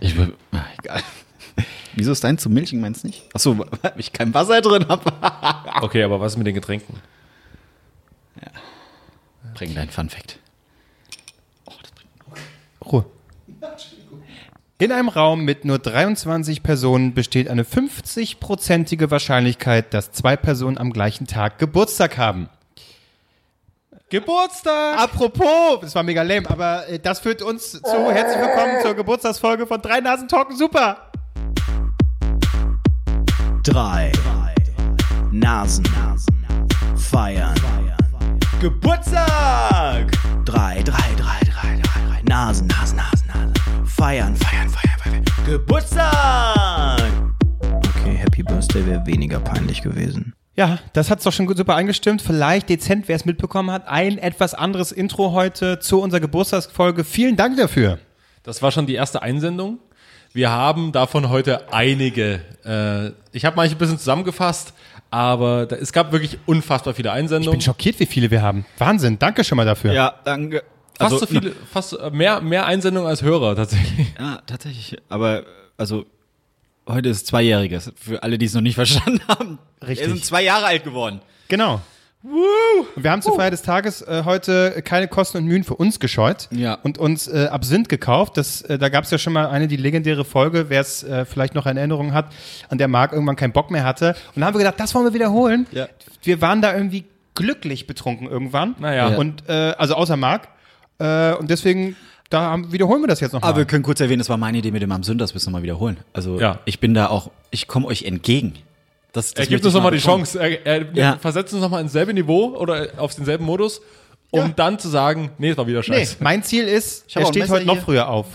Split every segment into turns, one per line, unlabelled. Ich will.
Ah,
Ach, egal.
Wieso ist dein zu milchig, meinst du nicht? Achso, weil ich kein Wasser drin habe.
Okay, aber was mit den Getränken?
Bring dein Fun Fact.
Oh,
Ruhe. In einem Raum mit nur 23 Personen besteht eine 50-prozentige Wahrscheinlichkeit, dass zwei Personen am gleichen Tag Geburtstag haben. Geburtstag! Apropos, das war mega lame, aber äh, das führt uns zu herzlich willkommen zur Geburtstagsfolge von Drei Nasen Talken Super.
Drei Nasen feiern.
Geburtstag!
Drei, drei, drei, drei, drei, drei Nasen, Nasen, Nasen, Nasen feiern, feiern, feiern, feiern. Geburtstag! Okay, Happy Birthday wäre weniger peinlich gewesen.
Ja, das hat's doch schon gut super angestimmt. Vielleicht dezent, wer es mitbekommen hat, ein etwas anderes Intro heute zu unserer Geburtstagsfolge. Vielen Dank dafür.
Das war schon die erste Einsendung. Wir haben davon heute einige. Äh, ich habe manche ein bisschen zusammengefasst, aber da, es gab wirklich unfassbar viele
Ich bin
Einsendungen.
schockiert, wie viele wir haben. Wahnsinn, danke schon mal dafür.
Ja, danke.
Fast
Also,
so viele, fast äh, mehr, mehr Einsendungen als Hörer tatsächlich.
Ja, tatsächlich. Aber, also, heute ist Zweijähriges. Für alle, die es noch nicht verstanden haben.
Richtig.
Wir sind zwei Jahre alt geworden.
Genau. Und wir haben zur Feier des Tages äh, heute keine Kosten und Mühen für uns gescheut
Ja.
und uns äh, Absinth gekauft. Das, äh, da gab's ja schon mal eine, die legendäre Folge, wer es äh, vielleicht noch in Erinnerung hat, an der Marc irgendwann keinen Bock mehr hatte. Und da haben wir gedacht, das wollen wir wiederholen.
Ja.
Wir waren da irgendwie glücklich betrunken irgendwann.
Naja. Ja.
Und, äh, also außer Marc. Äh, und deswegen, da haben, wiederholen wir das jetzt
Aber wir
nochmal.
können kurz erwähnen, das war meine Idee mit dem Am Sünder, das müssen wir mal wiederholen. Also,
Ja.
ich bin da auch, ich komme euch entgegen. Das, das
Er gibt
möchte
uns
ich
nochmal die
betonen.
Chance. Er, er,
Ja.
Versetzt uns nochmal ins selbe Niveau oder auf denselben Modus, um
Ja.
dann zu sagen, nee, es war wieder
Nee,
scheiße.
mein Ziel ist,
hab
er
auch ein
steht
Messer
heute noch
hier.
früher auf.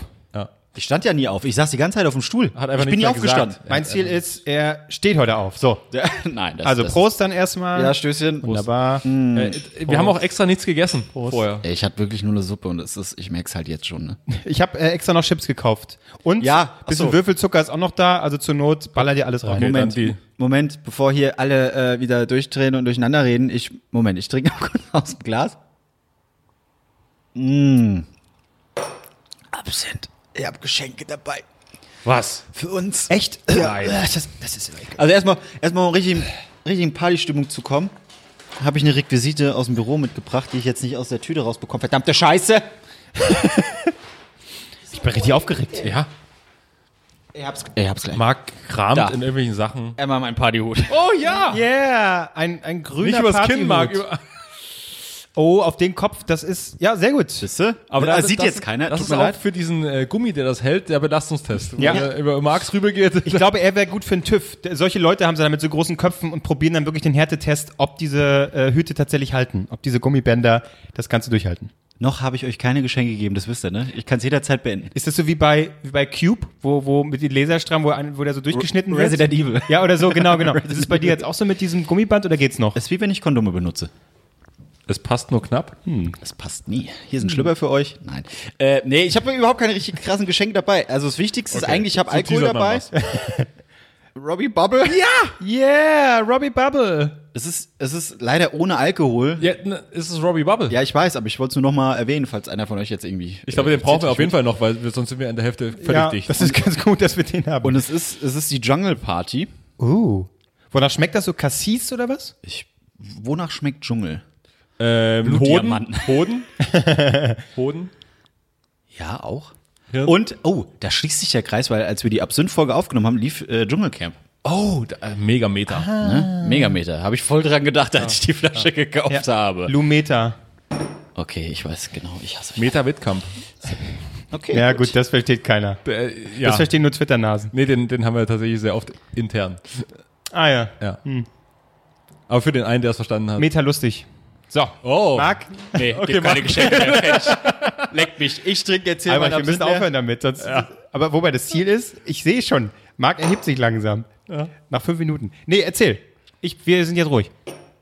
Ich stand ja nie auf. Ich saß die ganze Zeit auf dem Stuhl.
Hat einfach
ich bin nie
nichts mehr gesagt.
aufgestanden.
Mein Ziel ist, er steht heute auf. So.
Ja, nein, das,
Also
das
Prost dann erstmal.
Ja, Stößchen.
Wunderbar.
Hm.
Äh, wir haben auch extra nichts gegessen vorher.
Ey, Ich hatte wirklich nur eine Suppe und es ist, ich merk's halt jetzt schon. Ne?
Ich habe äh, extra noch Chips gekauft. Und
Ja, ach
bisschen
so.
Würfelzucker ist auch noch da, also zur Not baller dir alles rein.
Okay.
Moment,
dann die-
Moment, bevor hier alle äh, wieder durchdrehen und durcheinander reden, ich, Moment, ich trinke mal kurz aus dem Glas. Mmh. Mm. Absent. Ihr habt Geschenke dabei.
Was?
Für uns.
Echt?
Nein. Das, das ist lecker. Also erstmal, erstmal um richtig, richtig in Partystimmung zu kommen, habe ich eine Requisite aus dem Büro mitgebracht, die ich jetzt nicht aus der Tüte rausbekomme. Verdammte Scheiße!
Ich bin richtig aufgeregt.
Ja,
Ich hab's, ich hab's gleich.
Marc kramt
Da.
in irgendwelchen Sachen.
Emma, mein Partyhut.
Oh ja!
Yeah, ein, ein grüner
Nicht übers Kinn,
Partyhut.
Marc. Über
Oh, auf den Kopf, das ist, ja, sehr gut.
Siehste? Aber
da-
das, sieht jetzt keiner.
Das
Tut
ist
mir
auch
leid.
für diesen äh, Gummi, der das hält, der Belastungstest. Wenn
Ja.
er über Marx rübergeht.
Ich glaube, er wäre gut für einen TÜV. D- Solche Leute haben sie dann mit so großen Köpfen und probieren dann wirklich den Härtetest, ob diese äh, Hüte tatsächlich halten, ob diese Gummibänder das Ganze durchhalten.
Noch habe ich euch keine Geschenke gegeben, das wisst ihr, ne? Ich kann es jederzeit beenden.
Ist das so wie bei, wie bei Cube, wo, wo mit den Laserstrahlen, wo, ein, wo der so durchgeschnitten wird?
Resident Evil.
Ja, oder so, genau, genau. Ist es bei dir jetzt auch so mit diesem Gummiband oder geht's noch?
Das ist wie wenn ich Kondome benutze.
Es passt nur knapp.
Das passt nie. Hier
Hm.
sind Schlüpper für euch. Nein. Äh, nee, ich habe überhaupt keine richtig krassen Geschenke dabei. Also das Wichtigste ist
Okay.
eigentlich, ich habe
So
Alkohol
teasert man
dabei. Robbie Bubble. Ja!
Yeah, Robbie Bubble.
Es ist, es ist leider ohne Alkohol. Ja,
Ja, ne, ist es Robbie Bubble?
ich weiß, aber ich wollte es nur nochmal erwähnen, falls einer von euch jetzt irgendwie. äh,
Ich glaube, den brauchen wir auf jeden Fall noch, weil wir- sonst sind wir in der Hälfte völlig
Ja,
dicht.
das ist ganz gut, dass wir den haben.
Und es ist, es ist die Jungle Party.
uh. Wonach schmeckt das so? Cassis oder was?
Ich, wonach schmeckt Dschungel?
Ähm, Hoden,
Blutdiamanten.
Hoden, Hoden.
Ja, auch.
Ja.
Und, oh, da schließt sich der Kreis, weil als wir die Absinth-Folge aufgenommen haben, lief äh, Dschungelcamp.
Oh, da, äh, mega Meter.
Ne? Megameter. Habe ich voll dran gedacht, als ich die Flasche gekauft habe.
Lumeta.
Okay, ich weiß genau, ich hasse mich.
Meter Wettkampf.
Okay,
Ja, gut, das versteht keiner.
Äh, ja.
Das verstehen nur Twitter-Nasen.
nee, den, den haben wir tatsächlich sehr oft intern.
Ah ja,
Ja. Aber für den einen, der es verstanden hat.
Meta lustig. So,
Oh.
Marc,
Nee,
Okay,
okay, gibt keine
mach.
Geschenke mehr. Mensch. Leck mich, ich trinke jetzt hier
aber
meinen
wir müssen
Absinth leer.
aufhören damit. Sonst, Aber wobei das Ziel ist, ich sehe schon, Marc erhebt sich langsam. Nach fünf Minuten. Nee, erzähl. Ich, wir sind jetzt ruhig.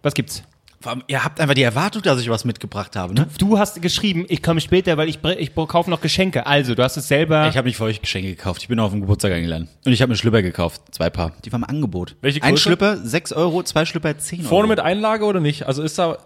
Was gibt's?
Vor allem, Ihr habt einfach die Erwartung, dass ich was mitgebracht habe, ne?
Du hast geschrieben, ich komme später, weil ich, ich kaufe noch Geschenke. Also, du hast es selber.
Ich habe nicht für euch Geschenke gekauft. Ich bin auf dem Geburtstag eingeladen. Und ich habe mir Schlüpper gekauft. Zwei Paar. Die waren im Angebot.
Welche
Ein
Größe?
Schlüpper, 6 Euro, zwei Schlüpper, 10 Euro.
Vorne mit Einlage oder nicht? Also ist da,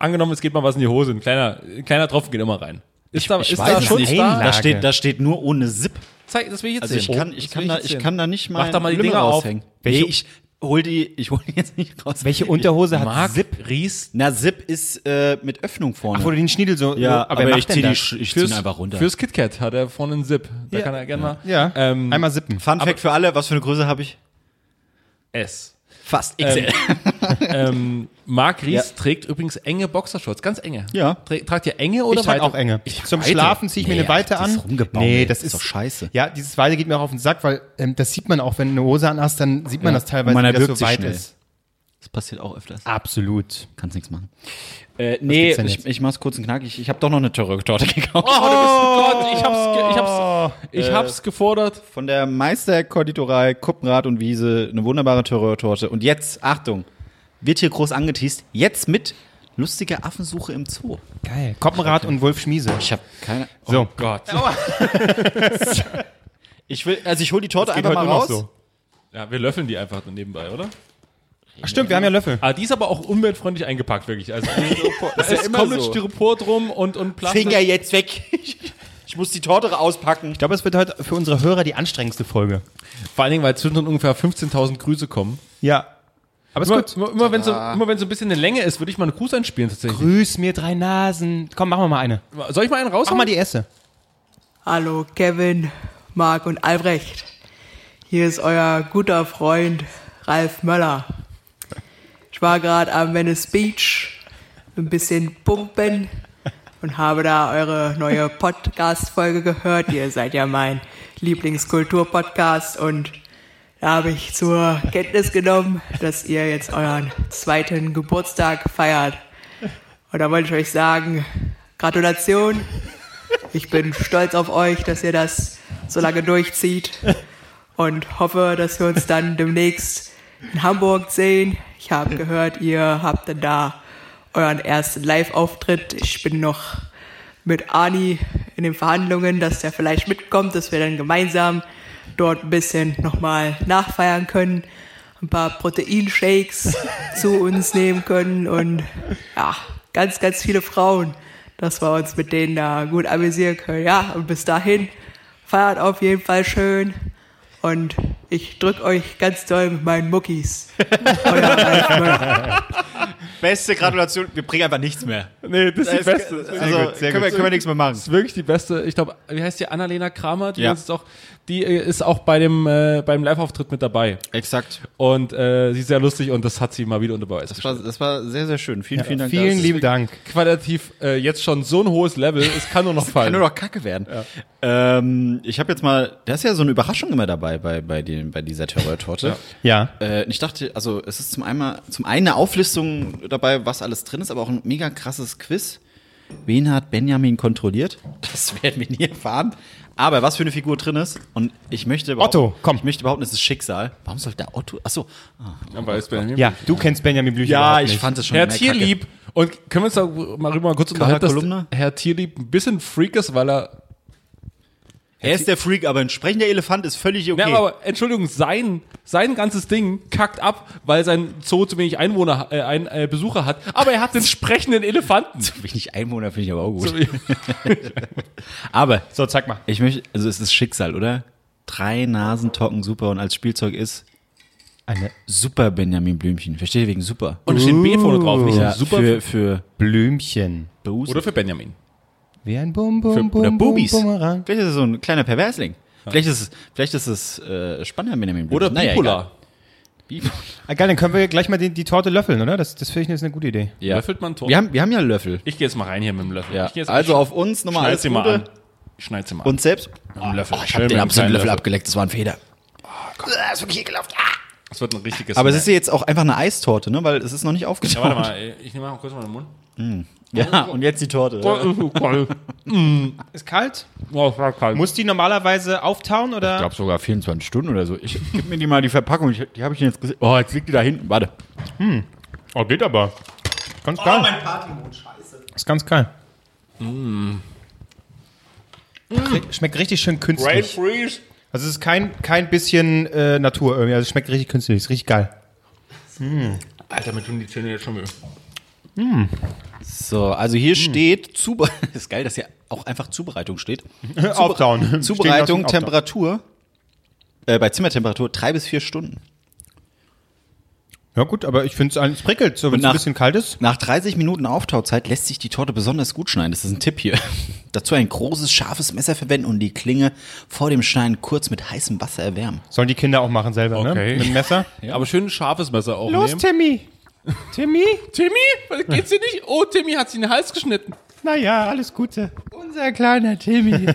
angenommen, es geht mal was in die Hose, ein kleiner, ein kleiner Tropfen geht immer rein. Ist da,
ich
ist
weiß
da
es
Schutz
nicht.
da?
Einlage.
Da steht, da steht nur ohne Zip.
Zeig, das will ich jetzt
Also
sehen.
ich kann, ich
Das
kann,
will
da,
jetzt
ich
sehen.
kann da nicht mal.
Mach da mal die Dinger auf.
Welche,
Welche-
nee, ich hol die, ich hol die jetzt nicht raus.
Welche Unterhose hat
Marc
Zip?
Ries
Na, Zip ist äh, mit Öffnung vorne.
Ach, wo du den Schniedel so.
ja,
aber, wer macht denn das?
Sch- ich
fürs,
zieh ihn einfach runter.
fürs KitKat hat er vorne einen Zip. Da kann er gerne mal
Ja,
ähm,
einmal sippen.
Fun Fact für alle, was für eine Größe habe ich?
S.
Fast XL.
Ähm, Marc Ries
Ja.
trägt übrigens enge Boxershorts, ganz enge.
Ja.
Tra tragt ihr enge oder
ich trage
weite?
auch enge. Zum
Weite?
Schlafen ziehe ich mir
Nee,
eine Weite
das
an.
ist rumgebaumelt.
nee, das
Das
ist,
ist doch scheiße.
Ja, dieses Weite geht mir auch auf den Sack, weil ähm, das sieht man auch, wenn du eine Hose an hast, dann sieht man das teilweise,
Und man
wie das
erwürgt
so
sich
weit
schnell.
ist.
Das passiert auch öfters.
Absolut.
Kannst nichts machen.
Äh, Ah. nee,
denn
ich,
jetzt?
ich mach's kurz und knackig. Ich habe doch noch eine Terror-Torte gekauft.
Oh, Äh. du bist, Gott, ich hab's, ge- ich hab's, ich hab's gefordert.
Von der Meisterkonditorei Kuppenrad und Wiese eine wunderbare Terror-Torte. Und jetzt, Achtung, wird hier groß angeteased. Jetzt mit lustiger Affensuche im Zoo.
Geil. Oh Koppenrad und Wolf Schmiese.
Ich habe keine.
So.
Oh Gott.
Ich will, also ich hol die Torte
Geht
einfach
heute
mal
nur noch
raus.
so.
Ja, wir löffeln die einfach nebenbei, oder?
Ach, stimmt, wir haben ja Löffel.
Ah, die ist aber auch umweltfreundlich eingepackt, wirklich. Also, das
ist ja
ist
immer
komplett
so.
Styropor drum und, und Plastik.
jetzt weg. Ich muss die Torte auspacken.
Ich glaube, es wird heute für unsere Hörer die anstrengendste Folge.
Vor allen Dingen, weil zwischendrin ungefähr 15.000 Grüße kommen.
Ja. Aber ist
Immer,
gut.
immer, immer wenn so, immer wenn so ein bisschen eine Länge ist, würde ich mal einen Gruß einspielen tatsächlich.
Grüß mir drei Nasen. Komm, machen wir mal eine.
Soll ich mal einen raus?
Mach mal die erste.
Hallo Kevin, Marc und Albrecht. Hier ist euer guter Freund Ralf Möller. Ich war gerade am Venice Beach, ein bisschen pumpen und habe da eure neue Podcast-Folge gehört. Ihr seid ja mein Lieblingskultur-Podcast und da habe ich zur Kenntnis genommen, dass ihr jetzt euren zweiten Geburtstag feiert. Und da wollte ich euch sagen, Gratulation, ich bin stolz auf euch, dass ihr das so lange durchzieht und hoffe, dass wir uns dann demnächst in Hamburg sehen. Ich habe gehört, ihr habt dann da euren ersten Live-Auftritt. Ich bin noch mit Ani in den Verhandlungen, dass der vielleicht mitkommt, dass wir dann gemeinsam dort ein bisschen nochmal nachfeiern können, ein paar Proteinshakes zu uns nehmen können und ja, ganz, ganz viele Frauen, dass wir uns mit denen da gut amüsieren können. Ja, und bis dahin feiert auf jeden Fall schön und ich drück euch ganz doll mit meinen Muckis. Euer Ralf Möller.
Beste Gratulation. Wir bringen einfach nichts mehr.
Nee, das ist die beste.
also können, wir, können wir nichts mehr machen.
Das ist wirklich die beste. Ich glaube, wie heißt die? Annalena Kramer, die,
Ja.
uns auch, die äh, ist auch bei dem, äh, beim Live-Auftritt mit dabei.
Exakt.
Und äh, sie ist sehr lustig und das hat sie mal wieder unter Beweis.
Das war, das war sehr, sehr schön. Vielen, vielen Dank.
Vielen
Das
lieben Dank.
Qualitativ äh, jetzt schon so ein hohes Level, es kann nur noch
Kann nur
fallen.
noch Kacke werden. Ähm, ich habe jetzt mal, da ist ja so eine Überraschung immer dabei bei, bei, den, bei dieser Terror-Torte.
Ja.
Äh, ich dachte, also es ist zum einen, zum einen eine Auflistung dabei, was alles drin ist, aber auch ein mega krasses Quiz. Wen hat Benjamin kontrolliert? Das werden wir nie erfahren. Aber was für eine Figur drin ist. Und ich möchte behaupten-
Otto, komm.
Ich möchte behaupten, es ist Schicksal. Warum soll da Otto? Achso.
Aber ist Benjamin-
Ja, du kennst Benjamin Blücher.
Ja,
überhaupt
ich
nicht.
fand es schon.
Herr
mehr
Tierlieb. Und können wir uns da mal rüber mal kurz unterhalten,
Kolumne?
dass Herr Tierlieb ein bisschen Freak ist, weil er
Kacke. Er ist der Freak, aber ein sprechender Elefant ist völlig okay.
Ja, aber Entschuldigung, sein, sein ganzes Ding kackt ab, weil sein Zoo zu wenig Einwohner, äh, ein, äh, Besucher hat. Aber er hat den sprechenden Elefanten.
wenig Einwohner finde ich aber auch gut. aber
So, zeig mal.
ich möchte, also es ist Schicksal, oder? Drei Nasen tocken super und als Spielzeug ist
Eine
Super Benjamin Blümchen. Versteht ihr wegen super?
Und da steht B vorne drauf, nicht
ja,
super.
für für
Blümchen.
Boost.
oder für Benjamin.
Wie ein Bum Bum
oder
Bum Bum
Bubis.
Bumerang.
Vielleicht ist es so ein kleiner Perversling. Vielleicht ist es vielleicht ist es äh, spannender Benjamin Blümchen.
Oder Bipolar.
Naja,
Ah, geil, dann können wir gleich mal die, die Torte löffeln, oder? Das, das finde ich jetzt eine gute Idee.
ja.
Löffelt man Torte?
Wir haben wir haben ja Löffel.
Ich gehe jetzt mal rein hier mit dem Löffel.
Ja.
Ich geh jetzt
Also auf uns nochmal
schneid
alles
sie
Gute.
mal an. Ich schneid sie mal an.
Und selbst
Mit dem Löffel.
Oh, ich
Schön
habe
mit
den
dem
absoluten
kleinen
Löffel abgeleckt, das war ein Fehler. das ist wirklich ekelhaft. Ah!
Das wird ein richtiges.
Aber es ist ja jetzt auch einfach eine Eistorte, ne? Weil es ist noch nicht
ja,
aufgetaucht.
warte mal, ey, ich nehme mal kurz mal den Mund.
Ja, und jetzt die Torte.
Ist kalt?
Oh, das war kalt.
Muss die normalerweise auftauen, oder?
glaube sogar 24 Stunden oder so. Ich gib mir die mal die Verpackung. Ich, die habe ich jetzt gesehen. Oh, jetzt liegt die da hinten. Warte.
Oh, geht aber. Ganz geil. Oh, mein Partymond, scheiße. Ist ganz geil. Mm. Ri- Schmeckt richtig schön
Brain
künstlich.
Freeze.
Also es ist kein, kein bisschen äh, Natur irgendwie. Also es schmeckt richtig künstlich. Ist richtig geil.
Alter, mir tun die Zähne jetzt schon weh.
So, also hier steht, Zube ist geil, dass hier auch einfach Zubereitung steht. Zube-
Auftauen. Stehen lassen,
Zubereitung,
auftauen.
Temperatur, äh, bei Zimmertemperatur drei bis vier Stunden.
Ja gut, aber ich finde es prickelt, so wenn es ein
nach-
bisschen kalt ist.
Nach 30 Minuten Auftauzeit lässt sich die Torte besonders gut schneiden. Das ist ein Tipp hier. Dazu ein großes, scharfes Messer verwenden und die Klinge vor dem Schneiden kurz mit heißem Wasser erwärmen.
Sollen die Kinder auch machen selber, ne?
Okay.
Mit dem Messer.
Aber schön ein scharfes Messer auch nehmen.
Timmy. Timmy?
Timmy, geht's dir nicht? Oh, Timmy hat sich in den Hals geschnitten.
Naja, alles Gute. Unser kleiner Timmy.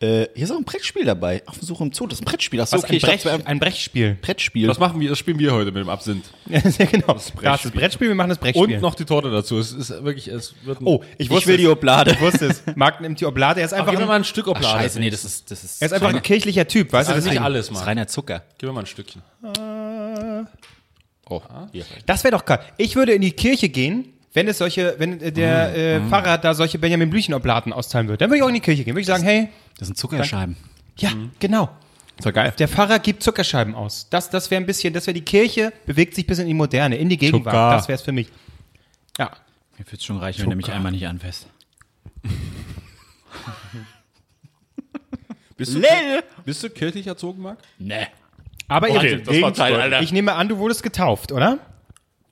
Äh, hier ist auch ein Brettspiel dabei. Auf Suche im Zoo. Das ist ein Brettspiel. Achso,
Was,
okay,
ein,
ich dachte, es wäre
Brech,
ein
ein Brechspiel.
Brettspiel.
Das machen wir, das spielen wir heute mit dem Absinth.
ja, genau. Das
Brettspiel.
Brettspiel. Das Brettspiel, wir machen das Brettspiel.
Und noch die Torte dazu. Es ist wirklich, es wird ein
Oh, ich wusste
will die
Oblade. Ich wusste es. Marc nimmt die Oblade. Er ist
Aber
einfach,
gib mir
ein,
mal ein Stück
Ach,
Oblade.
scheiße, nee, das ist, das ist,
er ist einfach ein kirchlicher Typ, weißt du?
Also nicht
deswegen.
alles,
das ist
Mann.
reiner Zucker.
Gib mir mal ein Stückchen. Oh,
Ah.
hier.
Das wäre doch geil. Ich würde in die Kirche gehen, wenn es solche, wenn äh, der äh, Pfarrer da solche Benjamin Blüchen-Oblaten austeilen würde. Dann würde ich auch in die Kirche gehen. Würde ich sagen, hey,
Das sind Zuckerscheiben.
ja, genau.
Das war geil.
Der Pfarrer gibt Zuckerscheiben aus. Das, das wäre ein bisschen, das wäre die Kirche, bewegt sich bis in die Moderne, in die Gegenwart.
Zucker.
Das wäre es für mich. Ja.
Mir wird es schon reichen, wenn du mich einmal nicht anfasst.
Bist du, bist du kirchlich erzogen, Marc?
Nee.
Aber
Okay,
ihr,
das war Teil, Alter.
ich nehme an, du wurdest getauft, oder?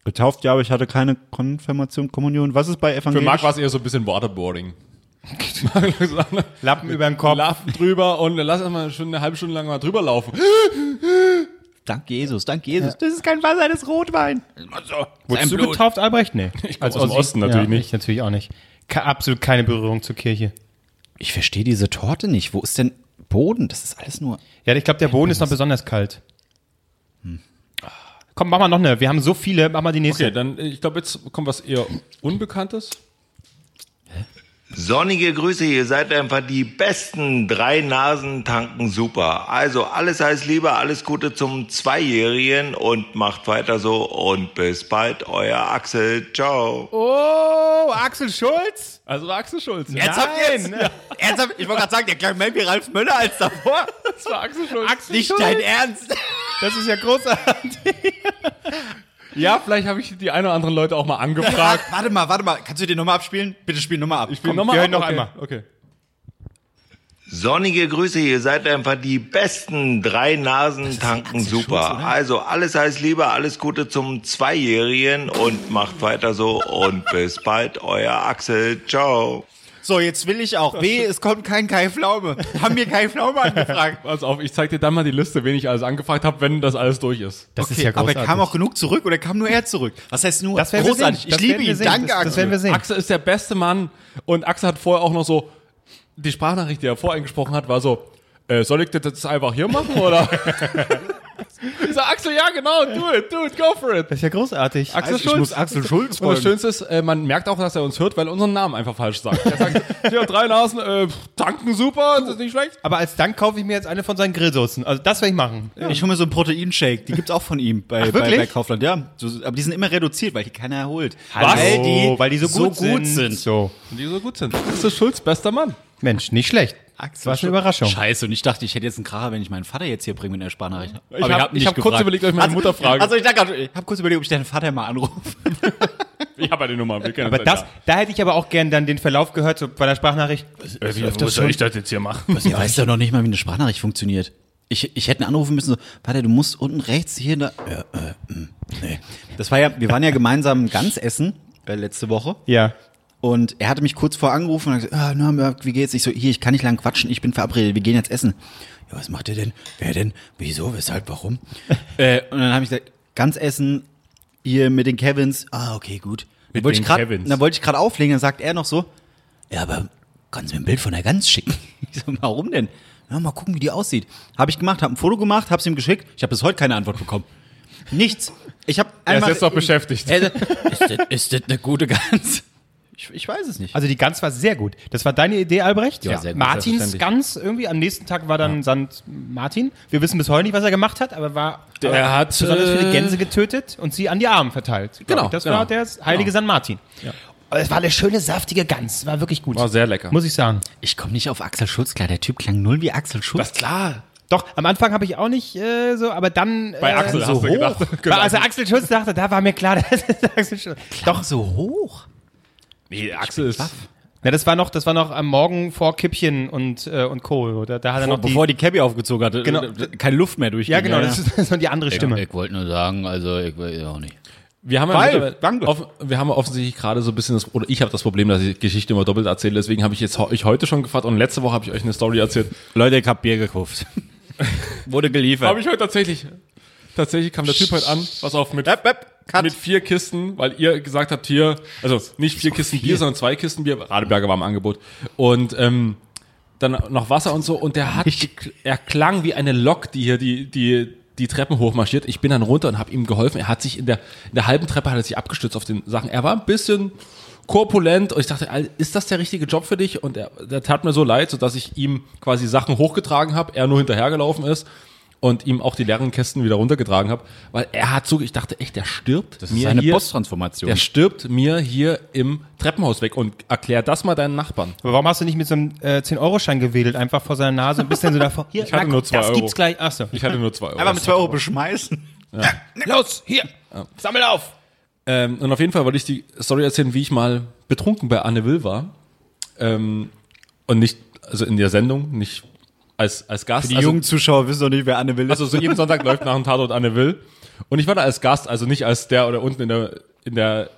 Getauft, ja, aber ich hatte keine Konfirmation, Kommunion. Was ist bei
Für Marc
evangelisch?
war es eher so ein bisschen Waterboarding.
Lappen über den Kopf.
Laffen drüber und dann lass erstmal schon eine halbe Stunde lang mal drüber laufen.
Dank Jesus, dank Jesus.
das ist kein Wasser, das ist Rotwein.
Wurdest du getauft, Albrecht? Nee. Ich
komm aus dem Osten natürlich nicht.
Ich natürlich auch nicht. Ke absolut keine Berührung zur Kirche.
Ich verstehe diese Torte nicht. Wo ist denn Boden? Das ist alles nur.
Ja, ich glaube, der Boden ist noch besonders kalt. Ah, Komm, mach mal noch eine. Wir haben so viele. Mach mal die nächste.
Hm. Okay, dann, ich glaube, jetzt kommt was eher Unbekanntes.
Sonnige Grüße, ihr seid einfach die besten. Drei Nasen tanken super. Also alles heißt Liebe, alles Gute zum Zweijährigen und macht weiter so und bis bald, euer Axel. Ciao.
Oh, Axel Schulz.
Also war Axel Schulz.
Ernsthaft jetzt?
Ernsthaft? Ich wollte gerade sagen, der klang mehr wie Ralf Möller als davor.
Das war Axel Schulz.
Axel Schulz.
Ernst.
Das ist ja großartig.
Ja, vielleicht habe ich die ein oder anderen Leute auch mal angefragt.
Warte mal, warte mal. Kannst du den nochmal abspielen? Bitte spiel nochmal ab. Ich
Komm,
wir
ab,
hören noch
okay.
einmal.
Okay.
Sonnige Grüße, ihr seid einfach die besten. Drei Nasen tanken super. Also alles heißt Liebe, alles Gute zum Zweijährigen und macht weiter so und bis bald, euer Axel. Ciao.
So, jetzt will ich auch. Weh, es kommt kein Kai Pflaume. Haben mir Kai Pflaume angefragt.
Pass auf, ich zeig dir dann mal die Liste, wen ich alles angefragt habe, wenn das alles durch ist.
Das ist ja großartig.
Aber kam auch genug zurück oder kam nur er zurück? Was heißt nur?
das werden wir sehen.
Ich
Das
liebe
werden wir
ihn.
sehen.
Danke,
das, das werden
Axel.
wir sehen.
Axel ist der beste Mann und Axel hat vorher auch noch so, die Sprachnachricht, die er voreingesprochen hat, war so, äh, soll ich das jetzt einfach hier machen oder? ich sag, Axel, ja genau, do it, do it, go for it.
Das ist ja großartig.
Axel
Ich muss Axel Schulz
Und
folgen.
das Schönste ist, äh, man merkt auch, dass er uns hört, weil er unseren Namen einfach falsch sagt. Er sagt, ja, drei Nasen, äh, pff, tanken super, das ist nicht schlecht.
Aber als Dank kaufe ich mir jetzt eine von seinen Grillsoßen. Also das werde ich machen.
Ich hole mir so einen Proteinshake. Die gibt's auch von ihm bei, bei,
wirklich?
bei Kaufland. Ja, so, aber die sind immer reduziert, weil hier keiner erholt.
Hallo, Also, weil die so gut, sind. So.
Und die so gut sind. Das ist Schulz, bester Mann.
Mensch, nicht schlecht.
Axel
Was eine Überraschung.
Scheiße, und ich dachte, ich hätte jetzt einen Kracher, wenn ich meinen Vater jetzt hier bringe mit der Sparnachricht.
Ich hab- ich hab kurz überlegt, ob ich meine Mutter frage.
Also ich dachte, ich habe kurz überlegt, ob ich deinen Vater mal anrufe.
Ich habe ja die Nummer, wir kennen
Aber das, da hätte ich aber auch gern dann den Verlauf gehört so bei der Sprachnachricht.
was Äh, soll ich das jetzt hier machen?
Sie weiß doch noch nicht mal, wie eine Sparnachricht funktioniert. Ich, ich hätte ihn anrufen müssen, so, Vater, du musst unten rechts hier in der. Ja, äh, mh, nee. Das war ja, wir waren ja gemeinsam ganz essen äh, letzte Woche.
Ja.
Und er hatte mich kurz vor angerufen und hat gesagt, ah, na, Marc, wie geht's? Ich so, hier, ich kann nicht lang quatschen, ich bin verabredet, wir gehen jetzt essen. Ja, was macht ihr denn? Wer denn? Wieso? Weshalb? Warum? äh, und dann habe ich gesagt, ganz essen, hier mit den Kevins. Ah, okay, gut. Dann
Mit
wollte
den
ich grad,
Kevins.
Dann wollte ich gerade auflegen, dann sagt er noch so, ja, aber kannst du mir ein Bild von der Gans schicken? Ich so, warum denn? Na, mal gucken, wie die aussieht. Habe ich gemacht, habe ein Foto gemacht, habe es ihm geschickt. Ich habe bis heute keine Antwort bekommen. Nichts. Ich habe
Er ist
einmal...
jetzt noch beschäftigt.
Er sagt, ist, das, ist das eine gute Gans? Ich, ich weiß es nicht.
Also die Gans war sehr gut. Das war deine Idee, Albrecht.
Ja, sehr gut,
Martins
selbstverständlich.
Gans irgendwie. Am nächsten Tag war dann Sand Martin. Wir wissen bis heute nicht, was er gemacht hat, aber war
Der
aber
hat,
besonders viele
äh,
Gänse getötet und sie an die Armen verteilt. glaub
Genau,
ich. Das
genau.
war der heilige San Martin. Aber es war eine schöne, saftige Gans. War wirklich gut.
War sehr lecker.
Muss ich sagen.
Ich komme nicht auf Axel Schulz klar. Der Typ klang null wie Axel Schulz.
klar.
Doch, am Anfang habe ich auch nicht äh, so, aber dann.
Bei
äh,
Axel hast du gedacht.
Weil Also Axel Schulz dachte, da war mir klar, das ist Axel Schulz. Doch,
so hoch.
nee, Axel ist.
ja, das war noch, das war noch am Morgen vor Kippchen und, äh, und Co. Da, da hat er noch die,
Bevor die Cabby aufgezogen hatte,
Genau.
äh, keine Luft mehr durch.
Ja, genau, das ist, das ist noch die andere Stimme.
Ich wollte nur sagen, also ich weiß auch nicht.
Wir haben, ja
Weil,
mittlerweile-
danke.
Off, wir haben ja offensichtlich gerade so ein bisschen das, oder ich habe das Problem, dass ich Geschichte immer doppelt erzähle, deswegen habe ich jetzt ho- euch heute schon gefragt und letzte Woche habe ich euch eine Story erzählt.
Leute, ich hab Bier gekauft. Wurde geliefert.
Habe ich heute tatsächlich, tatsächlich kam der Typ heute an, pass auf, mit, mit vier Kisten, weil ihr gesagt habt hier, also nicht vier Kisten Bier, sondern zwei Kisten Bier, Radeberger war im Angebot und ähm, dann noch Wasser und so und der hat, gekl- er klang wie eine Lok, die hier die, die, die Treppen hochmarschiert. Ich bin dann runter und habe ihm geholfen. Er hat sich in der, in der halben Treppe hat er sich abgestützt auf den Sachen. Er war ein bisschen korpulent und ich dachte, Al- ist das der richtige Job für dich? Und er, der tat mir so leid, sodass ich ihm quasi Sachen hochgetragen habe, er nur hinterhergelaufen ist und ihm auch die leeren Kästen wieder runtergetragen habe, weil er hat so, ich dachte echt, der stirbt.
das ist eine Posttransformation.
der stirbt mir hier im Treppenhaus weg und erklär das mal deinen Nachbarn.
Aber warum hast du nicht mit so einem äh, 10-Euro-Schein gewedelt, einfach vor seiner Nase, ein bisschen so davor? Hier,
Ich hatte nur zwei
das
Euro.
gibt's gleich. Achso.
Ich hatte nur zwei Euro.
Einfach mit zwei Euro
beschmeißen.
Los, hier, sammel auf.
Ähm, und auf jeden Fall wollte ich die Story erzählen, wie ich mal betrunken bei Anne Will war. Ähm, und nicht, also in der Sendung, nicht als, als Gast.
Die
also,
jungen Zuschauer wissen doch nicht, wer Anne will.
also so jeden Sonntag läuft nach dem Tatort Anne Will. Und ich war da als Gast, also nicht als der oder unten in der, in der,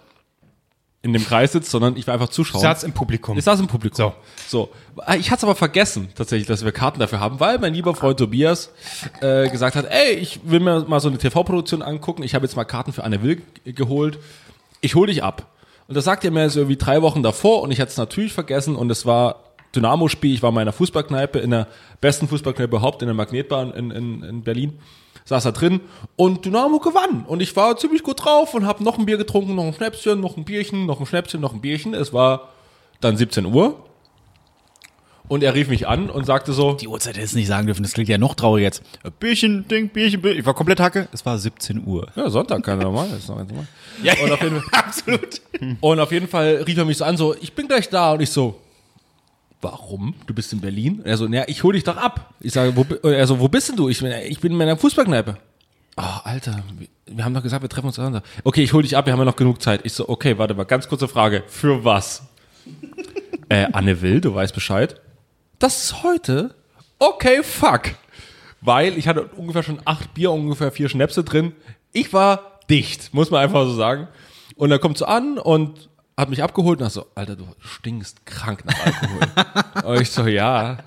in dem Kreis sitzt, sondern ich war einfach Zuschauer.
Satz im Publikum.
Ich saß im Publikum. So. so. Ah, Ich hatte es aber vergessen, tatsächlich, dass wir Karten dafür haben, weil mein lieber Freund Tobias äh, gesagt hat, ey, ich will mir mal so eine TV-Produktion angucken. Ich habe jetzt mal Karten für Anne Will g- geholt. Ich hole dich ab. Und das sagt er mir so irgendwie drei Wochen davor und ich hatte es natürlich vergessen und es war Dynamo-Spiel. Ich war in meiner Fußballkneipe, in der besten Fußballkneipe überhaupt, in der Magnetbahn in, in, in Berlin. Saß da drin und Dynamo gewann. Und ich war ziemlich gut drauf und habe noch ein Bier getrunken, noch ein Schnäpschen, noch ein Bierchen, noch ein Schnäpschen, noch ein Bierchen. Es war dann 17 Uhr. Und er rief mich an und sagte so,
die Uhrzeit hätte es nicht sagen dürfen, das klingt ja noch trauriger jetzt. Bierchen, Ding, Bierchen, Bierchen. Ich war komplett Hacke. Es war 17 Uhr.
ja, Sonntag kann er normal, ist noch ganz normal. Ja, und auf jeden Fall, absolut. Und auf jeden Fall rief er mich so an, so, ich bin gleich da. Und ich so, warum? Du bist in Berlin? Und er so, naja, ich hole dich doch ab. Ich sage, wo, bi- und er so, wo bist denn du? Ich, bin- ich bin in meiner Fußballkneipe. Oh, Alter, wir- wir haben doch gesagt, wir treffen uns an. Okay, ich hole dich ab, wir haben ja noch genug Zeit. Ich so, okay, warte mal, ganz kurze Frage. Für was? äh, Anne Will, du weißt Bescheid. Das ist heute? Okay, fuck. Weil ich hatte ungefähr schon acht Bier, ungefähr vier Schnäpse drin. Ich war dicht, muss man einfach so sagen. Und dann kommt so an und hat mich abgeholt und hat so, Alter, du stinkst krank nach Alkohol. und ich so, ja.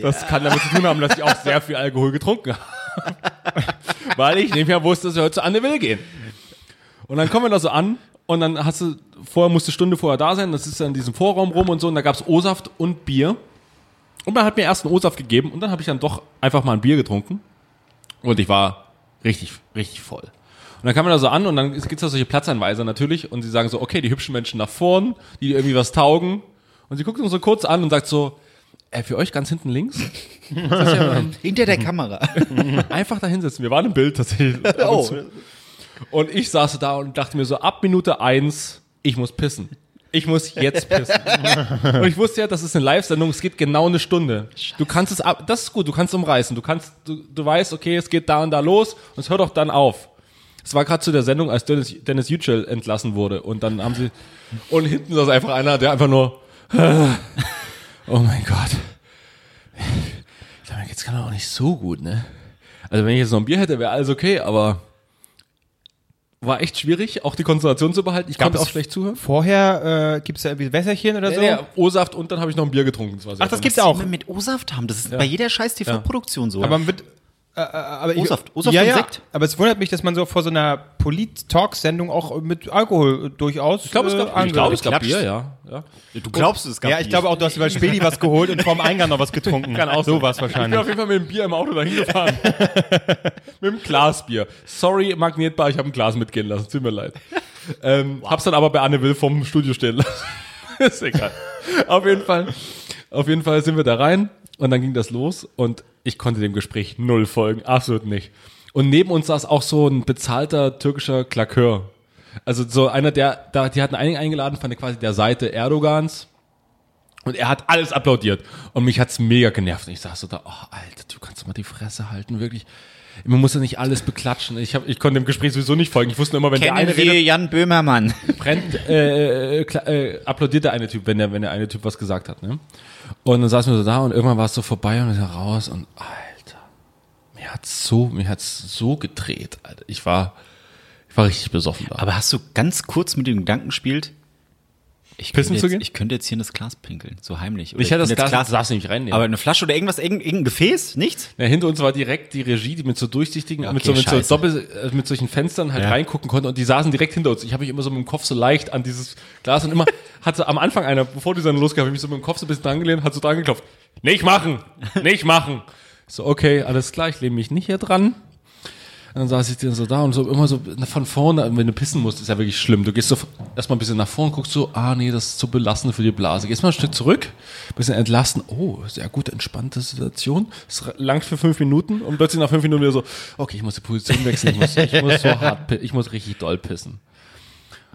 Das kann damit zu tun haben, dass ich auch sehr viel Alkohol getrunken habe. Weil ich nicht mehr wusste, dass wir heute zu Anne Will gehen. Und dann kommen wir da so an und dann hast du, vorher musste Stunde vorher da sein, das ist dann in diesem Vorraum rum und so und da gab's O-Saft und Bier. Und man hat mir erst einen O-Saft gegeben und dann habe ich dann doch einfach mal ein Bier getrunken. Und ich war richtig, richtig voll. Und dann kam man da so an und dann gibt's da solche Platzanweiser natürlich und sie sagen so, okay, die hübschen Menschen nach vorn, die irgendwie was taugen. Und sie guckt uns so kurz an und sagt so, äh, für euch ganz hinten links? Das ist ja mein-
Hinter der Kamera.
einfach da hinsetzen. Wir waren im Bild tatsächlich. oh. Und ich saß da und dachte mir so, ab Minute eins, ich muss pissen. Ich muss jetzt pissen. und ich wusste ja, das ist eine Live-Sendung, es geht genau eine Stunde. Du kannst es ab, das ist gut, du kannst umreißen. Du kannst, du, du weißt, okay, es geht da und da los und es hört auch dann auf. Es war gerade zu der Sendung, als Dennis, Dennis Yücel entlassen wurde und dann haben sie, und hinten saß einfach einer, der einfach nur, oh mein Gott. Ich glaube, mir geht's gerade auch nicht so gut, ne? Also wenn ich jetzt noch ein Bier hätte, wäre alles okay, aber war echt schwierig, auch die Konzentration zu behalten. Ich konnte auch schlecht zuhören.
Vorher äh, gibt's da irgendwie Wässerchen oder so?
Nee, nee, O-Saft und dann habe ich noch ein Bier getrunken. Das war sehr
Ach, das
dumm.
gibt's auch.
Immer mit O-Saft haben. Das ist bei jeder scheiß TV-Produktion so.
Aber man wird. Äh, äh, aber ich-
O-Saft. O-Saft
ja,
und
ja.
Sekt.
Aber es wundert mich, dass man so vor so einer Polit-Talk-Sendung auch mit Alkohol äh, durchaus.
Ich glaube, es
äh,
gab, ich glaube, es gab
Klatscht.
Bier, ja. ja.
du glaubst es gar
Ja, ich glaube auch, du hast über Spedi was geholt und vorm Eingang noch was getrunken. Kann auch so was
Ich bin
wahrscheinlich.
auf jeden Fall mit dem Bier im Auto dahin gefahren. mit dem Glasbier. Sorry, Magnetbar, ich habe ein Glas mitgehen lassen. Tut mir leid. Ähm, Hab's dann aber bei Anne Will vom Studio stehen lassen. Ist egal. Auf jeden Fall. Auf jeden Fall sind wir da rein und dann ging das los und ich konnte dem Gespräch null folgen. Absolut nicht. Und neben uns saß auch so ein bezahlter türkischer Klakör. Also so einer, der, da, die hatten einen eingeladen von der quasi der Seite Erdogans Und er hat alles applaudiert. Und mich hat's mega genervt. Und ich saß so da, oh, Alter, du kannst doch mal die Fresse halten, wirklich. Man muss ja nicht alles beklatschen. Ich, hab, ich konnte dem Gespräch sowieso nicht folgen. Ich wusste nur immer, wenn der eine redet,
Jan Böhmermann.
brennt, äh, äh, kla- äh, applaudiert der eine Typ, wenn der, wenn der eine Typ was gesagt hat. Ne? Und dann saßen wir so da und irgendwann war es so vorbei und ich war raus und Alter, mir hat's so, mir hat's so gedreht. Alter. Ich war, ich war richtig besoffen da.
Aber hast du ganz kurz mit dem Gedanken gespielt, ich
Pissen
könnte,
zu
jetzt,
gehen?
ich könnte jetzt hier in das Glas pinkeln, so heimlich. Oder
ich hatte das
könnte jetzt
Glas, Glas darfst du nicht reinnehmen.
aber eine Flasche oder irgendwas, irgendein, irgendein Gefäß? Nichts?
Ja, hinter uns war direkt die Regie, die mit so durchsichtigen, mit so, mit so
scheiße.
Doppel, äh, mit solchen Fenstern halt reingucken konnte und die saßen direkt hinter uns. Ich habe mich immer so mit dem Kopf so leicht an dieses Glas und immer hatte am Anfang einer, bevor die dann losging, habe ich mich so mit dem Kopf so ein bisschen dran gelehnt, hat so dran geklopft. Nicht machen! Nicht machen! So, okay, alles klar, ich lehne mich nicht hier dran. Und dann saß ich dann so da und so immer so von vorne, wenn du pissen musst, ist ja wirklich schlimm. Du gehst so erstmal ein bisschen nach vorne, guckst so, ah nee, das ist zu belastend für die Blase. Gehst mal ein Stück zurück, ein bisschen entlasten. Oh, sehr gut, entspannte Situation. Es langt für fünf Minuten und plötzlich nach fünf Minuten wieder so, okay, ich muss die Position wechseln, ich muss, ich muss so hart, pi- ich muss richtig doll pissen.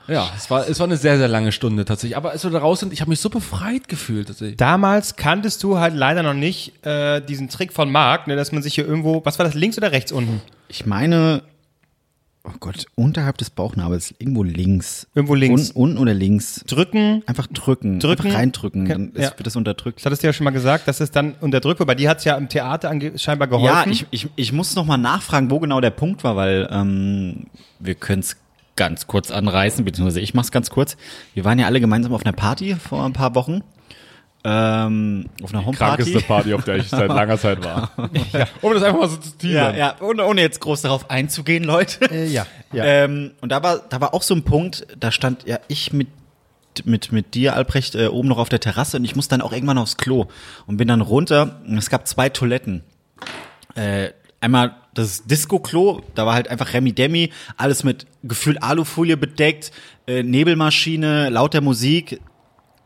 Ja, es war, es war eine sehr, sehr lange Stunde tatsächlich. Aber als wir da raus sind, ich habe mich so befreit gefühlt. Tatsächlich.
Damals kanntest du halt leider noch nicht äh, diesen Trick von Marc, ne, dass man sich hier irgendwo, was war das, links oder rechts unten?
Ich meine, oh Gott, unterhalb des Bauchnabels, irgendwo links.
Irgendwo links.
Un, unten oder links.
Drücken.
Einfach drücken.
Drücken.
Einfach reindrücken. Dann ist,
Ja.
wird das unterdrückt.
Das hattest du ja schon mal gesagt, dass es dann unterdrückt wird. Bei dir hat es ja im Theater ange scheinbar
Ja,
geholfen.
ich, ich, ich muss noch mal nachfragen, wo genau der Punkt war, weil ähm, wir können es ganz kurz anreißen, beziehungsweise ich mache es ganz kurz. Wir waren ja alle gemeinsam auf einer Party vor ein paar Wochen. Ähm, auf einer Homeparty.
Krankeste Party, auf der ich seit langer Zeit war. Um das einfach mal so zu
Ja,
teasern.
ja, ohne, ohne jetzt groß darauf einzugehen, Leute.
Äh, ja, ja.
Ähm, und da war, da war auch so ein Punkt, da stand ja ich mit, mit, mit dir, Albrecht, äh, oben noch auf der Terrasse und ich musste dann auch irgendwann aufs Klo und bin dann runter und es gab zwei Toiletten. Äh, einmal das Disco-Klo, da war halt einfach Remi-Demi, alles mit gefühlt Alufolie bedeckt, äh, Nebelmaschine, lauter Musik.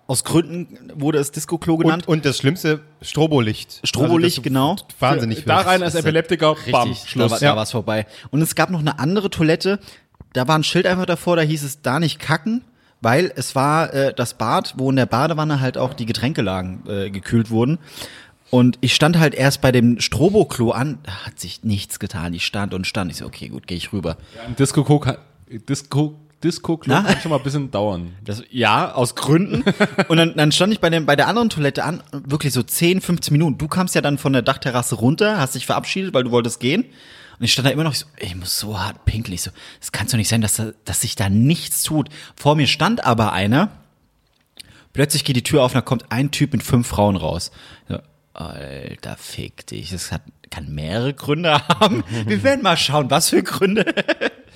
Aus Gründen wurde es Disco-Klo genannt.
und, und das Schlimmste, Strobolicht.
Strobolicht,
dass du
genau.
Wahnsinnig
Da
wirst.
rein als Epileptiker, bam,
Richtig,
Schluss.
Da, war- da war es vorbei. Und es gab noch eine andere Toilette, da war ein Schild einfach davor, da hieß es da nicht kacken, weil es war äh, das Bad, wo in der Badewanne halt auch die Getränke lagen, äh, gekühlt wurden. Und ich stand halt erst bei dem Strobo-Klo an, da hat sich nichts getan. Ich stand und stand. Ich so, okay, gut, gehe ich rüber.
Disco Klo kann, Disco, Disco Klo
Na?
kann schon mal ein bisschen dauern.
Das, ja, aus Gründen. Und dann, dann stand ich bei, dem, bei der anderen Toilette an, wirklich so 10, 15 Minuten. Du kamst ja dann von der Dachterrasse runter, hast dich verabschiedet, weil du wolltest gehen. Und ich stand da immer noch ich so, ey, ich muss so hart pinkeln. Ich so, das kann doch nicht sein, dass, da, dass sich da nichts tut. Vor mir stand aber einer. Plötzlich geht die Tür auf und da kommt ein Typ mit fünf Frauen raus. So, Alter, fick dich. Das hat, kann mehrere Gründe haben. Wir werden mal schauen, was für Gründe.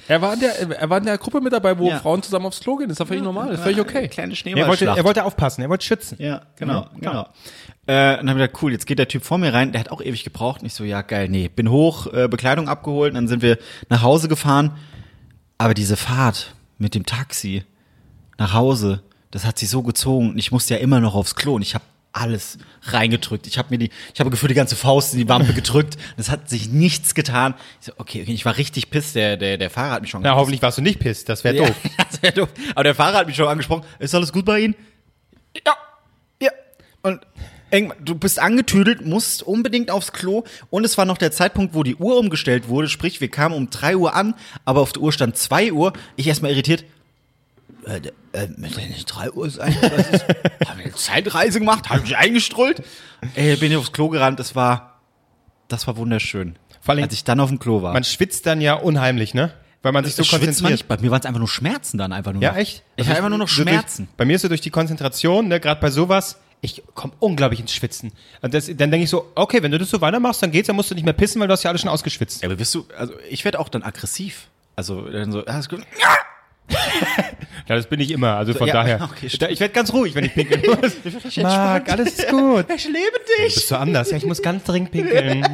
Er war in der, er war in der Gruppe mit dabei, wo
Ja.
Frauen zusammen aufs Klo gehen. Das ist ja völlig normal, das ist völlig okay.
Kleine
Er wollte,
Schneeballschlacht.
er wollte aufpassen, er wollte schützen.
Ja, genau, genau. Äh, und dann hab ich gedacht, cool, jetzt geht der Typ vor mir rein, der hat auch ewig gebraucht. Und ich so, ja, geil, nee, bin hoch, äh, Bekleidung abgeholt, und dann sind wir nach Hause gefahren. Aber diese Fahrt mit dem Taxi nach Hause, das hat sich so gezogen und ich musste ja immer noch aufs Klo und ich habe alles reingedrückt. Ich habe mir die, ich habe gefühlt die ganze Faust in die Wampe gedrückt. Und es hat sich nichts getan. Ich so, okay, okay, ich war richtig piss. Der, der, der Fahrer hat mich schon
Na, hoffentlich warst du nicht pisst, das wäre
ja,
doof.
das wär doof. Aber der Fahrer hat mich schon angesprochen. Ist alles gut bei Ihnen? Ja. Ja. Und irgendwann- du bist angetüdelt, musst unbedingt aufs Klo. Und es war noch der Zeitpunkt, wo die Uhr umgestellt wurde. Sprich, wir kamen um 3 Uhr an, aber auf der Uhr stand 2 Uhr. Ich erstmal irritiert. Äh, äh, müsste nicht 3 Uhr sein? Was ist? Haben wir eine Zeitreise gemacht? Haben mich eingestrullt? Ey, Äh, bin ich aufs Klo gerannt. Das war, das war wunderschön.
Vor allem-
als ich dann auf dem Klo war.
Man schwitzt dann ja unheimlich, ne? Weil man sich so
Schwitzt man
konzentriert.
nicht. Bei mir waren es einfach nur Schmerzen dann einfach nur.
Ja,
noch.
echt? Also
Ich hatte einfach nur noch
So durch-
Schmerzen.
Bei mir ist so durch die Konzentration, ne, gerade bei sowas, ich komme unglaublich ins Schwitzen. Und das, dann denke ich so, okay, wenn du das so weitermachst, dann geht's, dann musst du nicht mehr pissen, weil du hast ja alles schon ausgeschwitzt.
Ja, aber wirst du, also ich werde auch dann aggressiv. Also dann so, ah, ist gut.
Ja, das bin ich immer, also von
ja,
daher.
okay,
Da- ich werde ganz ruhig, wenn ich pinkeln muss. Marc, alles ist gut.
ich lebe
Bist du anders? Ja, ich muss ganz dringend pinkeln.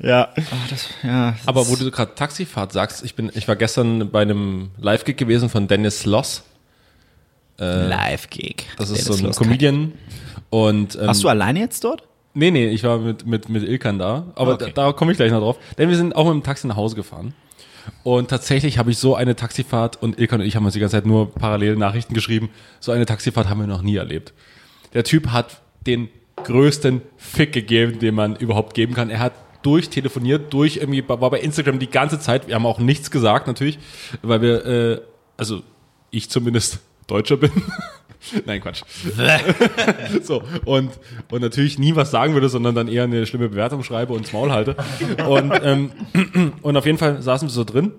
Ja. Ah, das, ja.
Aber wo du gerade Taxifahrt sagst, ich bin, ich war gestern bei einem Live-Gig gewesen von Dennis Loss.
Live-Gig.
Das ist so ein Comedian. Und, ähm,
Warst du alleine jetzt dort?
Nee, nee, ich war mit, mit, mit Ilkan da. Aber
Okay.
da, da komme ich gleich noch drauf. Denn wir sind auch mit dem Taxi nach Hause gefahren. Und tatsächlich habe ich so eine Taxifahrt und Ilkan und ich haben uns die ganze Zeit nur parallel Nachrichten geschrieben. So eine Taxifahrt haben wir noch nie erlebt. Der Typ hat den größten Fick gegeben, den man überhaupt geben kann. Er hat durchtelefoniert, durch irgendwie, war bei Instagram die ganze Zeit. Wir haben auch nichts gesagt, natürlich, weil wir, äh, also ich zumindest Deutscher bin. Nein, Quatsch. so, und, und natürlich nie was sagen würde, sondern dann eher eine schlimme Bewertung schreibe und ins Maul halte. Und, ähm, und auf jeden Fall saßen wir so drin.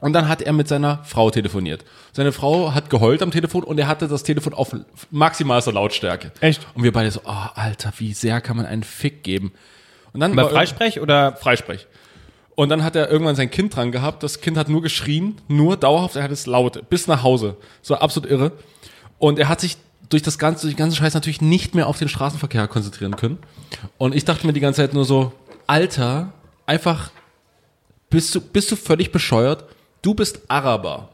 Und dann hat er mit seiner Frau telefoniert. Seine Frau hat geheult am Telefon und er hatte das Telefon auf maximalster Lautstärke.
Echt?
Und wir beide so, oh, Alter, wie sehr kann man einen Fick geben? Und dann
Bei
war irgend-
Freisprech oder
Freisprech. Und dann hat er irgendwann sein Kind dran gehabt. Das Kind hat nur geschrien, nur dauerhaft. Er hat es laut, bis nach Hause. So absolut irre. Und er hat sich durch das ganze, durch den ganzen Scheiß natürlich nicht mehr auf den Straßenverkehr konzentrieren können. Und ich dachte mir die ganze Zeit nur so, Alter, einfach, bist du, bist du völlig bescheuert? Du bist Araber.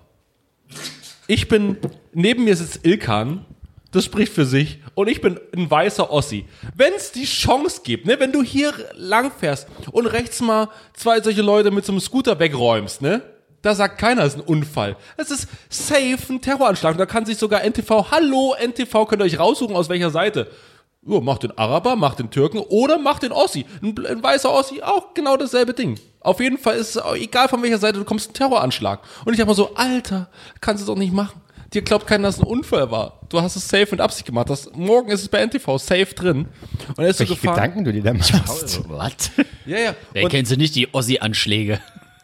Ich bin, neben mir sitzt Ilkan, das spricht für sich. Und ich bin ein weißer Ossi. Wenn es die Chance gibt, ne, wenn du hier lang fährst und rechts mal zwei solche Leute mit so einem Scooter wegräumst, ne? Da sagt keiner, es ist ein Unfall. Es ist safe ein Terroranschlag. Und Da kann sich sogar NTV, hallo NTV, könnt ihr euch raussuchen, aus welcher Seite. Ja, macht den Araber, macht den Türken oder macht den Ossi. Ein, bl- ein weißer Ossi, auch genau dasselbe Ding. Auf jeden Fall ist es auch egal von welcher Seite, du kommst einen Terroranschlag. Und ich dachte mal so, Alter, kannst du doch nicht machen. Dir glaubt keiner, dass es ein Unfall war. Du hast es safe mit Absicht gemacht. Das, morgen ist es bei NTV safe drin. Und er ist so
welche
gefahren.
Gedanken du dir da machst?
Was?
Ja, ja.
Wer
Und-
kennst du nicht die Ossi-Anschläge?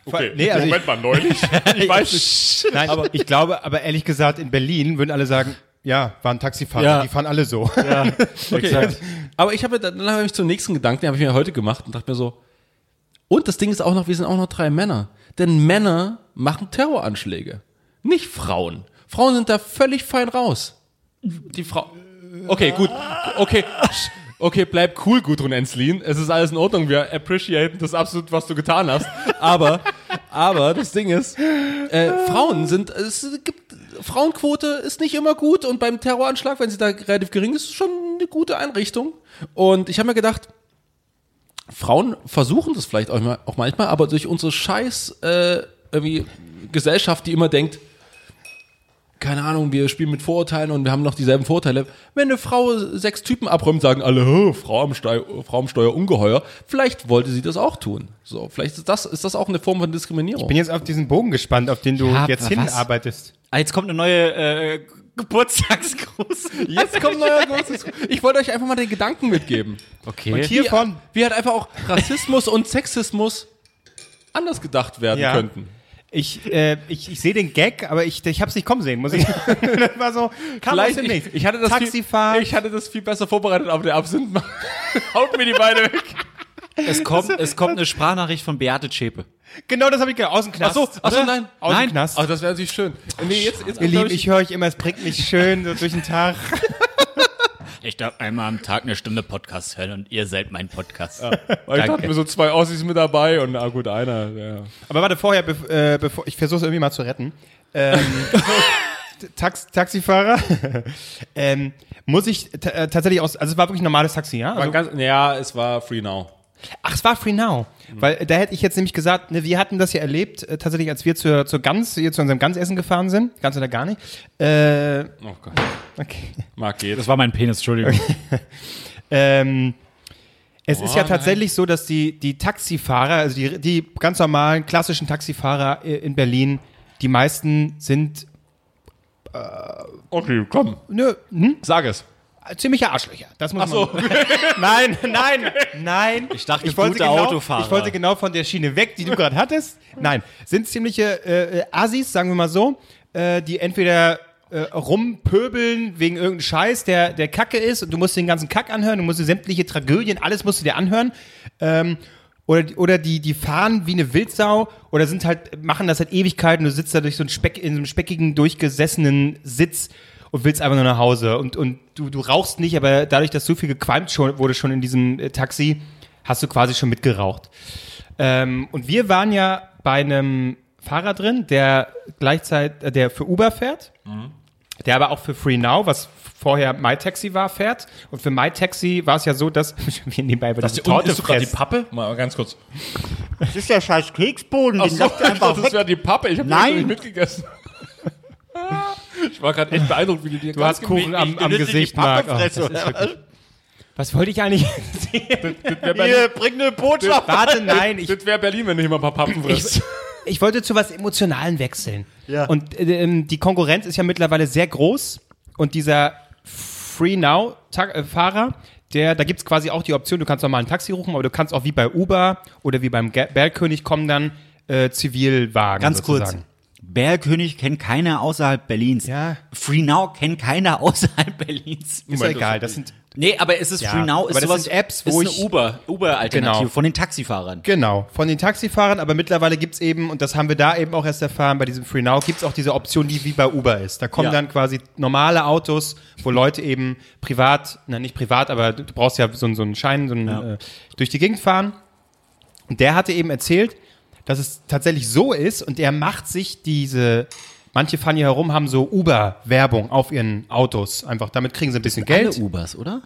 Okay.
Nee, also
Moment mal, neulich? Ich weiß nicht.
Nein, aber ich glaube, aber ehrlich gesagt, in Berlin würden alle sagen, ja, waren Taxifahrer,
Ja.
die fahren alle so.
Okay. Aber ich habe dann habe ich zum nächsten Gedanken, den habe ich mir heute gemacht und dachte mir so, und das Ding ist auch noch, wir sind auch noch drei Männer. Denn Männer machen Terroranschläge. Nicht Frauen. Frauen sind da völlig fein raus. Die Frau. Okay, gut. Okay. sch- Okay, bleib cool, Gudrun Enslin. Es ist alles in Ordnung. Wir appreciaten das absolut, was du getan hast. Aber, aber das Ding ist, äh, Frauen sind, es gibt, Frauenquote ist nicht immer gut und beim Terroranschlag, wenn sie da relativ gering ist, ist schon eine gute Einrichtung. Und ich habe mir gedacht, Frauen versuchen das vielleicht auch, mal, auch manchmal, aber durch unsere scheiß äh, irgendwie Gesellschaft, die immer denkt, keine Ahnung, wir spielen mit Vorurteilen und wir haben noch dieselben Vorurteile. Wenn eine Frau sechs Typen abräumt, sagen alle, "Hö, Frau am, Steu Frau am Steuer ungeheuer. Vielleicht wollte sie das auch tun. So, vielleicht ist das, ist das auch eine Form von Diskriminierung.
Ich bin jetzt auf diesen Bogen gespannt, auf den du
Ja,
jetzt
was?
hinarbeitest.
Ah, jetzt kommt eine neue äh, Geburtstagsgruß.
Jetzt kommt neuer großes. Ich wollte euch einfach mal den Gedanken mitgeben.
Okay.
Und hiervon,
Wie halt einfach auch Rassismus und Sexismus anders gedacht werden
Ja.
könnten.
ich, äh, ich, ich sehe den Gag, aber ich, ich hab's nicht kommen sehen, muss ich. das war so, kam aus
Vielleicht,
dem
ich,
Nichts.
ich, hatte das
Taxifahrt.
Viel, ich hatte das viel besser vorbereitet, aber der Absinth macht- haut mir die Beine weg.
es, kommt, es kommt eine Sprachnachricht von Beate Zschäpe.
genau das habe ich gehört, aus dem Knast.
Achso, achso,
oder?
nein.
Aus dem
Nein.
Knast.
Ach, das wäre natürlich schön. Nee, jetzt, jetzt
Ihr Lieben,
glaub
ich höre euch immer, es bringt mich schön so durch den Tag.
Ich darf einmal am Tag eine Stunde Podcast hören und ihr seid mein Podcast.
Weil ich
Danke.
dachte mir so zwei Aussies mit dabei und ah, gut, einer. Ja.
Aber warte, vorher, bev äh, bevor ich versuche es irgendwie mal zu retten. Ähm, Tax Taxifahrer, ähm, muss ich ta- äh, tatsächlich aus, also es war wirklich ein normales Taxi, ja?
War
Also,
ganz, ja, es war Free Now.
ach, es war Free Now. Weil äh, da hätte ich jetzt nämlich gesagt, ne, wir hatten das ja erlebt, äh, tatsächlich, als wir zur, zur Gans, hier zu unserem Gansessen gefahren sind, ganz oder gar nicht. Äh,
Oh Gott.
okay.
Marc geht.
Das war mein Penis, Entschuldigung.
Ähm, es ist ja
nein.
tatsächlich so, dass die, die Taxifahrer, also die, die ganz normalen klassischen Taxifahrer äh, in Berlin, die meisten sind
Okay, komm.
nö, hm,
Sag es.
ziemliche Arschlöcher. Das muss
Ach so.
man. Nein, nein, nein. Ich
dachte, gute
genau,
Autofahrer.
Ich wollte genau von der Schiene weg, die du gerade hattest. Nein, sind ziemliche äh, äh, Assis, sagen wir mal so, äh, die entweder äh, rumpöbeln wegen irgendeinem Scheiß, der, der Kacke ist und du musst den ganzen Kack anhören, du musst dir sämtliche Tragödien, alles musst du dir anhören. Ähm, oder, oder die, die fahren wie eine Wildsau oder sind halt, machen das halt Ewigkeiten, du sitzt da durch so ein Speck, in so einem speckigen, durchgesessenen Sitz und willst einfach nur nach Hause. Und, und du, du rauchst nicht, aber dadurch, dass so viel gequalmt schon, wurde schon in diesem äh, Taxi, hast du quasi schon mitgeraucht. Ähm, und wir waren ja bei einem Fahrer drin, der gleichzeitig, äh, der für Uber fährt, der aber auch für Free Now, was vorher MyTaxi war, fährt. Und für MyTaxi war es ja so, dass wir nebenbei über diese Torte fressen.
Pappe? Mal ganz kurz.
Das ist der scheiß Keksboden.
Ach so, ich dachte, das wäre die Pappe. Ich habe
Nein.
nicht mitgegessen. Ich war gerade echt beeindruckt, wie du dir
Du hast Kuchen am, am Gesicht, Marc. Oh, das ist wirklich- was wollte ich eigentlich?
Hier, bring eine Botschaft.
Warte, nein, ich,
Das wäre Berlin, wenn du hier mal ein paar Pappen frisst.
ich, ich wollte zu was Emotionalen wechseln. Und äh, ähm, die Konkurrenz ist ja mittlerweile sehr groß. Und dieser Free Now-Fahrer, der, da gibt es quasi auch die Option, du kannst normal ein Taxi rufen, aber du kannst auch wie bei Uber oder wie beim Ge- Bergkönig kommen dann äh, Zivilwagen.
Ganz
sozusagen.
kurz. Bergkönig kennt keiner außerhalb Berlins.
Ja.
Free Now kennt keiner außerhalb Berlins.
Ist ja egal, das sind
Nee, aber es ist
Ja,
Free Now, ist
aber das
sowas,
sind Apps, wo
ist
ich-
eine Uber, Uber-Alternative
Genau.
von den Taxifahrern.
Genau, von den Taxifahrern, aber mittlerweile gibt's eben, und das haben wir da eben auch erst erfahren, bei diesem Free Now gibt's auch diese Option, die wie bei Uber ist. Da kommen
Ja.
dann quasi normale Autos, wo Leute eben privat, na nicht privat, aber du, du brauchst ja so, einen- so einen Schein, so einen, äh, durch die Gegend fahren. Und der hatte eben erzählt, dass es tatsächlich so ist und er macht sich diese, manche fahren hier herum, haben so Uber-Werbung auf ihren Autos. Einfach, damit kriegen sie ein bisschen Geld.
Alle Ubers, oder?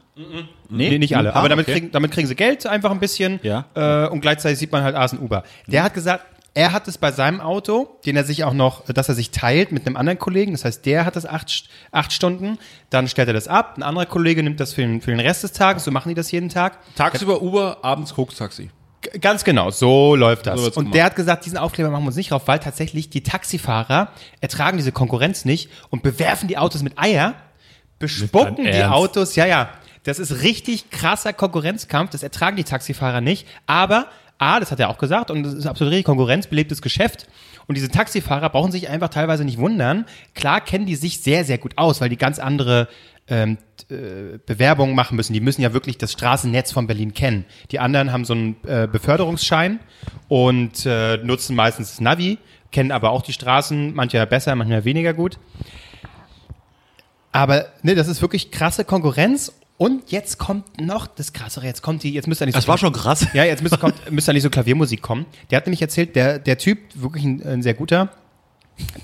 Nee, nicht alle.
Ah,
aber damit,
okay.
kriegen, damit kriegen sie Geld einfach ein bisschen.
Ja.
Äh, und gleichzeitig sieht man halt, ah, ist ein Uber. Der hat gesagt, er hat es bei seinem Auto, den er sich auch noch, dass er sich teilt mit einem anderen Kollegen. Das heißt, der hat das acht, St- acht Stunden. Dann stellt er das ab. Ein anderer Kollege nimmt das für den, für den Rest des Tages. So machen die das jeden Tag.
Tagsüber Uber, abends Koks-Taxi.
G ganz genau. So läuft das.
So wird's
und
gemacht.
der hat gesagt, diesen Aufkleber machen wir uns nicht drauf, weil tatsächlich die Taxifahrer ertragen diese Konkurrenz nicht und bewerfen die Autos mit Eier bespucken die
Ernst?
Autos, ja, ja. Das ist richtig krasser Konkurrenzkampf, das ertragen die Taxifahrer nicht. Aber, A, das hat er auch gesagt, und das ist absolut richtig, Konkurrenz belebtes Geschäft. Und diese Taxifahrer brauchen sich einfach teilweise nicht wundern. Klar kennen die sich sehr, sehr gut aus, weil die ganz andere ähm, t- äh, Bewerbungen machen müssen. Die müssen ja wirklich das Straßennetz von Berlin kennen. Die anderen haben so einen äh, Beförderungsschein und äh, nutzen meistens das Navi, kennen aber auch die Straßen, manchmal besser, manchmal weniger gut. Aber ne, das ist wirklich krasse Konkurrenz. Und jetzt kommt noch das Krassere. Jetzt kommt die, jetzt müsste nicht so
Das war schon krass.
Ja, jetzt müsste, kommt, müsste nicht so Klaviermusik kommen. Der hat nämlich erzählt, der, der Typ, wirklich ein, ein sehr guter,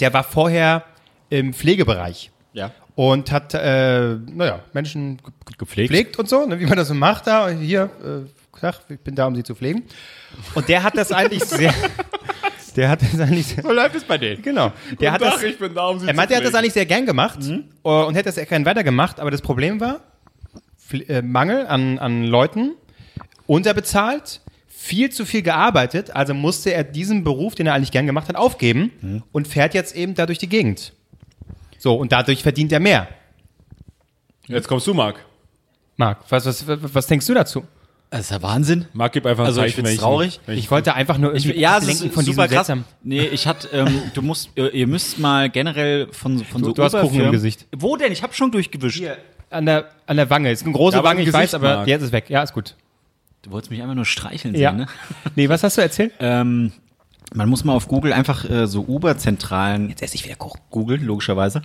der war vorher im Pflegebereich
Ja.
und hat, äh, naja, Menschen ge-
Gepflegt.
gepflegt und so, ne, wie man das so macht da. Hier, äh, ach, ich bin da, um sie zu pflegen. Und der hat das eigentlich sehr. Der hat das eigentlich sehr. So läuft es bei denen. Genau. Der hat das,
ich bin da, um sie
er meinte, er hat das eigentlich sehr gern gemacht äh, und hätte das gern weitergemacht, aber das Problem war, Fl- äh, Mangel an, an Leuten, unterbezahlt, viel zu viel gearbeitet, also musste er diesen Beruf, den er eigentlich gern gemacht hat, aufgeben und fährt jetzt eben da durch die Gegend. So, und dadurch verdient er mehr.
Hm. Jetzt kommst du, Marc.
Marc, was, was, was was denkst du dazu?
Das ist ja Wahnsinn.
Marc, gib einfach ein
Also, ich
Zeichen,
find's
wenn
traurig.
wenn
Ich wollte einfach nur irgendwie
Ja, es
ablenken
ist super
diesem
krass.
seltsamen-
Nee, ich hatte, ähm, du musst, äh, ihr müsst mal generell von, so- von so
du hast Kuchen im
Uber-Firmen-
Gesicht.
Wo denn? Ich habe schon durchgewischt.
Äh, An der, an der Wange. Ist eine große
Ja, aber
Wange,
im
ich
Gesicht,
weiß, aber
Marc.
jetzt ist weg. Ja, ist gut.
Du wolltest mich einfach nur streicheln
Ja.
sehen, ne?
Nee, was hast du erzählt?
Ähm, man muss mal auf Google einfach äh, so Uber-Zentralen, jetzt esse ich wieder Kuchen, googeln, logischerweise,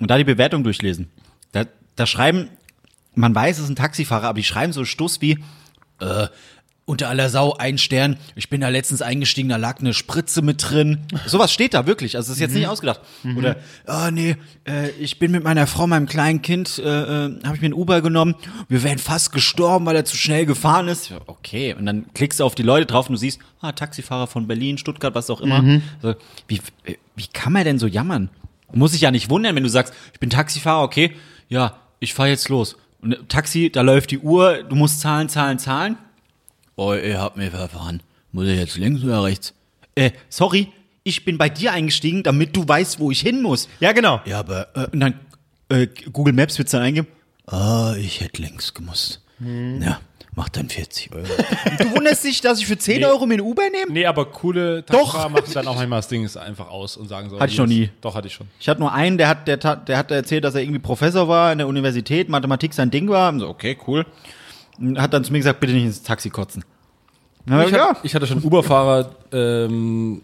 und da die Bewertung durchlesen. Da, da schreiben, man weiß, es ist ein Taxifahrer, aber die schreiben so Stuss wie, äh, unter aller Sau ein Stern, ich bin da letztens eingestiegen, da lag eine Spritze mit drin. Sowas steht da wirklich, also das ist jetzt nicht ausgedacht. Oder, ah nee, äh, ich bin mit meiner Frau, meinem kleinen Kind, äh, äh, habe ich mir einen Uber genommen, wir wären fast gestorben, weil er zu schnell gefahren ist. Ja, okay, und dann klickst du auf die Leute drauf und du siehst, ah, Taxifahrer von Berlin, Stuttgart, was auch immer. So, wie, äh, wie kann man denn so jammern? Muss ich ja nicht wundern, wenn du sagst, ich bin Taxifahrer, okay, ja, ich fahre jetzt los. Und äh, Taxi, da läuft die Uhr, du musst zahlen, zahlen, zahlen. Oh, ihr habt mir verfahren. Muss ich jetzt links oder rechts? Äh, sorry, ich bin bei dir eingestiegen, damit du weißt, wo ich hin muss.
Ja, genau.
Ja, aber äh, und dann äh, Google Maps wird dann eingeben. Ah, ich hätte links gemusst. Ja, mach dann 40 Euro. du wunderst dich, dass ich für 10 Euro mir einen Uber nehme?
Nee, aber coole Taxifahrer machen dann auch manchmal das Ding einfach aus und sagen so.
Hatte ich noch nie.
Doch, hatte ich schon.
Ich hatte nur einen, der hat, der, ta- der hat erzählt, dass er irgendwie Professor war in der Universität, Mathematik sein Ding war. Und so, okay, cool. Und hat dann zu mir gesagt, bitte nicht ins Taxi kotzen. Na,
Ich,
ja.
hatte, ich hatte schon Uber-Fahrer ähm,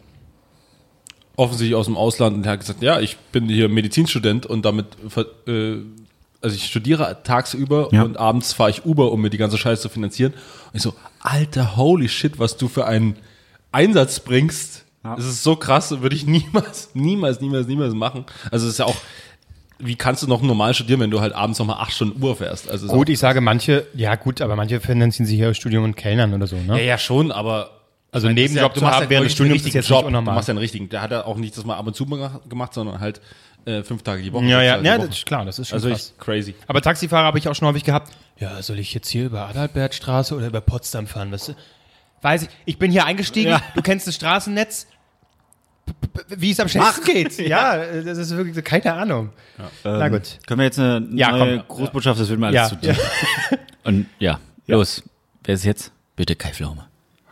offensichtlich aus dem Ausland und der hat gesagt, ja, ich bin hier Medizinstudent und damit ver- äh, also ich studiere tagsüber
Ja.
und abends fahre ich Uber, um mir die ganze Scheiße zu finanzieren. Und ich so, alter holy shit, was du für einen Einsatz bringst. Das ist so krass, würde ich niemals, niemals, niemals, niemals machen. Also es ist ja auch, wie kannst du noch normal studieren, wenn du halt abends nochmal acht Stunden Uber fährst? Also es ist
Gut, ich sage manche, ja gut, aber manche finanzieren sich ihr Studium und Kellnern oder so, ne?
Ja, ja, schon, aber.
Also einen Nebenjob zu haben während des Studiums ist jetzt
Job.
nicht
Du
unnormal.
machst ja einen richtigen. Der hat ja auch nicht das mal ab und zu mal gemacht, sondern halt äh, fünf Tage die Woche.
Ja, ja,
sechs Tage die
ja,
Woche.
das ist klar, das ist schon
also
krass.
ich, crazy.
Aber Taxifahrer habe ich auch schon häufig gehabt. Ja, soll ich jetzt hier über Adalbertstraße oder über Potsdam fahren, weißt du? Weiß ich, ich bin hier eingestiegen, du kennst das Straßennetz. P- p- p- Wie es am schnellsten geht. Ja, äh, das ist wirklich so, keine Ahnung. Na gut.
Ähm, Können wir jetzt eine
Ja,
neue
komm.
Großbotschaft, das wird mir alles
Ja.
zu dir. Und ja, los. Wer ist jetzt? Bitte Kai Pflaume.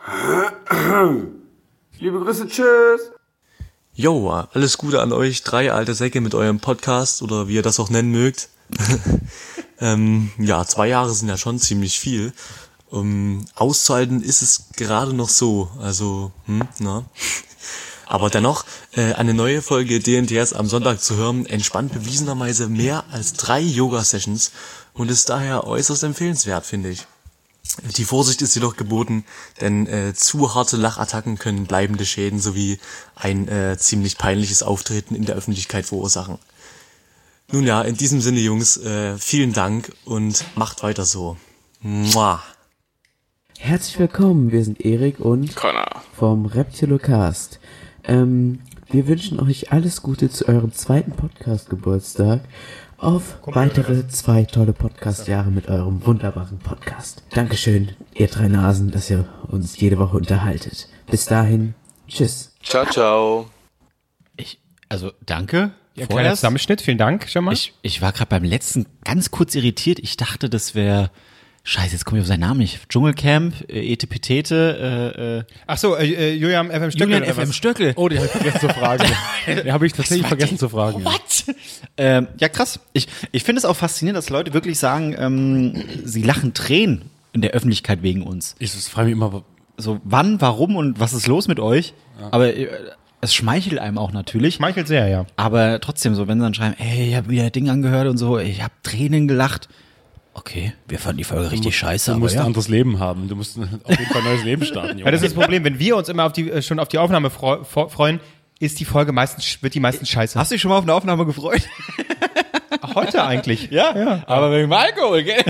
Liebe Grüße, tschüss.
Yo, alles Gute an euch, drei alte Säcke mit eurem Podcast oder wie ihr das auch nennen mögt. ähm, ja, zwei Jahre sind ja schon ziemlich viel. Um, auszuhalten ist es gerade noch so, also, hm, na. Aber dennoch, äh, eine neue Folge DNTS am Sonntag zu hören, entspannt bewiesenerweise mehr als drei Yoga-Sessions und ist daher äußerst empfehlenswert, finde ich. Die Vorsicht ist jedoch geboten, denn äh, zu harte Lachattacken können bleibende Schäden sowie ein äh, ziemlich peinliches Auftreten in der Öffentlichkeit verursachen. Nun ja, in diesem Sinne, Jungs, äh, vielen Dank und macht weiter so. Mua.
Herzlich willkommen, wir sind Erik und
Connor.
vom Reptilocast. Ähm, wir wünschen euch alles Gute zu eurem zweiten Podcast-Geburtstag. Auf weitere zwei tolle Podcast-Jahre mit eurem wunderbaren Podcast. Dankeschön, ihr drei Nasen, dass ihr uns jede Woche unterhaltet. Bis dahin, tschüss.
Ciao, ciao.
Ich, also danke.
Ja, kleiner
vorerst.
Zusammenschnitt, vielen Dank schon mal.
Ich, ich war gerade beim letzten ganz kurz irritiert. Ich dachte, das wäre. Scheiße, jetzt komme ich auf seinen Namen nicht. Dschungelcamp, äh, Etepetete,
Achso, äh, äh, Julian FM
äh, äh,
Stöckel.
Julian
oder
FM
was?
Stöckel.
Oh, den habe ich vergessen zu fragen. den habe ich tatsächlich vergessen zu fragen. ja.
What? Ähm, ja, krass. Ich, ich finde es auch faszinierend, dass Leute wirklich sagen, ähm, sie lachen Tränen in der Öffentlichkeit wegen uns.
Ich frage mich immer,
So, wann, warum und was ist los mit euch? Aber äh, es schmeichelt einem auch natürlich.
Schmeichelt sehr, ja.
Aber trotzdem, so, wenn sie dann schreiben, ey, ich habe wieder Ding angehört und so, ich habe Tränen gelacht. Okay, wir fanden die Folge richtig scheiße,
du
aber
musst ein
ja.
anderes Leben haben. Du musst auf jeden Fall ein neues Leben starten.
Ja, das ist das Problem. Wenn wir uns immer auf die, äh, schon auf die Aufnahme freu, fro- freuen, ist die Folge meistens, sch- wird die meistens scheiße.
Hast du dich schon mal auf eine Aufnahme gefreut?
heute eigentlich?
Ja, aber wegen dem Alkohol, gell?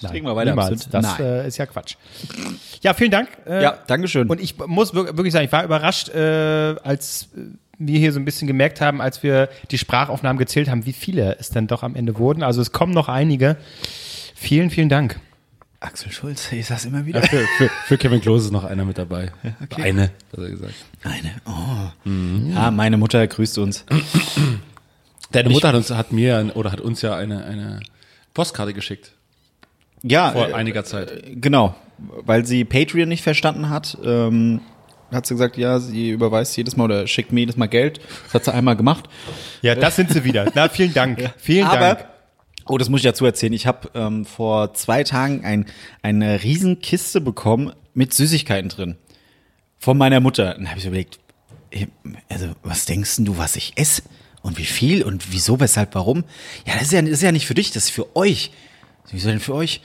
Trinken wir weiter
Niemals.
Absinth?
Das
Nein.
äh, ist ja Quatsch. Ja, vielen Dank. Äh,
ja, Dankeschön.
Und ich muss wir- wirklich sagen, ich war überrascht, äh, als äh, wir hier so ein bisschen gemerkt haben, als wir die Sprachaufnahmen gezählt haben, wie viele es dann doch am Ende wurden. Also es kommen noch einige. Vielen, vielen Dank.
Axel Schulz, ich sag's immer
Ja,
wieder.
für, für, für Kevin Klose ist noch einer mit dabei. Eine, hat er gesagt.
Eine. Oh. Ja, meine Mutter grüßt uns.
Deine Mutter hat, uns, hat mir ein- oder hat uns ja eine, eine Postkarte geschickt
Ja,
vor
äh,
einiger Zeit.
genau. Weil sie Patreon nicht verstanden hat, ähm, hat sie gesagt, ja, sie überweist jedes Mal oder schickt mir jedes Mal Geld. Das hat sie einmal gemacht.
Ja, das sind sie wieder. Na, vielen Dank. Vielen
Aber,
Dank.
oh, das muss ich dazu erzählen. Ich habe ähm, vor zwei Tagen ein, eine Riesenkiste bekommen mit Süßigkeiten drin. Von meiner Mutter. Dann habe ich so überlegt, eh, also was denkst denn du, was ich esse? Und wie viel und wieso, weshalb, warum? Ja, das ist ja, das ist ja nicht für dich, das ist für euch. Wieso denn für euch?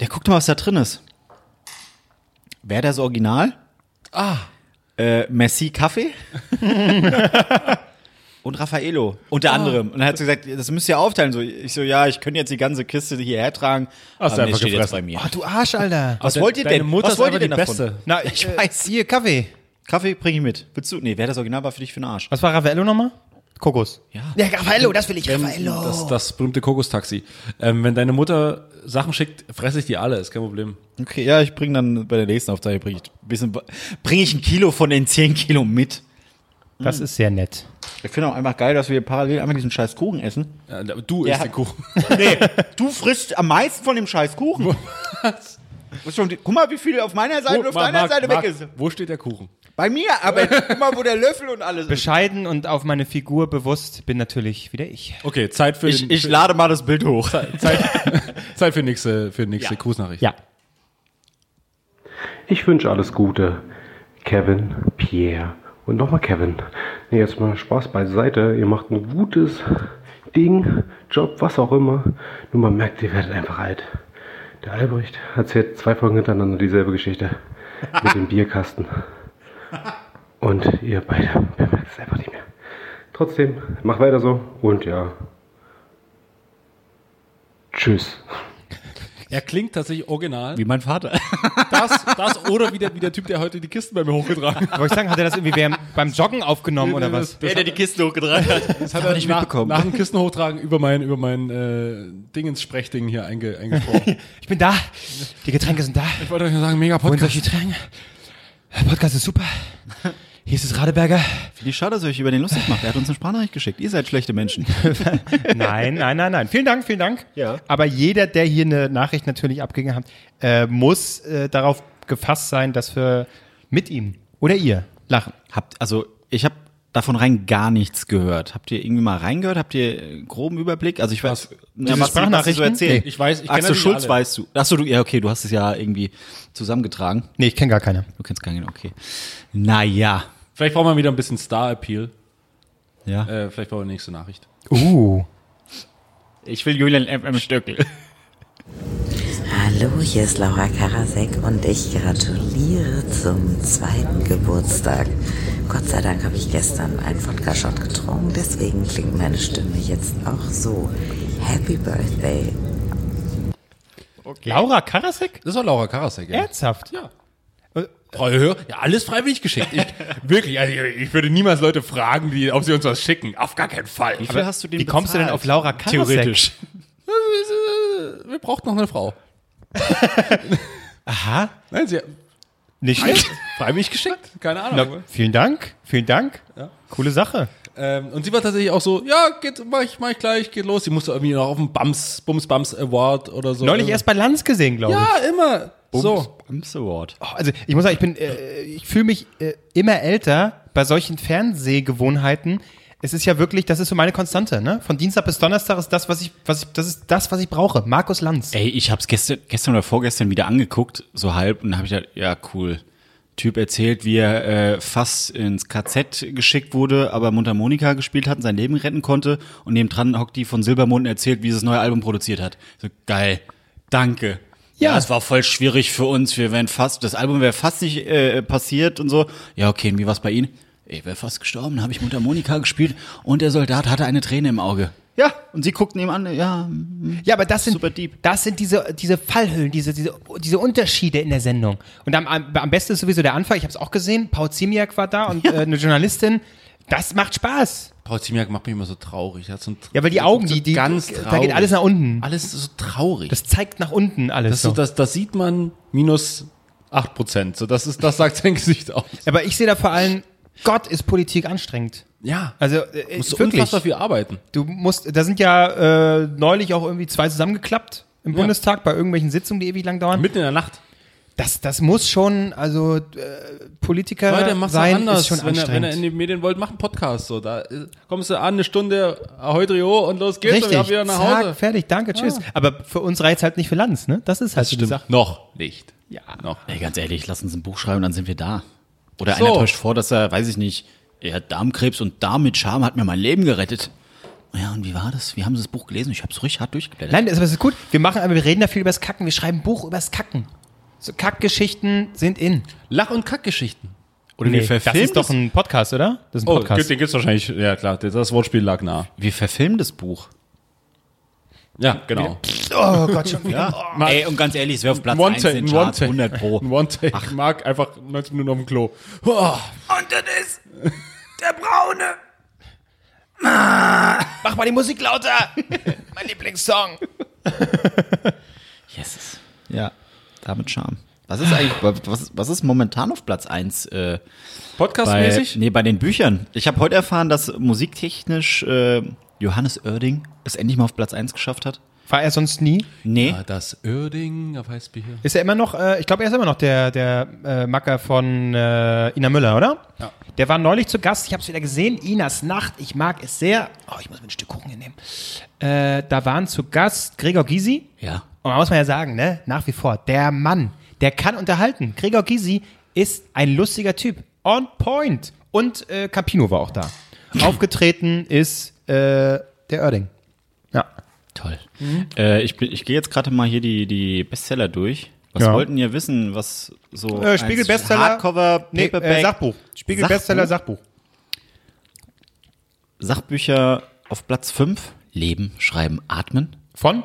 Ja, guck doch mal, was da drin ist. Wer das Original? Ah. Äh, Messi Kaffee? Und Raffaello, unter anderem. Und dann hat sie gesagt, das müsst ihr aufteilen. So, ich so, ja, ich könnte jetzt die ganze Kiste hierher tragen.
Hast
aber nee,
du einfach
steht jetzt
gefressen.
bei mir.
Ach, Oh, du Arsch, Alter.
was wollt ihr
deine
denn?
Mutter
was
ist
wollt ihr
einfach
denn
die
davon?
Beste.
Na,
ich
äh,
weiß.
Hier, Kaffee.
Kaffee bringe ich mit. Willst du? Nee, wer das Original war für dich für einen Arsch.
Was war Raffaello nochmal? Kokos.
Ja, Raffaello, das will ich. Raffaello.
Das, das berühmte Kokostaxi. Ähm, wenn deine Mutter Sachen schickt, fresse ich die alle, ist kein Problem.
Okay, ja, ich bringe dann bei der nächsten Aufzeichnung bringe ich ein bisschen, bringe ich ein Kilo von den 10 Kilo mit.
Das ist sehr nett.
Ich finde auch einfach geil, dass wir parallel einfach diesen scheiß Kuchen essen.
Äh, Du
Ja.
isst den Kuchen.
Nee, du frisst am meisten von dem scheiß Kuchen. Ist schon die- Guck mal, wie viel auf meiner Seite und auf
Marc,
deiner Seite
Marc,
weg ist.
Wo steht der Kuchen?
Bei mir, aber guck mal, wo der Löffel und alles ist.
Bescheiden und auf meine Figur bewusst bin natürlich wieder ich.
Okay, Zeit für den- für,
lade mal das Bild hoch.
Zeit für nächste, für nächste Grußnachricht.
Ja.
Ich wünsche alles Gute, Kevin, Pierre und nochmal Kevin. Nee, jetzt mal Spaß beiseite. Ihr macht ein gutes Ding, Job, was auch immer. Nur man merkt, ihr werdet einfach alt. Der Albrecht erzählt zwei Folgen hintereinander dieselbe Geschichte mit dem Bierkasten. Und ihr beide bemerkt es einfach nicht mehr. Trotzdem, mach weiter so und ja. Tschüss.
Er klingt tatsächlich original.
Wie mein Vater.
Das, das oder wie der, wie der Typ, der heute die Kisten bei mir hochgetragen hat.
Wollte ich sagen, hat er das irgendwie während- beim Joggen aufgenommen oder was?
Der,
der die Kisten hochgetragen hat.
Das hat er nicht nach, mitbekommen. Nach dem Kisten hochtragen über mein, über mein äh, Ding ins Sprechding hier einge, eingesprochen.
ich bin da. Die Getränke sind da.
Ich wollte euch nur sagen, mega
Holen Sie euch
Podcast.
die Getränke. Podcast ist super. Hier ist es Radeberger.
Finde ich schade, dass ihr euch über den lustig macht. Er hat uns eine Sprachnachricht geschickt. Ihr seid schlechte Menschen.
Nein, nein, nein, nein. Vielen Dank, vielen Dank. Aber jeder, der hier eine Nachricht natürlich abgegeben hat, äh, muss äh, darauf gefasst sein, dass wir mit ihm oder ihr lachen.
Habt, also ich habe davon rein gar nichts gehört. Habt ihr irgendwie mal reingehört? Habt ihr einen groben Überblick? Also ich weiß,
Diese Sprachnachrichten? Nee.
Ich weiß, ich Axel
natürlich
Schulz
alle.
weißt du. Achso, du, ja, okay, du hast es ja irgendwie zusammengetragen.
Nee, ich kenne gar keine.
Du kennst keinen, okay. Naja.
Vielleicht brauchen wir wieder ein bisschen Star-Appeal.
Ja.
Äh, vielleicht brauchen wir nächste Nachricht.
Uh.
Ich will Julian FM Stöckel.
Hallo, hier ist Laura Karasek und ich gratuliere zum zweiten Geburtstag. Gott sei Dank habe ich gestern einen Vodka-Shot getrunken, deswegen klingt meine Stimme jetzt auch so. Happy Birthday.
Laura Karasek?
Das war Laura Karasek, ja.
Ernsthaft?
Ja. Treue Hörer, ja, alles freiwillig geschickt. Ich, wirklich, also ich, ich würde niemals Leute fragen, die, ob sie uns was schicken. Auf gar keinen Fall.
Wie viel Aber hast du denn wie kommst du bezahlt? denn auf Laura Karasek?
Theoretisch. äh, Wir brauchen noch eine Frau.
Aha.
Nein, sie
Nicht schlecht.
freiwillig geschickt. Keine Ahnung.
Na, vielen Dank, vielen Dank.
Ja.
Coole Sache.
Ähm, und sie war tatsächlich auch so, ja, geht, mach ich, mach ich gleich, geht los. Sie musste irgendwie noch auf den Bums, Bums, Bums Award oder so.
Neulich erst bei Lanz gesehen, glaube ich.
Ja, immer. so.
Bums Award.
Oh, Also ich muss sagen, ich bin, äh, ich fühle mich äh, immer älter bei solchen Fernsehgewohnheiten. Es ist ja wirklich, das ist so meine Konstante, ne? Von Dienstag bis Donnerstag ist das, was ich, was ich, das ist das, was ich brauche. Markus Lanz.
Ey, ich hab's gestern, gestern oder vorgestern wieder angeguckt, so halb, und habe ich gedacht, ja, cool. Typ erzählt, wie er äh, fast ins KZ geschickt wurde, aber Mundharmonika gespielt hat und sein Leben retten konnte. Und nebendran hockt die von Silbermond und erzählt, wie sie das neue Album produziert hat. So, geil. Danke. Ja. es war voll schwierig für uns. Wir wären fast, das Album wäre fast nicht äh, passiert und so. Ja, okay, und wie war's bei Ihnen? Ich wäre fast gestorben, habe ich Mundharmonika gespielt und der Soldat hatte eine Träne im Auge. Ja, und sie guckten ihm an, ja.
Ja, aber das sind, das sind diese, diese Fallhöhlen, diese, diese, diese Unterschiede in der Sendung. Und am, am am besten ist sowieso der Anfang, ich habe es auch gesehen, Paul Ziemiak war da und äh, eine Journalistin. Das macht Spaß.
Paul Ziemiak macht mich immer so traurig. Er hat so ein-
Ja, weil die Augen, die, die,
ganz
da
traurig.
geht alles nach unten.
Alles so traurig.
Das zeigt nach unten alles.
Das, ist so, das, das sieht man minus 8%. So, das, ist, das sagt sein Gesicht aus.
Aber ich sehe da vor allem, Gott ist Politik anstrengend.
Ja.
Also, äh,
Musst du
wirklich.
unfassbar viel arbeiten.
Du musst, da sind ja äh, neulich auch irgendwie zwei zusammengeklappt im
Ja.
Bundestag bei irgendwelchen Sitzungen, die ewig lang dauern.
Mitten in der Nacht.
Das, das muss schon, also äh, Politiker
Leute, mach's
sein
anders.
ist schon
wenn, ihr, wenn ihr
anstrengend.
in die Medien wollt, macht einen Podcast. So, da äh, kommst du an, eine Stunde äh, Ahoi Drio und los geht's und wir
Richtig,
haben wieder nach
zack,
Hause.
fertig, danke, tschüss. Aber für uns reizt halt nicht für Lanz, ne? Das ist halt so die Sache.
Noch nicht.
Ja.
Noch.
Ey, ganz ehrlich, lass uns ein Buch schreiben, dann sind wir da. Oder
So.
einer täuscht vor, dass er, weiß ich nicht, er hat Darmkrebs und Darm mit Charme hat mir mein Leben gerettet. Ja, und wie war das? Wie haben Sie das Buch gelesen? Ich habe es richtig hart durchgeblättert.
Nein, das ist- das ist gut. Wir machen, aber wir reden da viel über das Kacken. Wir schreiben ein Buch über das Kacken. So Kackgeschichten sind in.
Lach- und Kackgeschichten.
Oder
wir
das
verfilmen
ist doch
das-
ein Podcast, oder? Das ist ein
Oh,
Podcast.
gibt- den gibt's wahrscheinlich. Ja, klar, das Wortspiel lag nah.
Wir verfilmen das Buch.
Ja, genau.
Oh Gott, schon wieder.
Mark,
Ey, und ganz ehrlich, es wäre auf Platz
One
1
take,
in den
one
Charts,
take.
100 pro.
ein One-Take. Marc einfach 19 Minuten auf dem Klo. Oh,
Und das ist der Braune.
Mach mal die Musik lauter. mein Lieblingssong.
Yes. Ja, Darm mit Charme. Was ist eigentlich, was, was ist momentan auf Platz 1? Äh, bei,
Podcastmäßig?
nee, bei den Büchern. Ich habe heute erfahren, dass musiktechnisch äh, Johannes Oerding es endlich mal auf Platz 1 geschafft hat.
War er sonst nie?
Nee.
Ah, Das Örding, auf Heißbier.
Ist er immer noch, äh, ich glaube, er ist immer noch der, der äh, Macker von äh, Ina Müller, oder?
Ja.
Der war neulich zu Gast, ich habe es wieder gesehen, Inas Nacht, ich mag es sehr. Oh, ich muss mir ein Stück Kuchen hier nehmen. Äh, da waren zu Gast Gregor Gysi.
Ja.
Und man muss man ja sagen, ne, nach wie vor, der Mann, der kann unterhalten. Gregor Gysi ist ein lustiger Typ. On point. Und äh, Campino war auch da. Aufgetreten ist äh, der Oerding. Ja.
Toll.
Mhm.
Äh, ich bin- ich gehe jetzt gerade mal hier die, die Bestseller durch. Was
Ja.
wollten ihr wissen, was so
Äh, Spiegel
als
Bestseller.
Hardcover,
Nee,
Paperback,
äh, Sachbuch. Spiegel
Sachbuch?
Bestseller Sachbuch.
Sachbücher auf Platz 5? Leben, Schreiben, Atmen.
Von?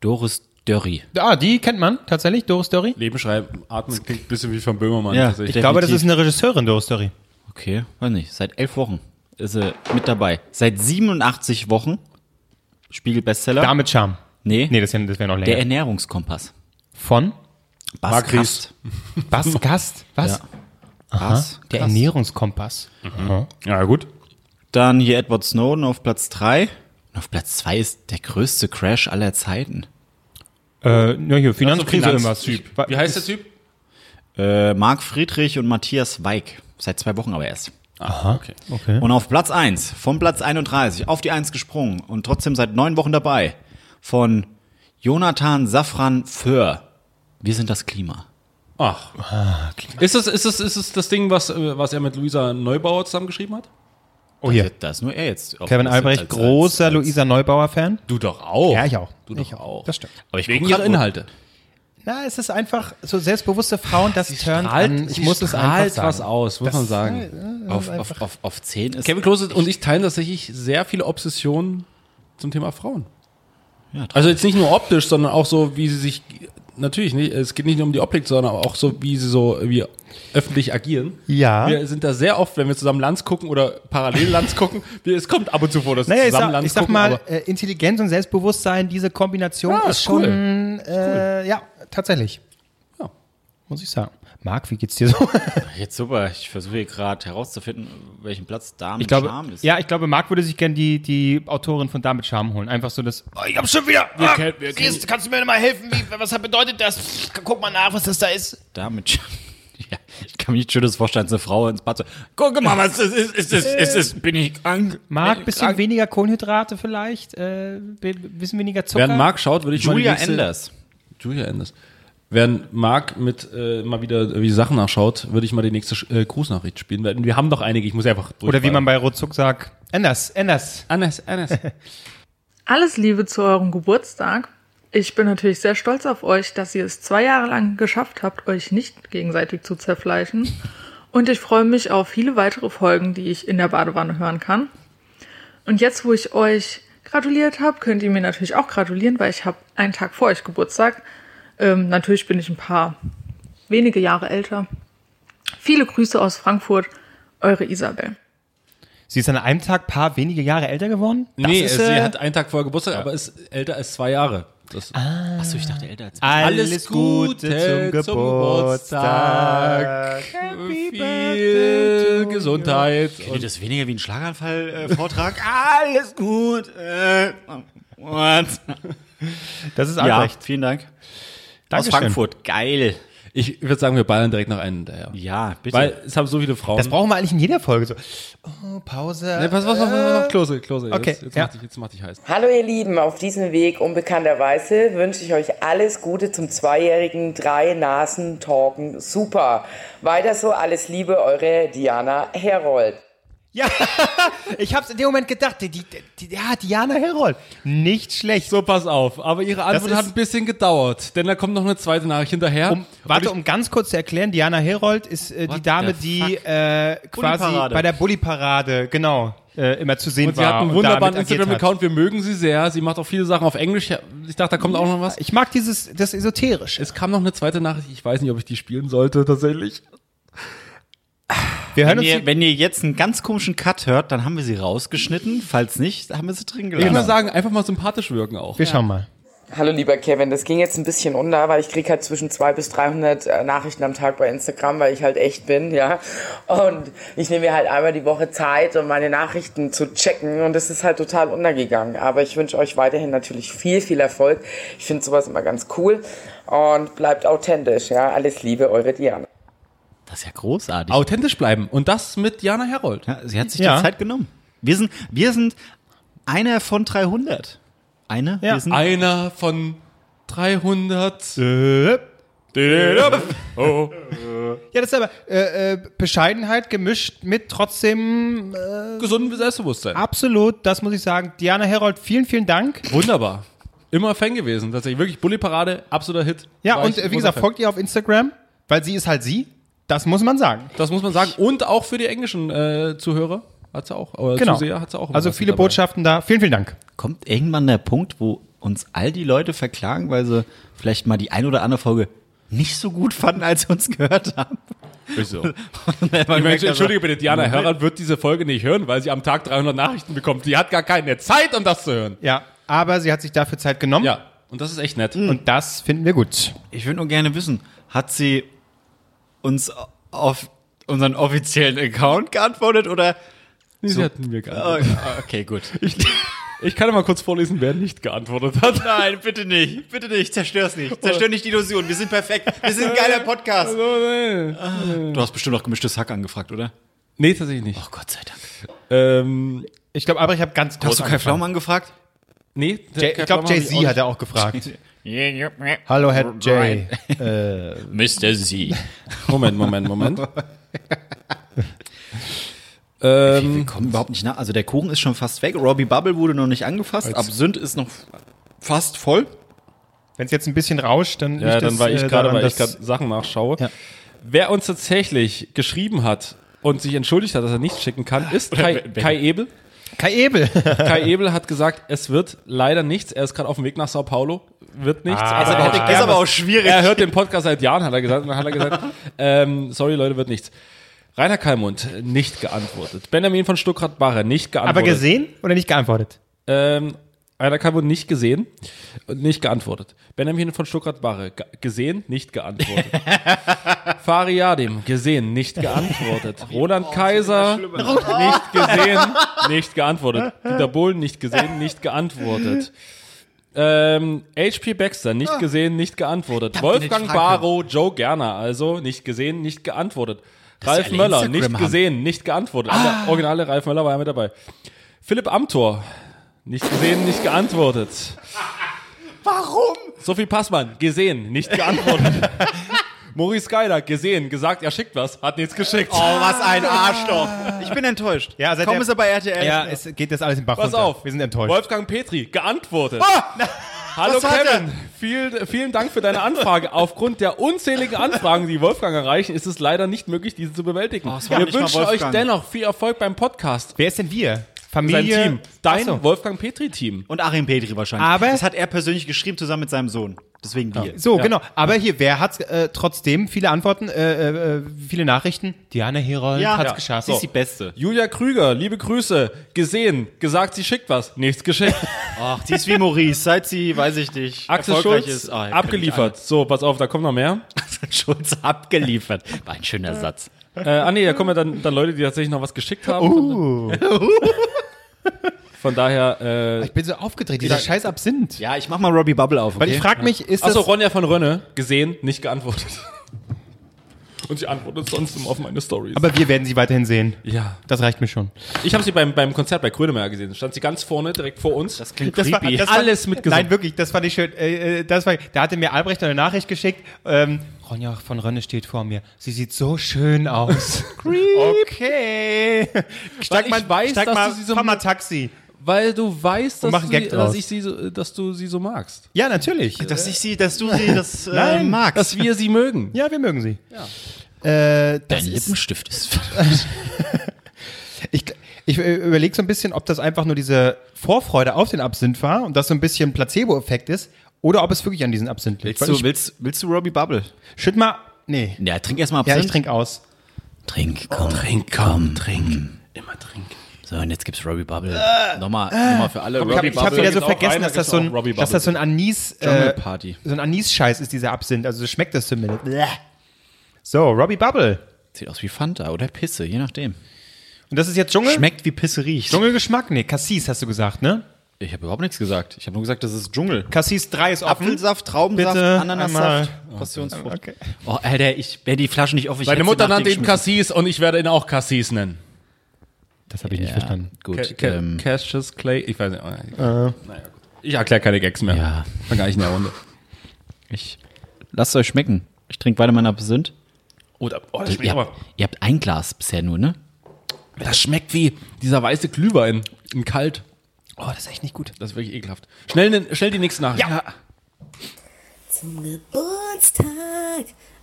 Doris
Dörri.
Ah, die kennt man tatsächlich, Doris Dörri.
Leben schreiben, atmen klingt ein bisschen wie von Böhmermann.
Ja,
Ich glaube, das ist eine Regisseurin, Doris Dörri.
Okay, weiß nicht. Seit elf Wochen ist sie mit dabei. Seit 87 Wochen Spiegel-Bestseller.
Damit Charme.
Nee.
Nee, das, wär- das wäre noch länger.
Der Ernährungskompass.
Von?
Bas Kast.
Bas Kast? Was?
Ja.
Aha,
Bas
der
Kast.
Ernährungskompass. Aha.
Ja, gut. Dann hier Edward Snowden auf Platz 3. Und auf Platz 2 ist der größte Crash aller Zeiten.
Äh, ja, hier, Finanzkrise irgendwas.
Typ.
Also Wie heißt der Typ?
Äh, Marc Friedrich und Matthias Weig. Seit zwei Wochen aber erst.
Aha, okay. okay.
Und auf Platz 1, von Platz 31 auf die 1 gesprungen und trotzdem seit neun Wochen dabei, von Jonathan Safran Föhr. Wir sind das Klima.
Ach.
Ah,
Ist es, ist es, ist es das Ding, was, äh, was er mit Luisa Neubauer zusammengeschrieben hat?
Oh, hier.
Da ist nur er jetzt. auf-
Kevin
als-
Albrecht,
als- als-
großer Luisa Neubauer-Fan.
Du doch auch.
Ja, ich auch.
Oh, Du doch
ich
auch.
Das stimmt.
Aber ich
Wegen
guck grad
ihrer
nur-
Inhalte.
Na, es ist einfach so selbstbewusste Frauen, das turnt
strahlt-
an. Halt, Ich
sie
muss es einfach
strahlt
sagen.
Halt, was aus, muss
das, halt-
man sagen.
Auf, auf, auf, auf 10 ist.
Kevin Klose und ich teilen tatsächlich sehr viele Obsessionen zum Thema Frauen.
Ja,
also jetzt nicht nur optisch, sondern auch so, wie sie sich natürlich nicht, es geht nicht nur um die Optik, sondern auch so, wie sie so wie öffentlich agieren.
Ja.
Wir sind da sehr oft, wenn wir zusammen Lanz gucken oder parallel Lanz gucken, wir, es kommt ab und zu vor, dass
Naja,
wir
ich
zusammen
sag,
Lanz
ich sag
gucken,
mal,
aber
äh, Intelligenz und Selbstbewusstsein, diese Kombination
Ja,
ist
ist
schon,
cool.
äh, ja, tatsächlich.
Ja.
Muss ich sagen. Marc, wie geht's dir so?
Jetzt super. Ich versuche hier gerade herauszufinden, welchen Platz Damen
Ich glaube,
Charme ist.
ja, ich glaube, Marc würde sich gerne die, die Autorin von Damit Charme holen. Einfach so das, oh, ich hab schon wieder,
Wir
ah,
kennen- wir
siehst, kannst du mir mal helfen, wie, was bedeutet das? Guck mal nach, was das da ist.
Damen Charme. Ja, ich kann mir nicht schönes vorstellen, dass eine Frau ins Bad zu. Guck mal, was ist, ist, ist, ist, ist, ist bin ich krank?
Marc,
Bin ich
bisschen
krank?
weniger Kohlenhydrate vielleicht, äh, bi- bisschen weniger Zucker.
während Marc schaut, würde ich
Julia
mal die nächste-
Enders.
Julia Enders. Während Marc mit äh, mal wieder wie Sachen nachschaut, würde ich mal die nächste Sch- äh, Grußnachricht spielen. weil Wir haben doch einige, ich muss einfach
Oder wie
durchballern.
man bei Rotzuck sagt, anders, anders.
Anders, anders.
Alles Liebe zu eurem Geburtstag. Ich bin natürlich sehr stolz auf euch, dass ihr es zwei Jahre lang geschafft habt, euch nicht gegenseitig zu zerfleischen. Und ich freue mich auf viele weitere Folgen, die ich in der Badewanne hören kann. Und jetzt, wo ich euch gratuliert habe, könnt ihr mir natürlich auch gratulieren, weil ich habe einen Tag vor euch Geburtstag. Ähm, natürlich bin ich ein paar wenige Jahre älter. Viele Grüße aus Frankfurt, eure Isabel.
Sie ist an einem Tag paar wenige Jahre älter geworden? Das
nee,
ist,
sie
äh,
hat einen Tag vorher Geburtstag, aber ist älter als zwei Jahre. Das
Achso, ich dachte älter als
Alles Gute zum Geburtstag.
Happy Viel Gesundheit.
Kennt ihr das weniger wie ein Schlaganfall-Vortrag? äh, Alles gut. Äh, what?
Das ist
Ja,
Albrecht.
vielen Dank. Aus
Dankeschön.
Frankfurt. Geil.
Ich würde sagen, wir ballern direkt noch einen daher.
Ja, bitte.
Weil es haben so viele Frauen.
Das brauchen wir eigentlich in jeder Folge. So. Oh, Pause.
nee, pass, pass, pass, pass, pass, Klose, Klose.
Okay,
Jetzt, jetzt,
ja.
mach dich, jetzt mach dich heiß.
Hallo ihr Lieben, auf diesem Weg unbekannterweise wünsche ich euch alles Gute zum zweijährigen drei Nasen Talken Super. Weiter so alles Liebe, eure Diana Herold.
Ja, ich hab's in dem Moment gedacht. Die, die, die, ja, Diana Herold. Nicht schlecht.
So, pass auf. Aber ihre Antwort
ist-
hat ein bisschen gedauert. Denn da kommt noch eine zweite Nachricht hinterher.
Warte, um ganz kurz zu erklären, Diana Herold ist äh, die Dame,
the
die
fuck?
äh, quasi
Bulli-Parade.
bei der Bulli-Parade, genau, äh, immer zu sehen
Und sie
war.
hat einen
und
wunderbaren
damit agiert hat.
Instagram-Account. Wir mögen sie sehr. Sie macht auch viele Sachen auf Englisch. Ich dachte, da
Hm.
kommt auch noch was.
Ich mag dieses, das esoterisch.
Es kam noch eine zweite Nachricht. Ich weiß nicht, ob ich die spielen sollte, tatsächlich.
Wir hören
Wenn
uns
ihr, wenn ihr jetzt einen ganz komischen Cut hört, dann haben wir sie rausgeschnitten. Falls nicht, haben wir sie drin
Ich würde mal
Genau.
gelassen.
sagen, einfach mal sympathisch wirken auch.
Wir schauen mal.
Hallo lieber Kevin, das ging jetzt ein bisschen unter, weil ich krieg halt zwischen 200 bis 300 äh, Nachrichten am Tag bei Instagram, weil ich halt echt bin, ja. Und ich nehme mir halt einmal die Woche Zeit, um meine Nachrichten zu checken und das ist halt total untergegangen. Aber ich wünsche euch weiterhin natürlich viel, viel Erfolg. Ich finde sowas immer ganz cool und bleibt authentisch, ja. Alles Liebe, eure Diana.
Das ist ja großartig.
Authentisch bleiben. Und das mit Jana Herold.
Ja, sie hat sich
Ja.
die Zeit genommen. Wir sind, wir sind einer von 300. Eine?
Ja.
Wir sind
Einer von 300.
Äh.
Oh.
Ja, das ist aber äh, äh, Bescheidenheit gemischt mit trotzdem äh,
Gesunden Selbstbewusstsein.
absolut, das muss ich sagen. Diana Herold, vielen, vielen Dank.
Wunderbar. Immer Fan gewesen, tatsächlich. Wirklich Bulli-Parade, absoluter Hit.
Ja,
War
und
ich
äh,
großer
wie gesagt,
Fan.
folgt ihr auf Instagram, weil sie ist halt sie. Das muss man sagen.
Das muss man sagen. Und auch für die englischen äh, Zuhörer hat sie auch. Oder
Genau.
Zuseher hat sie auch. immer
also
was
viele
dabei.
Botschaften da. Vielen, vielen Dank.
Kommt irgendwann der Punkt, wo uns all die Leute verklagen, weil sie vielleicht mal die ein oder andere Folge nicht so gut fanden, als sie uns gehört haben.
Wieso?
Und dann
Die
haben wir
Menschen,
gemerkt, also,
entschuldige bitte, Diana
Moment.
Herrmann wird diese Folge nicht hören, weil sie am Tag 300 Nachrichten bekommt. Die hat gar keine Zeit, um das zu hören.
Ja, aber sie hat sich dafür Zeit genommen.
Ja, und das ist echt nett.
Und das finden wir gut.
also, Ich würde nur gerne wissen, hat sie uns auf unseren offiziellen Account geantwortet oder?
Nee, sie hat mir geantwortet.
Oh, Okay, gut.
Ah, Ich kann ja mal kurz vorlesen, wer nicht geantwortet hat.
Nein, bitte nicht. Bitte nicht. Zerstör's nicht. Zerstör nicht die Illusion. Wir sind perfekt. Wir sind ein geiler Podcast.
Du
hast bestimmt auch gemischtes Hack angefragt, oder?
Nee, tatsächlich nicht.
Oh Gott sei Dank.
Ähm,
ich glaube, aber ich habe ganz
Hast du Kai Flaumann gefragt?
Nee,
Jay- ich glaube, Jay-Z hat er auch gefragt. Hallo, Herr Jay. äh,
Mr. Z.
Moment, Moment, Moment. Ähm,
wir wir kommen überhaupt nicht nach. Also der Kuchen ist schon fast weg. Robbie Bubble wurde noch nicht angefasst.
Als-
Absinth ist noch fast voll.
Wenn es jetzt ein bisschen rauscht, dann
Ja,
liegt
dann
es,
war ich
äh,
gerade,
daran,
weil ich
dass-
gerade Sachen nachschaue. Wer uns tatsächlich geschrieben hat und sich entschuldigt hat, dass er nichts schicken kann, ist Kai, Kai Ebel.
Kai Ebel.
Kai Ebel hat gesagt, es wird leider nichts. Er ist gerade auf dem Weg nach Sao Paulo. Wird nichts.
Ah, ist aber auch- ist aber auch schwierig.
Er hört den Podcast seit Jahren, hat er gesagt. Und dann hat er gesagt, ähm, sorry Leute, wird nichts. Rainer Kalmund, nicht geantwortet. Benjamin von Stuckrad-Barre, nicht geantwortet.
aber gesehen oder nicht geantwortet?
Ähm, einer kann wohl nicht gesehen und nicht geantwortet. Benjamin von Stuttgart-Barre, ge- gesehen, nicht geantwortet. Fariadim, gesehen, nicht
Oh,
geantwortet. Roland Kaiser, nicht gesehen, nicht geantwortet. Dieter Bohlen, nicht gesehen, nicht geantwortet. Ähm, HP Baxter, nicht gesehen, nicht geantwortet.
Ah. hab den nicht
Wolfgang
fragen
Barrow, Joe Gerner, also nicht gesehen, nicht geantwortet.
Dass
Ralf
sie alle
Möller,
Instagram
nicht
haben.
gesehen, nicht geantwortet.
Ah.
Der originale Ralf Möller war ja mit dabei. Philipp Amthor, nicht gesehen, nicht geantwortet.
Warum?
Sophie Passmann, gesehen, nicht geantwortet. Maurice Geiler, gesehen, gesagt, er schickt was, hat nichts geschickt.
Oh, was ein Arschloch. Ich bin enttäuscht.
Ja,
Kaum ist er bei RTL.
Ja, es geht jetzt alles im Bach
Pass
runter.
auf.
Wir sind enttäuscht. Ah!
Wolfgang Petri, geantwortet. Hallo
Was hat er?
Kevin, viel, vielen Dank für deine Anfrage. Aufgrund der unzähligen Anfragen, die Wolfgang erreichen, ist es leider nicht möglich, diese zu bewältigen.
Oh, es war
wir
nicht mal
wünschen euch
Wolfgang.
dennoch viel Erfolg beim Podcast.
Wer ist denn wir?
Sein Team. Dein
Ach so.
Wolfgang Petri-Team.
Und Achim Petri wahrscheinlich.
Aber-
das hat er persönlich geschrieben zusammen mit seinem Sohn. Deswegen wir.
So, genau. Aber hier, wer hat äh, trotzdem viele Antworten, äh, äh, viele Nachrichten? Diana Herold
Ja.
hat's
Ja.
geschafft.
Sie ist die Beste.
Julia Krüger, liebe Grüße. Gesehen, gesagt, sie schickt was. Nichts geschickt.
Ach, die ist wie Maurice, seit sie, weiß ich nicht,
Axel
erfolgreich
Schulz,
ist. Ah, ich kann
abgeliefert. So, pass auf, da kommt noch mehr.
Axel Schulz, abgeliefert. War ein schöner Satz.
Äh, ah nee, da kommen ja dann, dann Leute, die tatsächlich noch was geschickt haben.
Uh.
Von daher. Äh,
ich bin so aufgedreht, dieser scheiß Absinth.
Ja, ich mach mal Robbie Bubble auf.
Weil ich frag mich, ist
Achso,
das-
Ronja von Rönne, gesehen, nicht geantwortet. Und sie antwortet sonst immer auf meine Stories.
Aber wir werden sie weiterhin sehen.
Ja.
Das reicht mir schon.
ich habe sie beim, beim Konzert bei Grönemeyer gesehen. Stand sie ganz vorne, direkt vor uns. Das klingt
alles mitgesungen. Nein, wirklich, das fand ich schön. Äh, äh, das war, da hatte mir Albrecht eine Nachricht geschickt. Ähm, Ronja von Rönne steht vor mir. Sie sieht so schön aus. okay. Steig
ich
mal,
weiß,
steig
dass
mal,
du sie so-
fahr mal Taxi.
Weil du weißt,
Und
dass,
mach
du
einen Gag
sie,
draus.
dass, ich sie so, äh, dass du sie so magst.
Ja, natürlich.
Dass ich sie, dass du sie, das äh,
Nein,
magst.
Dass wir sie mögen.
Ja, wir mögen sie. Äh, das
Dein
ist-
Lippenstift ist.
Ich, ich überlege so ein bisschen, ob das einfach nur diese Vorfreude auf den Absinth war und das so ein bisschen Placebo-Effekt ist oder ob es wirklich an diesen Absinth
willst,
liegt. Weil
du,
ich,
willst, willst du Robbie Bubble?
schütt mal. Nee.
Ja, Oh, trink erstmal
Ja,
Absinth.
ich trink aus.
Trink, komm. Trink, komm, trink. Immer trink. So, und jetzt gibt's Robbie Bubble.
Äh,
nochmal, nochmal für alle.
Komm, ich habe hab wieder so vergessen, dass das so, ein, dass das so ein Anis, äh,
Jungle Party.
so ein Anis-Scheiß ist, dieser Absinth. Also so schmeckt das zumindest. Bleh. So, Robbie Bubble.
Sieht aus wie Fanta oder Pisse, je nachdem.
Und das ist jetzt Dschungel?
Schmeckt wie Pisse riecht.
Dschungelgeschmack? Nee, Cassis hast du gesagt, ne?
Ich habe überhaupt nichts gesagt. Ich habe nur gesagt, das ist Dschungel.
Cassis 3 ist offen.
Apfelsaft, Traubensaft,
Bitte
Ananassaft,
einmal.
Passionsfrucht.
Okay.
Oh, Alter, ich wäre die Flasche nicht offen. ich
Seine
hätte sie
Mutter
nach dir
nannte ihn
geschmissen.
Cassis und ich werde ihn auch Cassis nennen.
Das habe ich nicht verstanden.
Ca- Ca-
ähm.
Cassius Clay, ich weiß nicht. oh, egal. Naja, gut. Ich erkläre keine Gags mehr.
Äh. Ja.
War gar nicht in der Runde.
Ich, lasst es euch schmecken. Ich trinke weiter meinen Absinth.
Oder, oh, das
Ihr,
schmeckt aber.
habt- ihr habt ein Glas bisher nur, ne?
Das schmeckt wie dieser weiße Glühwein in kalt.
Oh, das ist echt nicht gut.
Das ist wirklich ekelhaft. Schnell, ne- schnell die nächste Nachricht. Ja.
Zum Geburtstag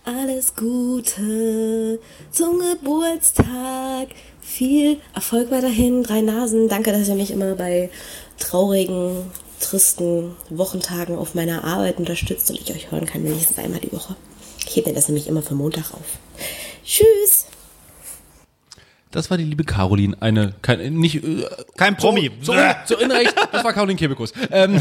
alles Gute. Zum Geburtstag viel Erfolg weiterhin. Drei Nasen. Danke, dass ihr mich immer bei traurigen tristen Wochentagen auf meiner Arbeit unterstützt und ich euch hören kann wenigstens einmal die Woche. Ich hebe mir das nämlich immer für Montag auf. Tschüss!
Das war die liebe Caroline, eine, kein, nicht, äh,
kein Promi.
Zu, zu, zu Unrecht, das war Caroline Kebekus. Ähm,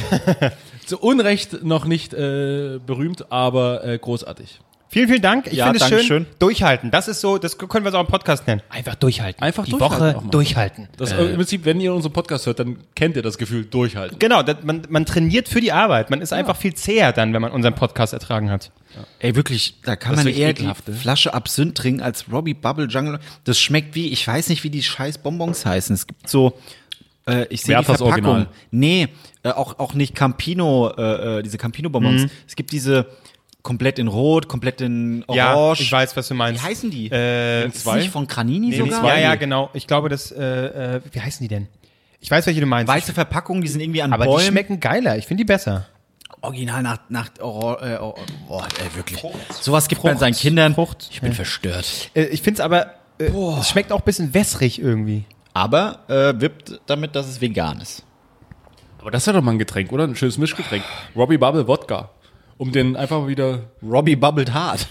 zu Unrecht noch nicht äh, berühmt, aber äh, großartig.
Vielen, vielen Dank. Ich
Ja,
finde es schön,
Dankeschön.
durchhalten. Das ist so, das können wir so im Podcast nennen. Einfach durchhalten. Einfach die
durchhalten auch
Woche
mal.
durchhalten.
Das,
Äh,
Im Prinzip, wenn ihr unseren Podcast hört, dann kennt ihr das Gefühl durchhalten.
Genau, das, man, man trainiert für die Arbeit. Man ist einfach viel zäher dann, wenn man unseren Podcast ertragen hat.
Ey, wirklich, da kann
Das
man
ist
eher
ekelhaft,
die
ne?
Flasche Absinth trinken als Robbie Bubble Jungle. Das schmeckt wie, ich weiß nicht, wie die scheiß Bonbons heißen. Es gibt so, äh, ich sehe die
Werthers
Verpackung.
Original.
Nee, äh, auch, auch nicht Campino, äh, äh, diese Campino-Bonbons.
Mhm.
Es gibt diese komplett in Rot, komplett in Orange.
Ja, Oh, ich weiß, was du meinst.
Wie heißen die?
Äh,
Sind zwei? nicht von Granini sogar?
Ja, ja, genau. Ich glaube, das, äh, äh, wie heißen die denn? Ich weiß, welche du meinst.
Weiße Verpackungen, die sind irgendwie an
Aber die
Bäumen.
schmecken geiler. Ich finde die besser.
Original nach, nach Orange, äh, oh, boah, ey, wirklich. Sowas gibt man seinen Kindern. Ich bin verstört.
Äh, ich finde es aber, äh, es schmeckt auch ein bisschen wässrig irgendwie.
Aber äh, wippt damit, dass es vegan ist.
Aber das wäre doch mal ein Getränk, oder? Ein schönes Mischgetränk. Robbie Bubble Wodka. Um den einfach wieder.
Robbie bubbelt hart.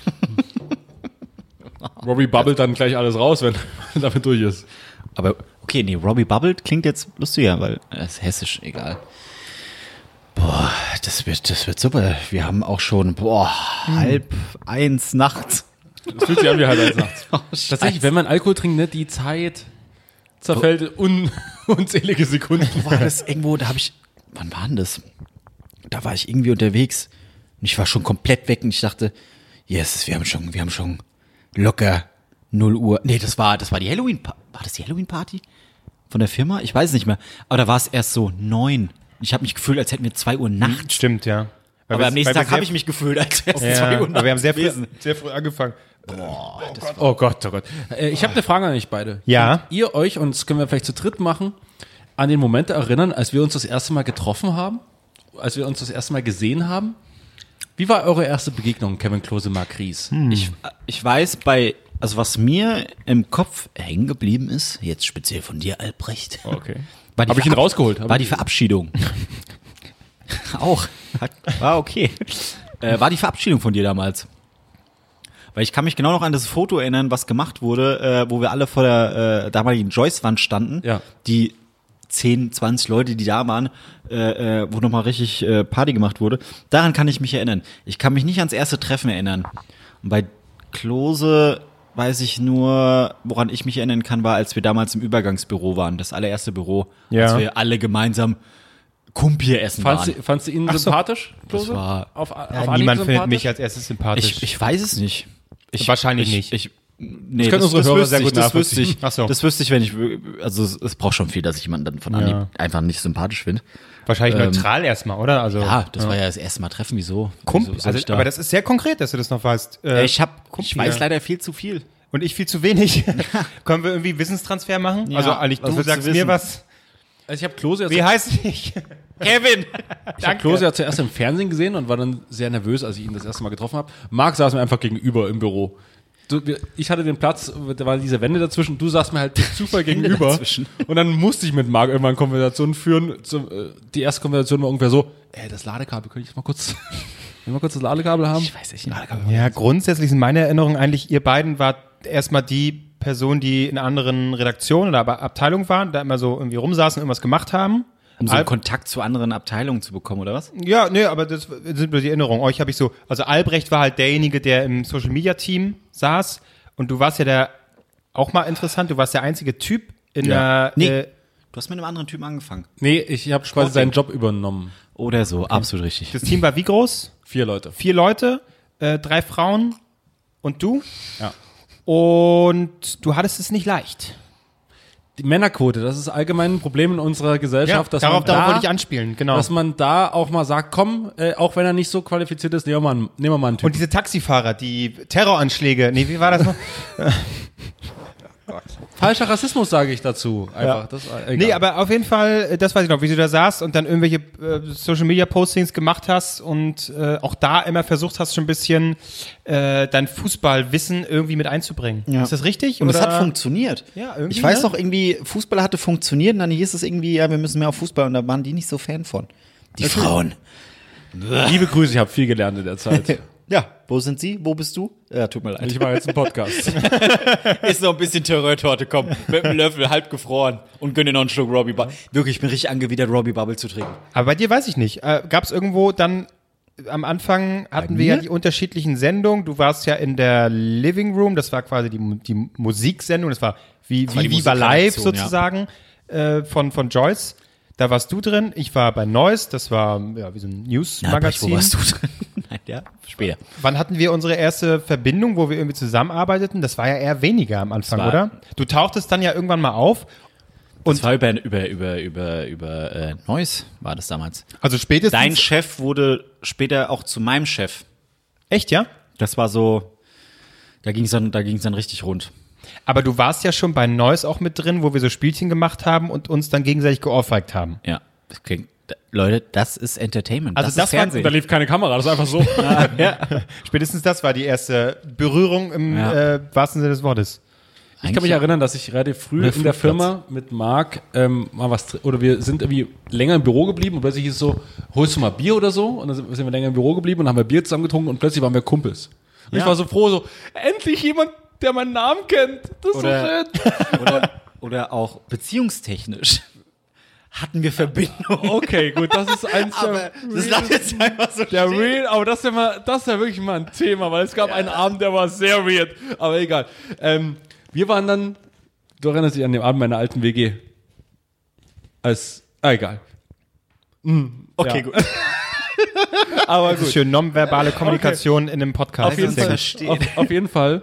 Robbie bubbelt dann gleich alles raus, wenn er damit durch ist.
Aber okay, nee, Robbie Bubbelt klingt jetzt lustiger, weil er ist hessisch, egal. Boah, das wird, das wird super. Wir haben auch schon, boah, halb eins nachts.
Das fühlt sich an wie halb eins nachts.
Oh,
Tatsächlich, wenn man Alkohol trinkt, ne, die Zeit zerfällt in un unzählige Sekunden.
Wo war das irgendwo? Da habe ich. Wann war denn das? Da war ich irgendwie unterwegs und ich war schon komplett weg und ich dachte, yes, wir haben schon, wir haben schon locker 0 Uhr. Nee, das war, das war die Halloween. Pa- War das die Halloween Party von der Firma? Ich weiß nicht mehr. Aber da war es erst so neun. Ich habe mich gefühlt, als hätten wir 2 Uhr nachts.
Stimmt, ja.
aber
Weil Hm. wir-
am nächsten
weil wir
Tag
sehr-
habe ich mich gefühlt, als wäre es
Ja,
2 Uhr nachts.
aber wir haben sehr früh,
gewesen.
sehr früh angefangen.
Oh Gott, oh Gott. Äh, ich habe eine Frage an euch beide.
Ja.
Könnt ihr euch, und das können wir vielleicht zu dritt machen, an den Moment erinnern, als wir uns das erste Mal getroffen haben? Als wir uns das erste Mal gesehen haben? Wie war eure erste Begegnung, Kevin Klose Markries?
Hm,
Ich, ich weiß bei, also was mir im Kopf hängen geblieben ist, jetzt speziell von dir, Albrecht.
Okay.
War die
Hab ich ihn
Verab-
rausgeholt? Hab
War
ich-
die Verabschiedung. Auch. Hat, war okay. Äh, war die Verabschiedung von dir damals? Weil ich kann mich genau noch an das Foto erinnern, was gemacht wurde, äh, wo wir alle vor der äh, damaligen Joyce-Wand standen.
Ja.
Die 10, 20 Leute, die da waren, äh, äh, wo nochmal richtig äh, Party gemacht wurde. Daran kann ich mich erinnern. Ich kann mich nicht ans erste Treffen erinnern. Und bei Klose weiß ich nur, woran ich mich erinnern kann, war, als wir damals im Übergangsbüro waren, das allererste Büro,
Ja.
als wir alle gemeinsam Kumpier essen
Fandst
waren.
du, fandst du ihn
Ach so.
sympathisch,
Das
Klose?
war-
auf, auf
Ja,
Anhieb
niemand findet
sympathisch?
mich als erstes sympathisch.
Ich, ich weiß es nicht. Ich,
Wahrscheinlich
ich,
nicht.
Ich, nee,
können unsere Hörer
wüsste
sehr
ich,
gut
das wüsste ich,
nachvollziehen. Ach so.
Das wüsste ich, wenn ich. wö- Also, es, es braucht schon viel, dass ich jemanden dann von
Ja.
Anhieb einfach nicht sympathisch finde.
Wahrscheinlich neutral erstmal, oder? Also,
Ähm, ja, das war ja das erste Mal Treffen. Wieso?
Kump,
Wieso soll
also,
ich da-
aber das ist sehr konkret, dass du das noch weißt. Äh,
ich hab, ich
Kumpi,
weiß
ja.
leider viel zu viel.
Und ich viel zu wenig. Können wir irgendwie Wissenstransfer machen?
Ja,
also eigentlich,
was
du
willst du
sagst
wissen?
mir was.
Also ich habe Klose jetzt
Wie heißt ich?
Kevin!
Ich habe Klose ja zuerst im Fernsehen gesehen und war dann sehr nervös, als ich ihn das erste Mal getroffen habe. Marc saß mir einfach gegenüber im Büro. Du, wir- ich hatte den Platz, da waren diese Wände dazwischen, du saßt mir halt durch Zufall gegenüber.
dazwischen.
Und dann musste ich mit Marc irgendwann Konversationen führen. Zum, äh, die erste Konversation war ungefähr so, ey, das Ladekabel, könnte ich jetzt mal kurz, mal kurz das Ladekabel haben? Ich
weiß nicht. Ladekabel.
Ja, grundsätzlich sind meine Erinnerungen eigentlich, ihr beiden wart erstmal die Person, die in einer anderen Redaktionen oder aber Abteilungen waren, da immer so irgendwie rumsaßen, irgendwas gemacht haben.
Um so einen
Alb-
Kontakt zu anderen Abteilungen zu bekommen, oder was?
ja, nee, aber das sind nur die Erinnerungen. Euch habe ich so, also Albrecht war halt derjenige, der im Social Media Team saß und du warst ja der auch mal interessant, du warst der einzige Typ in
Ja.
der
Nee.
äh,
Du hast mit einem anderen Typen angefangen.
Nee, ich habe quasi seinen Job übernommen.
Oder so, absolut richtig.
das Team war wie groß?
Vier Leute.
Vier Leute, äh, drei Frauen und du.
Ja.
Und du hattest es nicht leicht.
Die Männerquote, das ist allgemein ein Problem in unserer Gesellschaft.
Ja,
dass
darauf-
man
darauf
da,
wollte ich anspielen, genau.
Dass man da auch mal sagt, komm, äh, auch wenn er nicht so qualifiziert ist, nehmen wir mal einen, nehmen wir mal einen Typen.
Und diese Taxifahrer, die Terroranschläge, nee, wie war das noch?
Falscher Rassismus sage ich dazu. Einfach.
Ja.
Das,
Nee, aber auf jeden Fall, äh, das weiß ich noch, wie du da saßt und dann irgendwelche äh, Social Media Postings gemacht hast und äh, auch da immer versucht hast, schon ein bisschen äh, dein Fußballwissen irgendwie mit einzubringen. Ist das richtig?
Und es
oder?
hat funktioniert.
Ja, irgendwie,
ich weiß
ne?
noch, irgendwie, Fußball hatte funktioniert und dann hieß es irgendwie, ja, wir müssen mehr auf Fußball und da waren die nicht so Fan von. Die Frauen.
Liebe Grüße, ich habe viel gelernt in der Zeit.
Ja, wo sind Sie? Wo bist du? Ja, tut mir leid.
Ich mache jetzt einen Podcast.
Ist noch ein bisschen Terror-Torte, komm. Mit einem Löffel, halb gefroren. Und gönn dir noch einen Schluck Robbie Bubble. Wirklich, ich bin richtig angewidert, Robbie Bubble zu trinken.
Aber bei dir weiß ich nicht. Äh, Gab es irgendwo dann äh, am Anfang hatten wir ja
mir?
die unterschiedlichen Sendungen. Du warst ja in der Living Room, das war quasi die, Mu- die Musiksendung, das war wie,
war
wie
die
Viva Live
Musikredaktion, ja.
sozusagen äh, von, von Joyce. Da warst du drin, ich war bei Noise, das war ja, wie so ein
Na, Pech,
News-Magazin.
wo warst du drin? Nein, ja, später.
Wann hatten wir unsere erste Verbindung, wo wir irgendwie zusammenarbeiteten? Das war ja eher weniger am Anfang,
war-
oder? Du tauchtest dann ja irgendwann mal auf.
Und das war über, über, über, über, über äh, Neuss war das damals.
Also spätestens.
Dein Chef wurde später auch zu meinem Chef.
Echt, ja?
Das war so, da ging es dann, da ging's dann richtig rund.
Aber du warst ja schon bei Noise auch mit drin, wo wir so Spielchen gemacht haben und uns dann gegenseitig geohrfeigt haben.
Ja. Das klingt, da- Leute, das ist Entertainment.
Also das
ist
war-
Fernsehen.
da
lief keine Kamera, das ist einfach so.
Spätestens das war die erste Berührung im
Ja.
äh, wahrsten Sinne des Wortes.
Ich kann mich erinnern, dass ich relativ früh
Oder
in der
Flugplatz.
Firma mit Marc ähm, mal was, tr- oder wir sind irgendwie länger im Büro geblieben und plötzlich ist es so, holst du mal Bier oder so? Und dann sind sind wir länger im Büro geblieben und haben wir Bier zusammen getrunken und plötzlich waren wir Kumpels. Und ich
Ja.
war so froh, so, endlich jemand, der meinen Namen kennt. Das ist
Oder-
so schön.
Oder, oder auch beziehungstechnisch hatten wir Verbindung.
Okay, gut, das ist eins
Aber das lag jetzt einfach so
der
stehen.
Real, aber das ist ja mal, das ist ja wirklich mal ein Thema, weil es gab einen Abend, der war sehr weird. Aber egal. Ähm, wir waren dann, du erinnerst dich an den Abend meiner alten WG. Als, ah, egal. Mhm,
Okay,
ja.
gut.
aber
Das
gut.
ist schön, nonverbale Kommunikation in einem Podcast.
Auf jeden, Fall,
Das ist sehr gut.
auf, auf jeden Fall.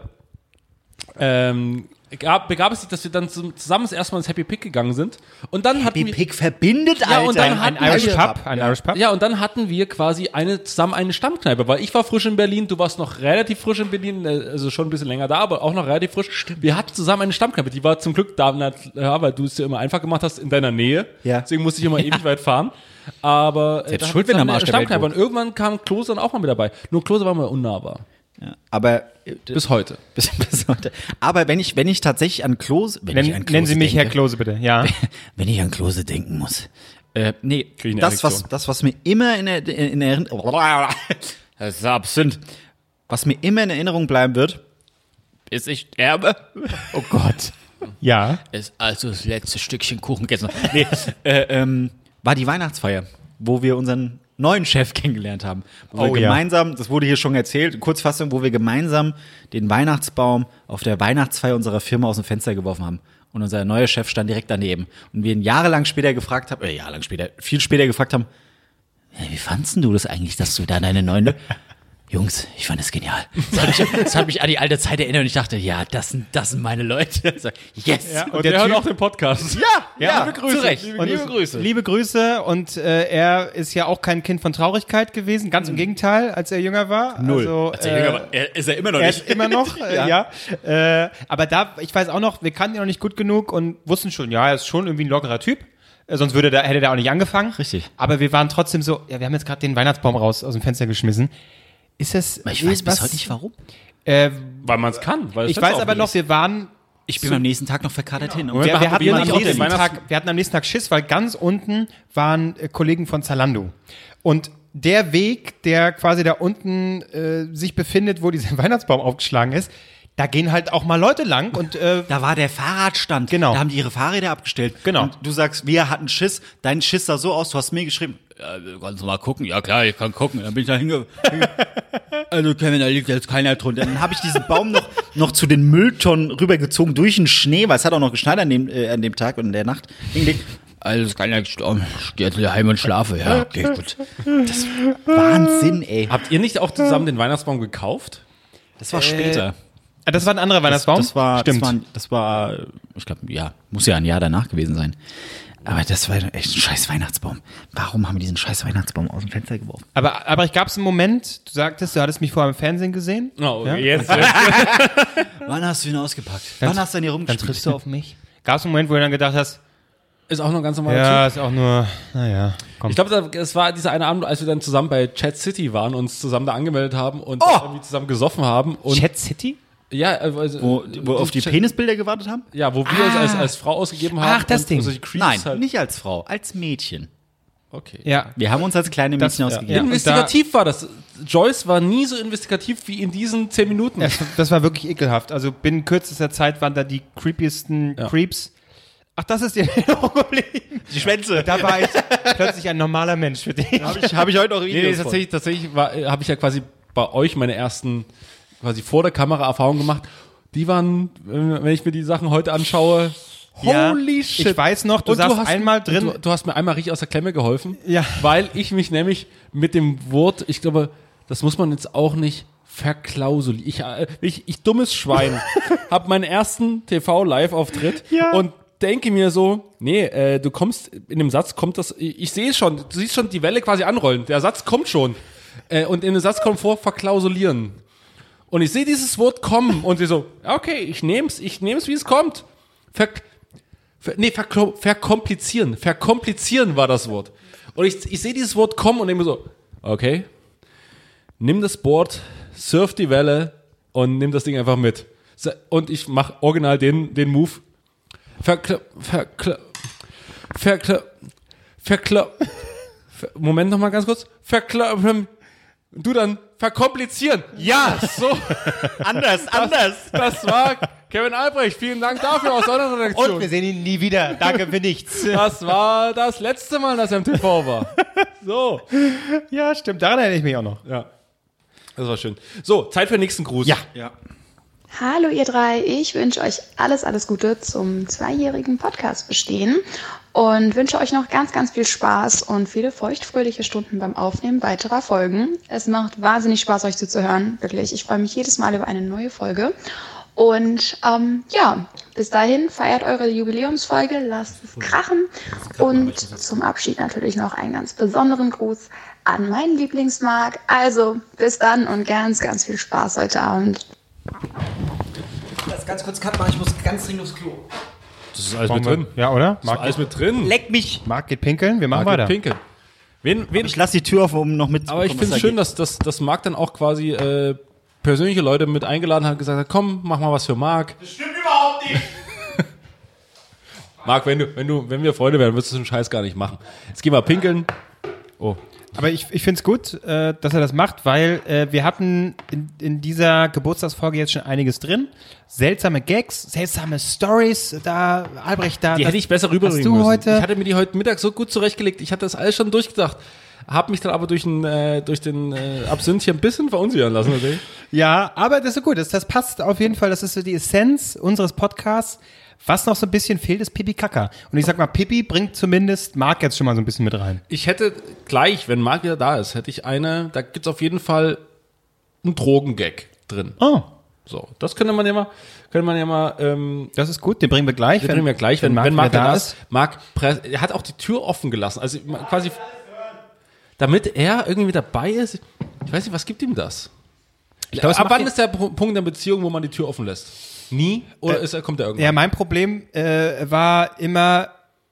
Ähm, gab, begab es sich, dass wir dann zum, zusammen das erste Mal ins Happy Pick gegangen sind. Und dann hatten wir,
Pick verbindet
Ja, und dann hatten
ein Irish
wir-
Pub, ein Irish Pub.
Ja, und dann hatten wir quasi eine, zusammen eine Stammkneipe, weil ich war frisch in Berlin, du warst noch relativ frisch in Berlin, äh, also schon ein bisschen länger da, aber auch noch relativ frisch. Wir hatten zusammen eine Stammkneipe, die war zum Glück da, na, ja, weil du es dir immer einfach gemacht hast, in deiner Nähe.
Ja.
Deswegen musste ich immer ewig weit fahren. Aber äh,
Selbst
da
schuld,
hatten wir
wenn am
zusammen
Arsch
eine
der Welt
Stammkneipe.
wohnt.
Und irgendwann kam Klose dann auch mal mit dabei. Nur Klose war mal unnahbar.
Aber äh,
Bis heute.
Bis, bis heute. Aber wenn ich, wenn ich tatsächlich an Klose. Wenn ich
Nennen,
an Klose
nennen Sie mich
denke,
Herr Klose bitte, ja.
Wenn ich an Klose denken muss. Äh, nee,
ich eine
das was,
Erektion.
das, was mir immer in, der- in Erinnerung. Das ist Absinth. Was mir immer in Erinnerung bleiben wird, bis ich sterbe. Oh Gott.
Ja.
Ist also das letzte Stückchen Kuchen gegessen.
Nee, äh, ähm, war die Weihnachtsfeier, wo wir unseren neuen Chef kennengelernt haben. Wo
Oh,
wir
ja.
gemeinsam, das wurde hier schon erzählt, Kurzfassung, wo wir gemeinsam den Weihnachtsbaum auf der Weihnachtsfeier unserer Firma aus dem Fenster geworfen haben. Und unser neuer Chef stand direkt daneben. Und wir ihn jahrelang später gefragt haben, äh, jahrelang später, viel später gefragt haben, "Hey, wie fandst denn du das eigentlich, dass du da deine neuen... Jungs, ich fand das genial. Das hat, mich, das hat mich an die alte Zeit erinnert und ich dachte, ja, das sind, das sind meine Leute. So, yes.
Ja,
Und der, hört auch den Podcast. Ja,
Ja,
liebe Grüße.
zu Recht.
Liebe,
Und
liebe
es-
Grüße.
Liebe Grüße und äh, er ist ja auch kein Kind von Traurigkeit gewesen, ganz im Gegenteil, als er jünger war.
Null.
Also,
Als er jünger
äh,
war, er- ist er immer noch
er
nicht.
Ist immer noch, äh, ja. Äh, aber da, ich weiß auch noch, wir kannten ihn noch nicht gut genug und wussten schon, ja, er ist schon irgendwie ein lockerer Typ. Äh, Sonst würde der, hätte der auch nicht angefangen.
Richtig.
Aber wir waren trotzdem so, ja, wir haben jetzt gerade den Weihnachtsbaum raus aus dem Fenster geschmissen. Ist das.
Ich weiß bis
was-
heute nicht warum.
Äh,
Weil man es kann. Weil es
ich weiß
jetzt
aber
auch
noch, wir waren
Ich bin am nächsten Tag noch verkatert hin. um
wir, wir, hatten
wir
am
nicht auch
nächsten
den
Tag, wir hatten am nächsten Tag Schiss, weil ganz unten waren äh, Kollegen von Zalando. Und der Weg, der quasi da unten äh, sich befindet, wo dieser Weihnachtsbaum aufgeschlagen ist, da gehen halt auch mal Leute lang und äh,
Da war der Fahrradstand.
Genau.
Da haben die ihre Fahrräder abgestellt.
Genau.
Und du sagst, wir hatten Schiss. Dein Schiss sah so aus, du hast mir geschrieben.
Ja, kannst du mal gucken? Ja, klar, ich kann gucken. Dann bin ich da hinge. hinge- also, Kevin, da liegt jetzt keiner drunter.
Dann habe ich diesen Baum noch, noch zu den Mülltonnen rübergezogen durch den Schnee, weil es hat auch noch geschneit an dem, äh, an dem Tag und in der Nacht. Hingelegt.
Also, ist keiner gestorben. Ich gehe jetzt wieder heim und schlafe. Ja, okay, gut.
Wahnsinn, ey.
Habt ihr nicht auch zusammen den Weihnachtsbaum gekauft?
Das
Äh,
war später.
ah, das war ein anderer Weihnachtsbaum.
Das war,
Stimmt.
Das war, das war äh, ich glaube, ja, muss ja ein Jahr danach gewesen sein. Aber das war echt ein scheiß Weihnachtsbaum. Warum haben wir diesen scheiß Weihnachtsbaum aus dem Fenster geworfen?
aber, aber ich gab es einen Moment, du sagtest, du hattest mich vorher im Fernsehen gesehen.
No,
Ja?
jetzt.
Wann hast du ihn ausgepackt? Wann hast du ihn hier
Dann
rumgespielt?
triffst du auf mich. Gab es einen Moment, wo du dann gedacht hast,
Ist auch noch ein ganz normaler Typ.
ja, ist auch nur, naja, komm.
Ich glaube, es war dieser eine Abend, als wir dann zusammen bei Chat City waren, uns zusammen da angemeldet haben und dann irgendwie zusammen gesoffen haben. Und
Oh! Chat City?
ja, also,
wo, wo auf die
Chat-
Penisbilder gewartet haben?
Ja, wo wir es als, als Frau ausgegeben haben.
Ach, das
und
Ding.
Solche Creeps
Nein,
halt.
nicht als Frau, als Mädchen.
Okay.
Ja.
Wir haben uns als kleine
Das-
Mädchen
ja.
ausgegeben.
Investigativ war das. Joyce war nie so investigativ wie in diesen zehn Minuten.
Das, das war wirklich ekelhaft. Also binnen kürzester Zeit waren da die creepiesten Creeps. Ach, das ist ihr Problem. Die Schwänze. Da war ich plötzlich ein normaler Mensch für dich.
Hab ich- hab ich heute noch
Nee,
Videos
nee,
von.
tatsächlich, tatsächlich habe ich ja quasi bei euch meine ersten, quasi vor der Kamera Erfahrungen gemacht. Die waren, äh, wenn ich mir die Sachen heute anschaue,
Ja,
holy
ich
shit.
weiß noch, du saßt einmal drin-
Du, du hast mir einmal richtig aus der Klemme geholfen,
Ja.
weil ich mich nämlich mit dem Wort, ich glaube, das muss man jetzt auch nicht verklausulieren. Ich, äh, ich, ich dummes Schwein, habe meinen ersten TV-Live-Auftritt
Ja.
und denke mir so, nee, äh, du kommst, in dem Satz kommt das, ich, ich sehe es schon, du siehst schon die Welle quasi anrollen, der Satz kommt schon. Äh, und in dem Satz kommt vor, verklausulieren. Und ich sehe dieses Wort kommen und sie so, ja, okay, ich nehm's, ich nehm's, wie es kommt. Ver, ver, nee, verklo- verkomplizieren, verkomplizieren war das Wort. Und ich, ich sehe dieses Wort kommen und denke mir so, okay, nimm das Board, surf die Welle und nimm das Ding einfach mit. So, Und ich mache original den, den Move. Verkla verkla verkla verkla ver Moment noch mal ganz kurz. Verkla du dann verkomplizieren. Ja, so
Anders,
das,
anders.
Das war Kevin Albrecht. Vielen Dank dafür aus eurer Redaktion.
Und wir sehen ihn nie wieder. Danke für nichts.
Das war das letzte Mal, dass er im TV war. So.
Ja, stimmt. Daran erinnere ich mich auch noch.
Ja. Das war schön. So, Zeit für den nächsten Gruß. Ja.
ja.
Hallo ihr drei, ich wünsche euch alles, alles Gute zum zweijährigen Podcast bestehen und wünsche euch noch ganz, ganz viel Spaß und viele feuchtfröhliche Stunden beim Aufnehmen weiterer Folgen. Es macht wahnsinnig Spaß, euch zuzuhören, wirklich. Ich freue mich jedes Mal über eine neue Folge. Und ähm, ja, bis dahin feiert eure Jubiläumsfolge, lasst es krachen und zum Abschied natürlich noch einen ganz besonderen Gruß an meinen Lieblingsmark. Also bis dann und ganz, ganz viel Spaß heute Abend.
Lass ganz kurz Cut machen, ich muss ganz dringend aufs Klo.
Das ist alles
Brauchen
mit
wir-
drin.
Ja, oder?
Das ist alles mit drin.
Leck mich. Marc geht pinkeln. Wir machen
Marc geht
weiter.
pinkeln. Wen, wen,
Ich lasse die Tür offen, um noch mitzubekommen.
Aber ich finde
was
es
da
schön, dass, dass, dass Marc dann auch quasi äh, persönliche Leute mit eingeladen hat und gesagt hat, komm, mach mal was für Marc.
Das stimmt überhaupt nicht.
Marc, wenn, du, wenn, du, wenn wir Freunde wären, würdest du den Scheiß gar nicht machen. Jetzt geh mal pinkeln. Oh.
Aber ich, ich finde es gut, äh, dass er das macht, weil äh, wir hatten in, in dieser Geburtstagsfolge jetzt schon einiges drin. Seltsame Gags, seltsame Stories, da, Albrecht, da.
Die
das-
hätte ich besser rüberbringen
hast du
müssen.
Heute,
ich hatte mir die heute Mittag so gut zurechtgelegt. Ich hatte das alles schon durchgedacht. Hab mich dann aber durch den, äh, durch den äh, Absinth hier ein bisschen verunsichern lassen. Natürlich.
ja, aber das ist gut, das, das passt auf jeden Fall, das ist so die Essenz unseres Podcasts. Was noch so ein bisschen fehlt, ist Pipi Kaka. Und ich sag mal, Pipi bringt zumindest Marc jetzt schon mal so ein bisschen mit rein.
Ich hätte gleich, wenn Marc wieder da ist, hätte ich eine, da gibt's auf jeden Fall einen Drogengag drin.
Oh.
So, das könnte man ja mal, könnte man ja mal, ähm,
Das ist gut, den bringen wir gleich.
den bringen wir gleich, wenn, wenn, Marc
wieder
wieder da ist. Marc, Press- er hat auch die Tür offen gelassen, also ma- quasi, damit er irgendwie dabei ist. Ich weiß nicht, was gibt ihm das?
Ich glaub, es
Ab
macht
wann
ihn-
ist der Pu- Punkt in der Beziehung, wo man die Tür offen lässt? Nie? Oder
Äh,
ist er, kommt er irgendwann?
Ja, mein Problem äh, war immer,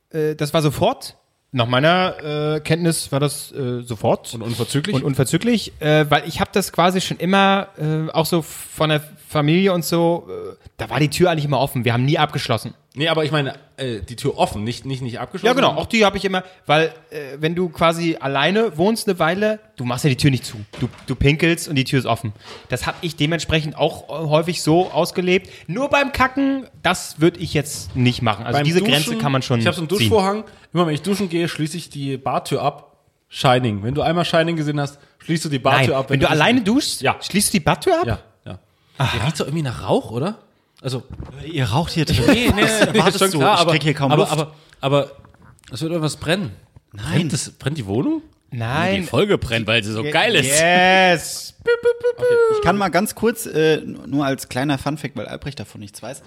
äh, das war sofort. Nach meiner äh, Kenntnis war das äh, sofort. Und
unverzüglich?
Und unverzüglich, äh, weil ich habe das quasi schon immer, äh, auch so von der Familie und so, äh, da war die Tür eigentlich immer offen. Wir haben nie abgeschlossen.
Nee, aber ich meine, äh, die Tür offen, nicht, nicht, nicht abgeschlossen.
Ja, genau. Auch die habe ich immer, weil äh, wenn du quasi alleine wohnst eine Weile, du machst ja die Tür nicht zu. Du, du pinkelst und die Tür ist offen. Das habe ich dementsprechend auch äh, häufig so ausgelebt. Nur beim Kacken, das würde ich jetzt nicht machen. Also
Beim
diese
Duschen-
Grenze kann man schon.
Ich habe so einen
ziehen.
Duschvorhang. Immer wenn ich duschen gehe, schließe ich die Bartür ab. Shining. Wenn du einmal Shining gesehen hast, schließt du die Bartür
Nein,
ab.
wenn, du
duschen
alleine duschst, schließt du die Badtür ab?
Ja, ja. Die riecht doch irgendwie nach Rauch, oder? Also.
Ihr raucht hier drin.
Nee, nee, nee,
Was
nee,
erwartest
ist schon
du?
klar,
Ich
aber,
krieg hier kaum
aber,
Luft.
aber, aber, es wird irgendwas brennen. Nein. Brennt, das, brennt die Wohnung?
Nein.
Die Folge brennt, weil sie so geil ist.
Yes.
Ich kann mal ganz kurz, äh, nur als kleiner Funfact, weil Albrecht davon nichts weiß.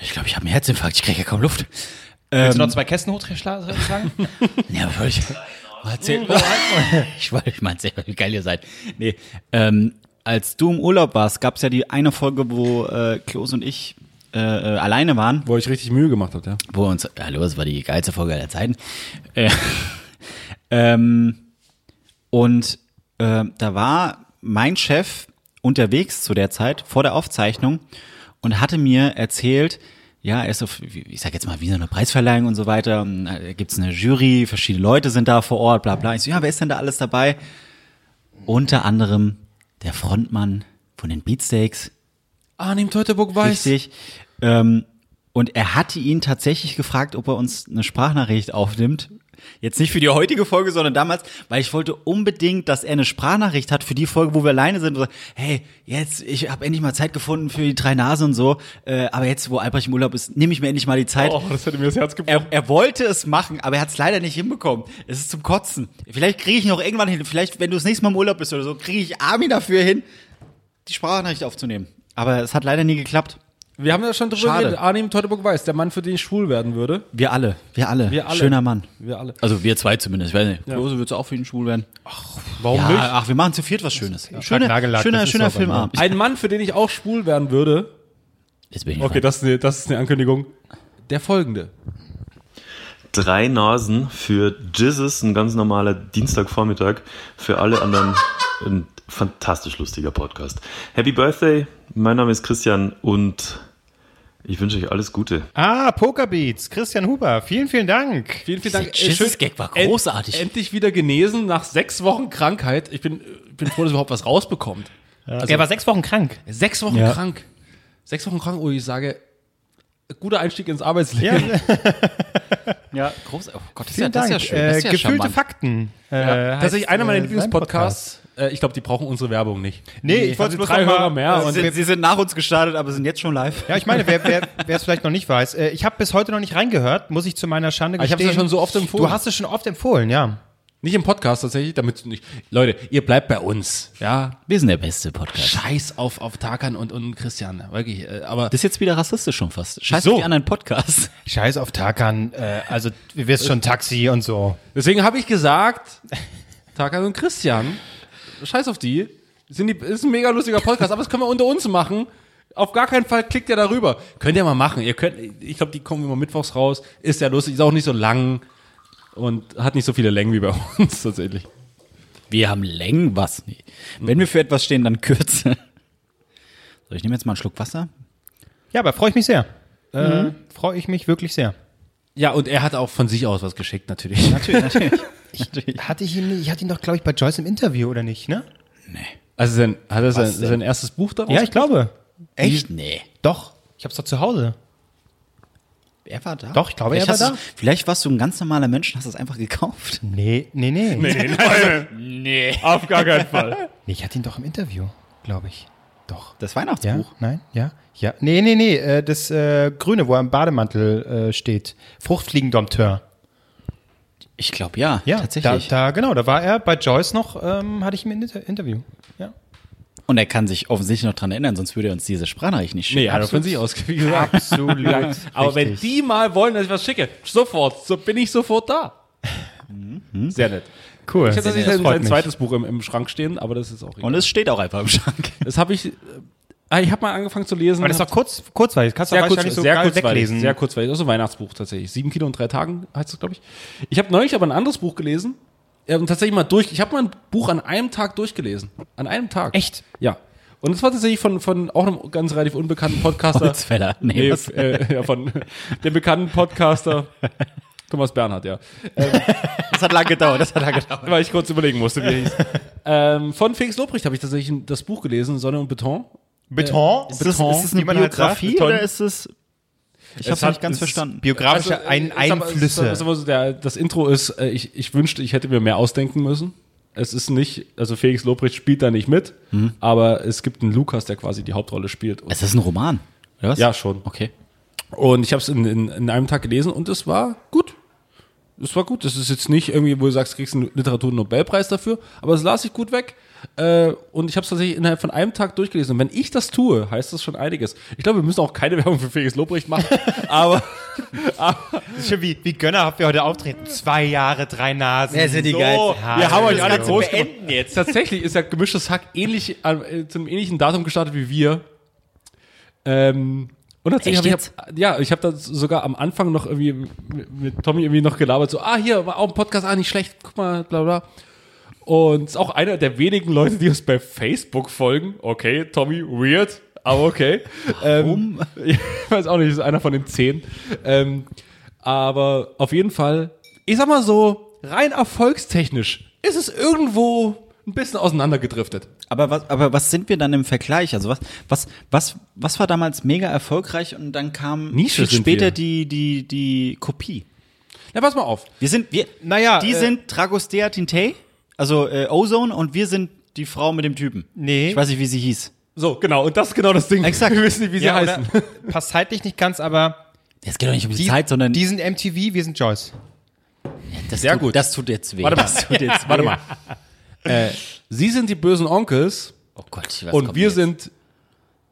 Ich glaube, ich habe einen Herzinfarkt, ich kriege ja kaum Luft.
Willst du
Ähm,
noch zwei Kästen hochschlagen?
Ja, aber ich, mal erzählen.
Oh,
ich wollte euch mal erzählen, wie geil ihr seid.
Nee, ähm, als du im Urlaub warst, gab es ja die eine Folge, wo äh, Klose und ich äh, äh, alleine waren.
Wo ich richtig Mühe gemacht habe, ja.
Wo wir uns, hallo, das war die geilste Folge aller Zeiten.
Äh, ähm, und äh, da war mein Chef unterwegs zu der Zeit vor der Aufzeichnung und hatte mir erzählt, ja, er ist auf, wie- ich sag jetzt mal, wie so eine Preisverleihung und so weiter. Und Da gibt's eine Jury, verschiedene Leute sind da vor Ort, bla bla. Ich so, ja, wer ist denn da alles dabei? Unter anderem der Frontmann von den Beatsteaks.
Arnim Teuteburg weiß.
Richtig. Ähm, und er hatte ihn tatsächlich gefragt, ob er uns eine Sprachnachricht aufnimmt. Jetzt nicht für die heutige Folge, sondern damals, weil ich wollte unbedingt, dass er eine Sprachnachricht hat für die Folge, wo wir alleine sind. Und so, hey, jetzt, ich habe endlich mal Zeit gefunden für die drei Nase und so. Äh, aber jetzt, wo Albrecht im Urlaub ist, nehme ich mir endlich mal die Zeit.
Oh, das hätte mir das Herz
er, er wollte es machen, aber er hat es leider nicht hinbekommen. Es ist zum Kotzen. Vielleicht kriege ich noch irgendwann hin. Vielleicht, wenn du das nächste Mal im Urlaub bist oder so, kriege ich Armin dafür hin, die Sprachnachricht aufzunehmen. Aber es hat leider nie geklappt.
Wir haben ja schon drüber
Schade.
geredet. Arnim Teuteburg weiß, der Mann, für den ich schwul werden würde.
Wir alle, wir alle.
Wir alle.
Schöner Mann.
Wir alle.
Also wir zwei zumindest. Ich weiß nicht.
Ja. Klose würdest du auch für ihn schwul werden.
Ach,
warum nicht? Ah, Ach, wir machen zu viert was Schönes. Schöner, schöner, schöner Filmabend.
Ein Mann, für den ich auch schwul werden würde.
Jetzt bin ich
Okay,
dran.
das ist, eine, das ist eine Ankündigung. Der folgende.
Drei Nasen für Jizzes, ein ganz normaler Dienstagvormittag. Für alle anderen ein fantastisch lustiger Podcast. Happy Birthday, mein Name ist Christian und ich wünsche euch alles Gute.
Ah, Pokerbeats, Christian Huber, vielen, vielen Dank.
Vielen, vielen Dank.
Dieser
Äh, schön-
Jesus-Gag war
End-
großartig.
endlich wieder genesen nach sechs Wochen Krankheit. Ich bin, ich bin froh, dass überhaupt was rausbekommt.
er war sechs Wochen krank.
Sechs Wochen
Ja.
krank. Sechs Wochen krank, wo ich sage, guter Einstieg ins Arbeitsleben.
Ja, groß. Oh Gott,
Vielen Dank. Äh, gefühlte Fakten. Äh,
ja.
heißt,
Tatsächlich einer meiner
äh,
Lieblingspodcasts. Äh, Ich glaube, die brauchen unsere Werbung nicht.
Nee, ich wollte
Also
bloß
drei
noch mal-
Hörer mehr.
Sie
und
sind- Sie
sind nach uns gestartet, aber sind jetzt schon live.
Ja, ich meine, wer wer- wer es vielleicht noch nicht weiß, äh, ich habe bis heute noch nicht reingehört, muss Ah, ich zu meiner Schande
Aber ich
gestehen.
habe es ja schon so oft empfohlen.
Du hast es schon oft empfohlen, ja.
Nicht im Podcast tatsächlich, damit nicht. Leute, ihr bleibt bei uns, ja.
Wir sind der beste Podcast.
Scheiß auf, auf Tarkan und, und Christian, wirklich. äh, Aber
Das ist jetzt wieder rassistisch schon fast. Scheiß auf die anderen Podcasts.
Scheiß auf Tarkan, äh, also du wirst schon Taxi und so.
deswegen habe ich gesagt, Tarkan und Christian, scheiß auf die. Sind die ist ein mega lustiger Podcast, aber das können wir unter uns machen. Auf gar keinen Fall klickt ihr darüber. Könnt ihr mal machen. Ihr könnt, ich glaube, die kommen immer mittwochs raus. Ist ja lustig, ist auch nicht so lang und hat nicht so viele Längen wie bei uns tatsächlich.
Wir haben Längen, was? Nee. Wenn wir für etwas stehen, dann Kürze. So, ich nehme jetzt mal einen Schluck Wasser.
Ja, aber freue ich mich sehr. Äh,
Mhm.
Freue ich mich wirklich sehr.
Ja, und er hat auch von sich aus was geschickt, natürlich.
Natürlich, natürlich. Ich, hatte ich, ihn, ich hatte ihn doch, glaube ich, bei Joyce im Interview, oder nicht, ne?
Also sein, hat er sein,
Was denn?
sein erstes Buch daraus?
Ja, ich glaube.
Echt? Nee.
Doch, ich habe es doch zu Hause.
Er war da.
Doch, ich glaube, er
Vielleicht
war
hast du- Vielleicht warst du ein ganz normaler Mensch und hast es einfach gekauft.
Nee, nee, nee.
Nee, nein. Nee. Auf gar keinen Fall.
Nee, ich hatte ihn doch im Interview, glaube ich. Doch.
Das Weihnachtsbuch?
Ja, nein, ja. Ja, nee, nee, nee, äh, das äh, Grüne, wo er im Bademantel äh, steht. Fruchtfliegendompteur.
Ich glaube ja,
Ja,
tatsächlich.
Da, da, genau, da war er bei Joyce noch, ähm, hatte ich ihn im Inter Interview. Ja.
Und er kann sich offensichtlich noch dran erinnern, sonst würde er uns diese Sprachnachricht nicht schicken.
Nee, hat er von sich aus, wie gesagt.
Absolut.
Aber wenn die mal wollen, dass ich was schicke, sofort, so bin ich sofort da. Sehr nett.
Cool.
Mhm. Ich hatte tatsächlich
Das
sein,
freut
sein
mich.
zweites Buch im, im Schrank stehen, aber das ist auch egal.
Und es steht auch einfach im Schrank.
Das habe ich, äh, ah, ich habe mal angefangen zu lesen.
Aber das ist doch kurz, kurzweilig. Kannst du
sehr
wahrscheinlich
kurz,
so
sehr
geil
kurz
weglesen.
Sehr kurz, weil das ist ein Weihnachtsbuch tatsächlich. Sieben Kilo in drei Tagen heißt es, glaube ich. Ich habe neulich aber ein anderes Buch gelesen. Ähm, tatsächlich mal durch. Ich habe mal ein Buch an einem Tag durchgelesen. An einem Tag. Echt? Ja. Und es war tatsächlich von, von auch einem ganz relativ unbekannten Podcaster.
Holzfäller. Nee,
Nee,
was?
äh, ja, von dem bekannten Podcaster Thomas Bernhard, ja.
Das hat lange gedauert, das hat lange gedauert.
Weil ich kurz überlegen musste, wie er hieß. ähm, von Felix Lobrecht habe ich tatsächlich ein- das Buch gelesen, Sonne und Beton.
Beton?
Äh,
Ist das-
Beton.
ist das eine Wie man halt sagt, Biografie Beton. oder ist
es. Ich hab's
hat-
nicht ganz
es-
verstanden.
Biografische
äh,
Ein-
ist aber- es ist-
Einflüsse.
ist aber so der, das Intro ist, äh, ich, ich wünschte, ich hätte mir mehr ausdenken müssen. Es ist nicht, also Felix Lobrecht spielt da nicht mit,
Mhm.
aber es gibt einen Lukas, der quasi die Hauptrolle spielt.
Es ist ein Roman. Oder was?
Ja, schon.
Okay.
Und ich habe es in, in, in einem Tag gelesen und es war gut. Es war gut. Das ist jetzt nicht irgendwie, wo du sagst, kriegst einen Literaturnobelpreis dafür, aber es las ich gut weg. Äh, und ich habe es tatsächlich innerhalb von einem Tag durchgelesen. Und wenn ich das tue, heißt das schon einiges. Ich glaube, wir müssen auch keine Werbung für Felix Lobrecht machen, aber, aber
Das ist schon wie, wie gönnerhaft wir heute auftreten. Zwei Jahre, drei Nasen.
Ja, sind die geilsten. Wir haben euch alle groß gemacht.
jetzt.
Tatsächlich ist ja gemischtes Hack ähnlich, äh, zum ähnlichen Datum gestartet wie wir. Ähm, und tatsächlich
Echt
habe ich, hab, ja, ich habe da sogar am Anfang noch irgendwie mit, mit Tommy irgendwie noch gelabert, so, ah, hier war auch ein Podcast, ah, nicht schlecht, guck mal, bla bla. Und ist auch einer der wenigen Leute, die uns bei Facebook folgen. Okay, Tommy, weird. Aber okay. Warum? ich weiß auch nicht, ist einer von den zehn. Ähm, aber auf jeden Fall, ich sag mal so, rein erfolgstechnisch ist es irgendwo ein bisschen auseinandergedriftet.
Aber was, aber was sind wir dann im Vergleich? Also was, was, was, was war damals mega erfolgreich und dann kam
Nische
viel
sind
später
wir.
die, die, die Kopie?
Na, pass mal auf.
Wir sind, wir,
naja,
die
äh,
sind Tragostea Tinte, also äh, Ozone und wir sind die Frau mit dem Typen.
Nee.
Ich weiß nicht, wie sie hieß.
So, genau, und das ist genau das Ding.
Exakt.
Wir wissen nicht, wie sie
Ja, oder-
heißen.
Passt zeitlich nicht ganz, aber.
Es geht doch nicht um die, Zeit, sondern
Die sind MTV, wir sind Joyce.
das
Sehr
tut,
gut.
Das tut jetzt weh.
Warte mal.
Das tut jetzt weh.
Warte mal. Äh, sie sind die bösen Onkels.
Oh Gott, was
Und
kommt
wir
jetzt?
sind.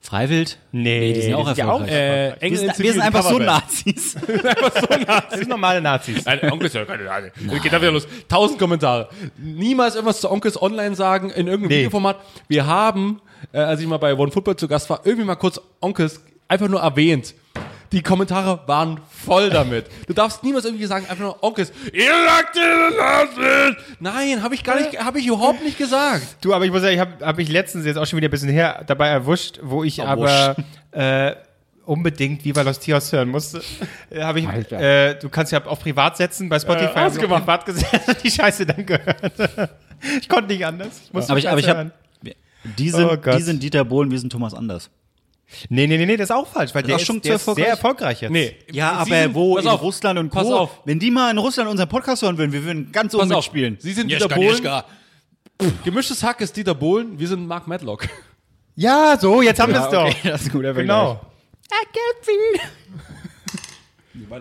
Freiwild?
Nee,
die sind ja auch erfolgreich.
äh,
Wir sind- wir sind einfach so Nazis.
wir sind einfach so
Das
Nazis.
sind normale Nazis.
Nein, Onkel ist ja keine Ahnung. Geht da wieder los. Tausend Kommentare. Niemals irgendwas zu Onkels online sagen in irgendeinem Videoformat. Wir haben, äh, als ich mal bei One Football zu Gast war, irgendwie mal kurz Onkels einfach nur erwähnt. Die Kommentare waren voll damit. Du darfst niemals irgendwie sagen, einfach nur Onkels. Ihr sagt ihr das nicht! Nein, habe ich gar nicht, habe ich überhaupt nicht gesagt.
Du, aber ich muss sagen, ich habe hab mich letztens jetzt auch schon wieder ein bisschen her dabei erwischt, wo ich aber äh, unbedingt Viva Los Tios hören musste. Äh, hab ich, äh, du kannst ja auf privat setzen, bei Spotify
Äh,
hab ich auf
ausgemacht.
privat gesetzt und die Scheiße dann gehört. ich konnte nicht anders. Ich musste
aber ich, aber ich
hören.
hab, die, sind,
Oh Gott.
die sind Dieter Bohlen, wir sind Thomas Anders.
Nee, nee, nee, nee, das ist auch falsch, weil der,
auch schon
ist, der
zu
ist sehr erfolgreich jetzt.
Nee.
Ja,
Sie
aber
sind-
wo
pass
in
auf,
Russland und Co.
pass auf.
Wenn die mal in Russland unseren Podcast hören würden, wir würden ganz oben
Pass auf,
mitspielen.
Sie sind
Jeschka,
Dieter Bohlen.
Jeschka.
Gemischtes Hack ist Dieter Bohlen, wir sind Mark Madlock.
Ja, so, jetzt haben
Ja,
wir es
okay,
doch.
das ist ein guter
Genau.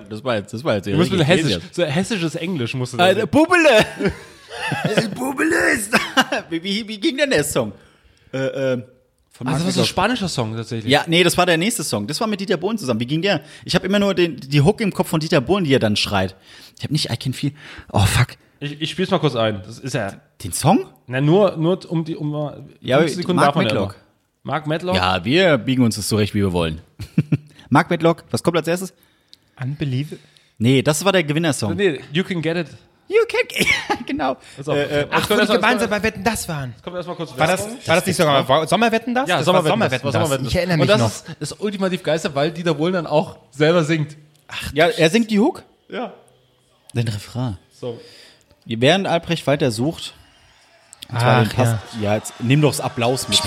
Das war jetzt, das war jetzt.
Du musst mit hessisch, so hessisches Englisch musst du da singen.
Bubble! Bubble ist wie, wie, wie ging denn der Song? Äh, äh, von
Also
Mark
das ist ein
Knopfler.
spanischer Song tatsächlich.
Ja, nee, das war der nächste Song. Das war mit Dieter Bohlen zusammen. Wie ging der? Ich habe immer nur den, die Hook im Kopf von Dieter Bohlen, die er dann schreit. Ich habe nicht I Can Feel. Oh, fuck.
Ich, ich spiel's mal kurz ein. Das ist ja.
Den Song?
Na, nur, nur um die um mal-
Ja,
50 Sekunden
Mark
darf man ja
Medlock.
immer. Mark Medlock.
Ja, wir biegen uns das zurecht, wie wir wollen. Mark Medlock, was kommt als erstes?
Unbelievable.
Nee, das war der Gewinnersong.
Also, Nee, you can get it.
You can, genau.
Pass auf.
Äh, äh,
Ach,
Jetzt
wo
kommt
die
erst mal-
gemeinsam bei Wetten, das waren.
Kommt erstmal kurz
War das,
Werbung.
war das nicht sogar war Sommerwetten das?
Ja,
das
Sommerwetten.
War Sommerwetten,
war
das,
Sommerwetten.
Ich erinnere mich
Und das
noch.
Ist, ist ultimativ geister, weil Dieter Bohlen dann auch selber singt.
ja, er singt die Hook?
Ja.
Den Refrain.
So.
Während Albrecht weiter sucht, und zwar den
Ach,
Pass, ja. jetzt nimm doch das Applaus mit.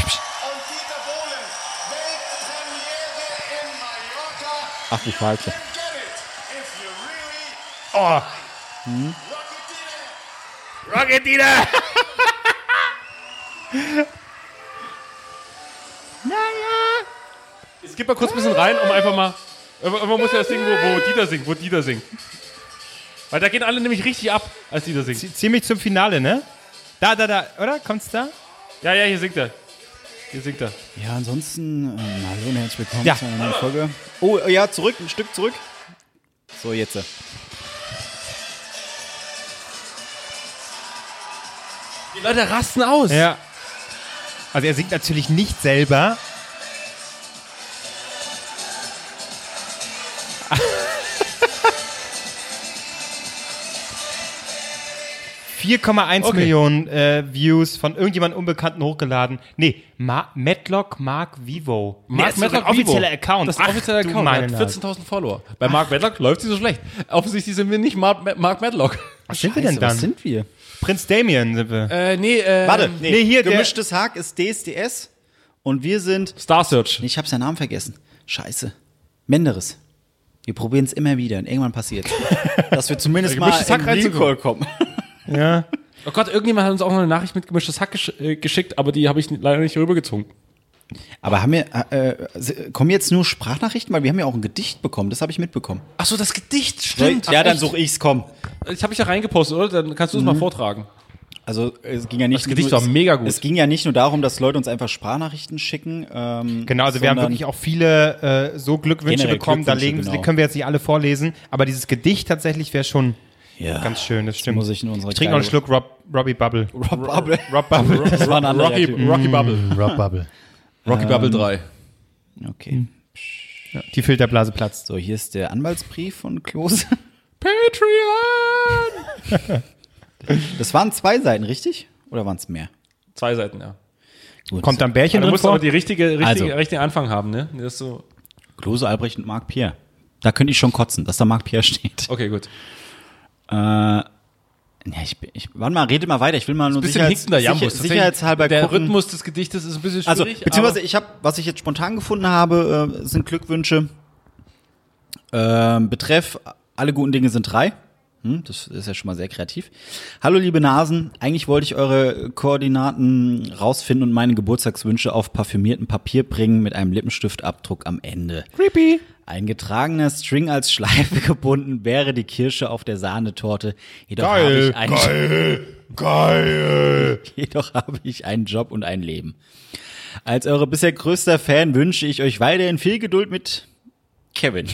Ach, die Falsche.
Oh.
Rocket Dieter!
Es geht mal kurz ein bisschen rein, um einfach mal. Man muss ja das singen, wo, wo Dieter singt, wo Dieter singt. Weil da gehen alle nämlich richtig ab, als Dieter singt.
Z- Ziemlich zum Finale, ne? Da, da, da, oder? Kommt's da?
Ja, ja, hier singt er. Hier singt er.
Ja, ansonsten, ähm, hallo und herzlich willkommen
Ja.
zu einer neuen Folge. Oh, ja, zurück, ein Stück zurück. So, jetzt. äh.
Die Leute rasten aus.
Ja. Also er singt natürlich nicht selber. ,1
Okay.
Millionen äh, Views von irgendjemand Unbekannten hochgeladen. Nee, Ma Matlock Mark Vivo. Nee,
Mark
das ist sogar
Medlock
ein
Vivo.
offizieller Account.
Das ist ein
Ach,
offizieller
du
Account.
meine
Er hat
Nase.
14.000 Follower. Bei Mark Medlock läuft sie so schlecht. Offensichtlich sind wir nicht Mark, Mark Medlock.
Was sind wir
Scheiße,
denn dann?
Was sind wir?
Prinz Damien sind wir.
Äh, nee, äh.
Warte,
nee, hier der-
Ähm, gemischtes Hack ist DSDS und wir sind.
Star Search.
Ich habe seinen Namen vergessen. Scheiße. Menderes. Wir probieren es immer wieder und irgendwann passiert Dass wir zumindest mal
Gemischtes Hack
in
reinzukommen.
Recall kommen.
Ja.
Oh Gott, irgendjemand hat uns auch noch eine Nachricht mit gemischtes Hack gesch äh, geschickt, aber die habe ich n- leider nicht rübergezogen.
Aber haben wir, äh, äh, kommen jetzt nur Sprachnachrichten? Weil wir haben ja auch ein Gedicht bekommen, das habe ich mitbekommen.
Achso, das Gedicht,
ja, dann suche ich's, komm.
Ich habe ich ja reingepostet, oder? Dann kannst du es mal vortragen.
Also es ging ja nicht
Mhm. Das Gedicht war mega gut.
Es ging ja nicht nur darum, dass Leute uns einfach Sprachnachrichten schicken. Ähm,
Genau, also wir haben
sondern-
wirklich auch viele äh, so Glückwünsche
Generell
bekommen. da
Glückwünsche,
legen,
genau.
Die können wir jetzt nicht alle vorlesen, aber dieses Gedicht tatsächlich wäre schon
Ja.
ganz schön, das stimmt.
muss ich in unsere
ich trinke noch einen
kleine-
Schluck Rob, Robbie Bubble.
Rob Bubble.
Rob Bubble.
Das war ein anderer
Rocky,
Typ.
Rocky Bubble.
Rob Bubble.
Rocky Bubble 3.
Okay.
Die Filterblase platzt.
So, hier ist der Anwaltsbrief von Klose.
Patreon!
Das waren zwei Seiten, richtig? Oder waren es mehr?
Zwei Seiten, ja.
Kommt da ein Bärchen
Aber Du
drin
musst
vor?
aber die richtige, richtige,
Also.
richtigen Anfang haben, ne? Das ist so,
Klose, Albrecht und Marc Pierre. Da könnte ich schon kotzen, dass da Marc Pierre steht.
okay, gut.
Äh, ja, ich, ich, warte mal, rede mal weiter. Ich will mal nur
Ein bisschen
sicherheits-
hinkender Jambus.
sicher,
Tatsächlich,
sicherheitshalber
Der
gucken.
Rhythmus des Gedichtes ist ein bisschen schwierig.
Also, beziehungsweise
aber-
ich habe, was ich jetzt spontan gefunden habe, äh, sind Glückwünsche. Ähm, betreff, alle guten Dinge sind drei. Hm, das ist ja schon mal sehr kreativ. Hallo, liebe Nasen. Eigentlich wollte ich eure Koordinaten rausfinden und meine Geburtstagswünsche auf parfümiertem Papier bringen mit einem Lippenstiftabdruck am Ende.
Creepy.
Ein getragener String als Schleife gebunden wäre die Kirsche auf der Sahnetorte. Jedoch
Geil,
habe ich einen
geil, geil.
Jedoch habe ich einen Job und ein Leben. Als eure bisher größter Fan wünsche ich euch weiterhin viel Geduld mit Kevin.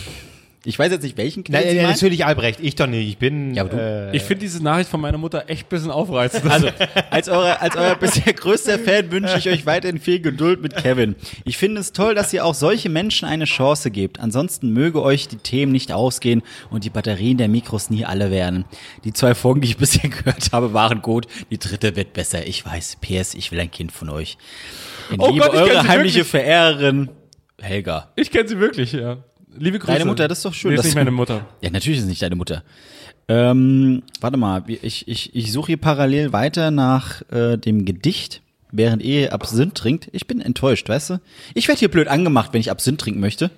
Ich weiß jetzt nicht welchen
Nein,
Kevin Sie
nein,
meinen.
äh, natürlich Albrecht. Ich doch nicht. Ich bin. äh, Ja, aber
du-
Ich finde diese Nachricht von meiner Mutter echt ein bisschen aufreizend.
Also, als euer, als euer bisher größter Fan wünsche ich euch weiterhin viel Geduld mit Kevin. Ich finde es toll, dass ihr auch solche Menschen eine Chance gebt. Ansonsten möge euch die Themen nicht ausgehen und die Batterien der Mikros nie alle werden. Die zwei Folgen, die ich bisher gehört habe, waren gut. Die dritte wird besser. Ich weiß. PS, ich will ein Kind von euch. In
Oh
Liebe,
Gott, ich kenn
eure
sie
heimliche
wirklich.
Verehrerin, Helga.
ich kenne sie wirklich, ja. Liebe Grüße.
Deine Mutter, das ist doch schön.
Nee, ist
dass
nicht
du-
meine Mutter.
Ja, natürlich ist es nicht deine Mutter. Ähm, warte mal, wir- ich, ich, ich suche hier parallel weiter nach äh, dem Gedicht, während ihr Absinth trinkt. Ich bin enttäuscht, weißt du? Ich werde hier blöd angemacht, wenn ich Absinth trinken möchte.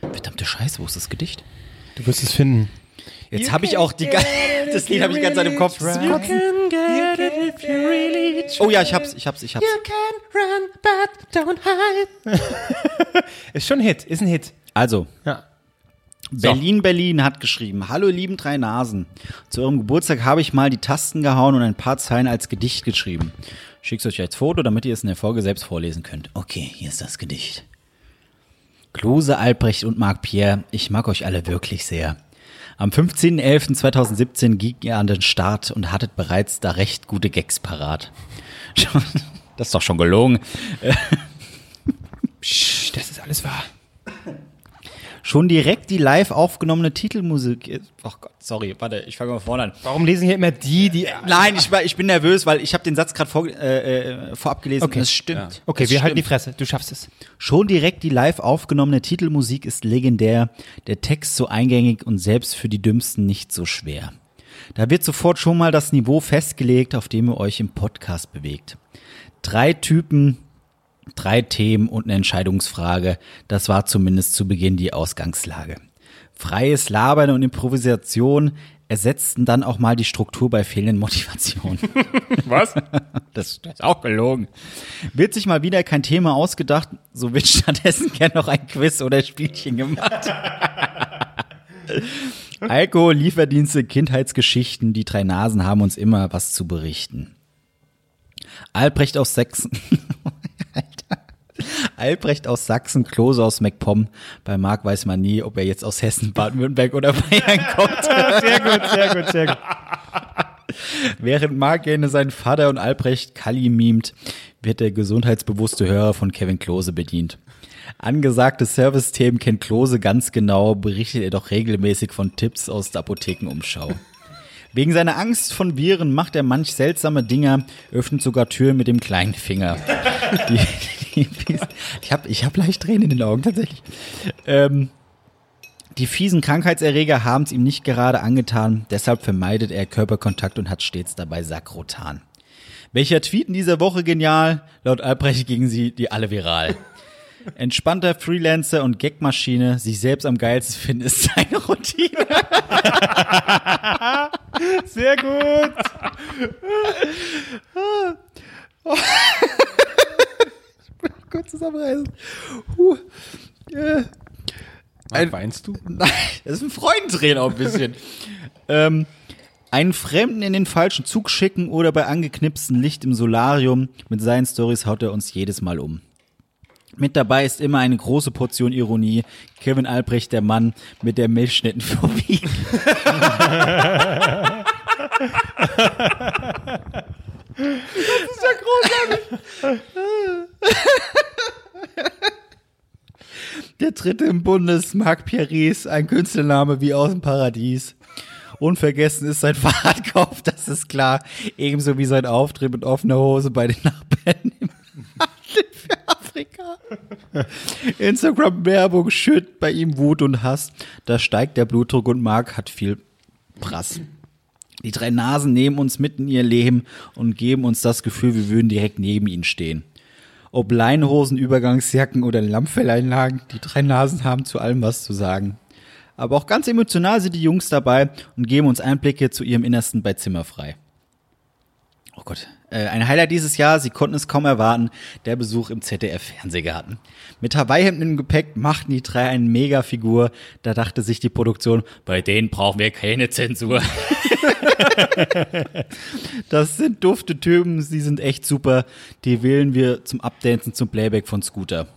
Verdammte Scheiße, wo ist das Gedicht?
Du wirst es finden.
Jetzt habe ich auch die ganze... Das Lied habe ich ganz Zeit im Kopf. Das ist
You
Kotzen.
can get it if you really try.
Oh ja, ich hab's, ich hab's, ich hab's.
You can run, but don't hide.
Ist schon ein Hit. Ist ein Hit.
Also.
Ja.
So. Berlin, Berlin hat geschrieben, hallo lieben drei Nasen. Zu eurem Geburtstag habe ich mal die Tasten gehauen und ein paar Zeilen als Gedicht geschrieben. Schick's euch als Foto, damit ihr es in der Folge selbst vorlesen könnt. Okay, hier ist das Gedicht. Klose, Albrecht und Marc Pierre, ich mag euch alle wirklich sehr. Am 15.11.2017 ging ihr an den Start und hattet bereits da recht gute Gags parat. Schon- Das ist doch schon gelogen. Äh,
Psch, das ist alles wahr.
Schon direkt die live aufgenommene Titelmusik. ist- Ach Gott, sorry, warte, ich fange mal vorne an.
Warum lesen hier immer die, die.
Nein, ich, war- ich bin nervös, weil ich habe den Satz gerade vor, äh, äh, vorab gelesen.
Okay.
Das stimmt.
Ja. Okay,
das
wir halten die Fresse. Du schaffst es.
Schon direkt die live aufgenommene Titelmusik ist legendär, der Text so eingängig und selbst für die Dümmsten nicht so schwer. Da wird sofort schon mal das Niveau festgelegt, auf dem ihr euch im Podcast bewegt. Drei Typen, drei Themen und eine Entscheidungsfrage, das war zumindest zu Beginn die Ausgangslage. Freies Labern und Improvisation ersetzten dann auch mal die Struktur bei fehlenden Motivationen.
Was?
Das, das ist auch gelogen. Wird sich mal wieder kein Thema ausgedacht, so wird stattdessen gern noch ein Quiz oder Spielchen gemacht. Alkohol, Lieferdienste, Kindheitsgeschichten, die drei Nasen haben uns immer was zu berichten. Albrecht aus Sachsen. Alter. Albrecht aus Sachsen, Klose aus MacPom. Bei Marc weiß man nie, ob er jetzt aus Hessen, Baden-Württemberg oder Bayern kommt.
Sehr gut, sehr gut, sehr gut.
Während Mark gerne seinen Vater und Albrecht Kalli mimt, wird der gesundheitsbewusste Hörer von Kevin Klose bedient. Angesagte Service-Themen kennt Klose ganz genau, berichtet er doch regelmäßig von Tipps aus der Apothekenumschau. Wegen seiner Angst von Viren macht er manch seltsame Dinger, öffnet sogar Türen mit dem kleinen Finger. Die, die, ich habe ich hab leicht Tränen in den Augen, tatsächlich. Ähm, die fiesen Krankheitserreger haben es ihm nicht gerade angetan, deshalb vermeidet er Körperkontakt und hat stets dabei Sakrotan. Welcher Tweet in dieser Woche genial? Laut Albrecht gingen sie die alle viral. Entspannter Freelancer und Gagmaschine, sich selbst am geilsten finden, ist seine Routine.
Sehr gut.
Kurz zusammenreißen. Huh. Äh. Ein-
weinst du?
Nein, das ist ein Freudentränen auch ein bisschen. ähm, einen Fremden in den falschen Zug schicken oder bei angeknipstem Licht im Solarium. Mit seinen Stories haut er uns jedes Mal um. Mit dabei ist immer eine große Portion Ironie. Kevin Albrecht, der Mann mit der Milchschnittenphobie.
ist ja
Der dritte im Bundes, Marc Pieris, ein Künstlername wie aus dem Paradies. Unvergessen ist sein Fahrradkauf, das ist klar. Ebenso wie sein Auftritt mit offener Hose bei den Nachbarn. für Afrika. Instagram-Werbung schürt bei ihm Wut und Hass. Da steigt der Blutdruck und Mark hat viel Prass. Die drei Nasen nehmen uns mitten in ihr Leben und geben uns das Gefühl, wir würden direkt neben ihnen stehen. Ob Leinhosen, Übergangsjacken oder Lammfelleinlagen, die drei Nasen haben zu allem was zu sagen. Aber auch ganz emotional sind die Jungs dabei und geben uns Einblicke zu ihrem Innersten bei Zimmerfrei. Oh Gott. Äh, ein Highlight dieses Jahr, sie konnten es kaum erwarten, der Besuch im ZDF-Fernsehgarten. Mit Hawaii-Hemden im Gepäck machten die drei eine Mega-Figur. Da dachte sich die Produktion, bei denen brauchen wir keine Zensur. das sind dufte Typen, sie sind echt super. Die wählen wir zum Updancen, zum Playback von Scooter.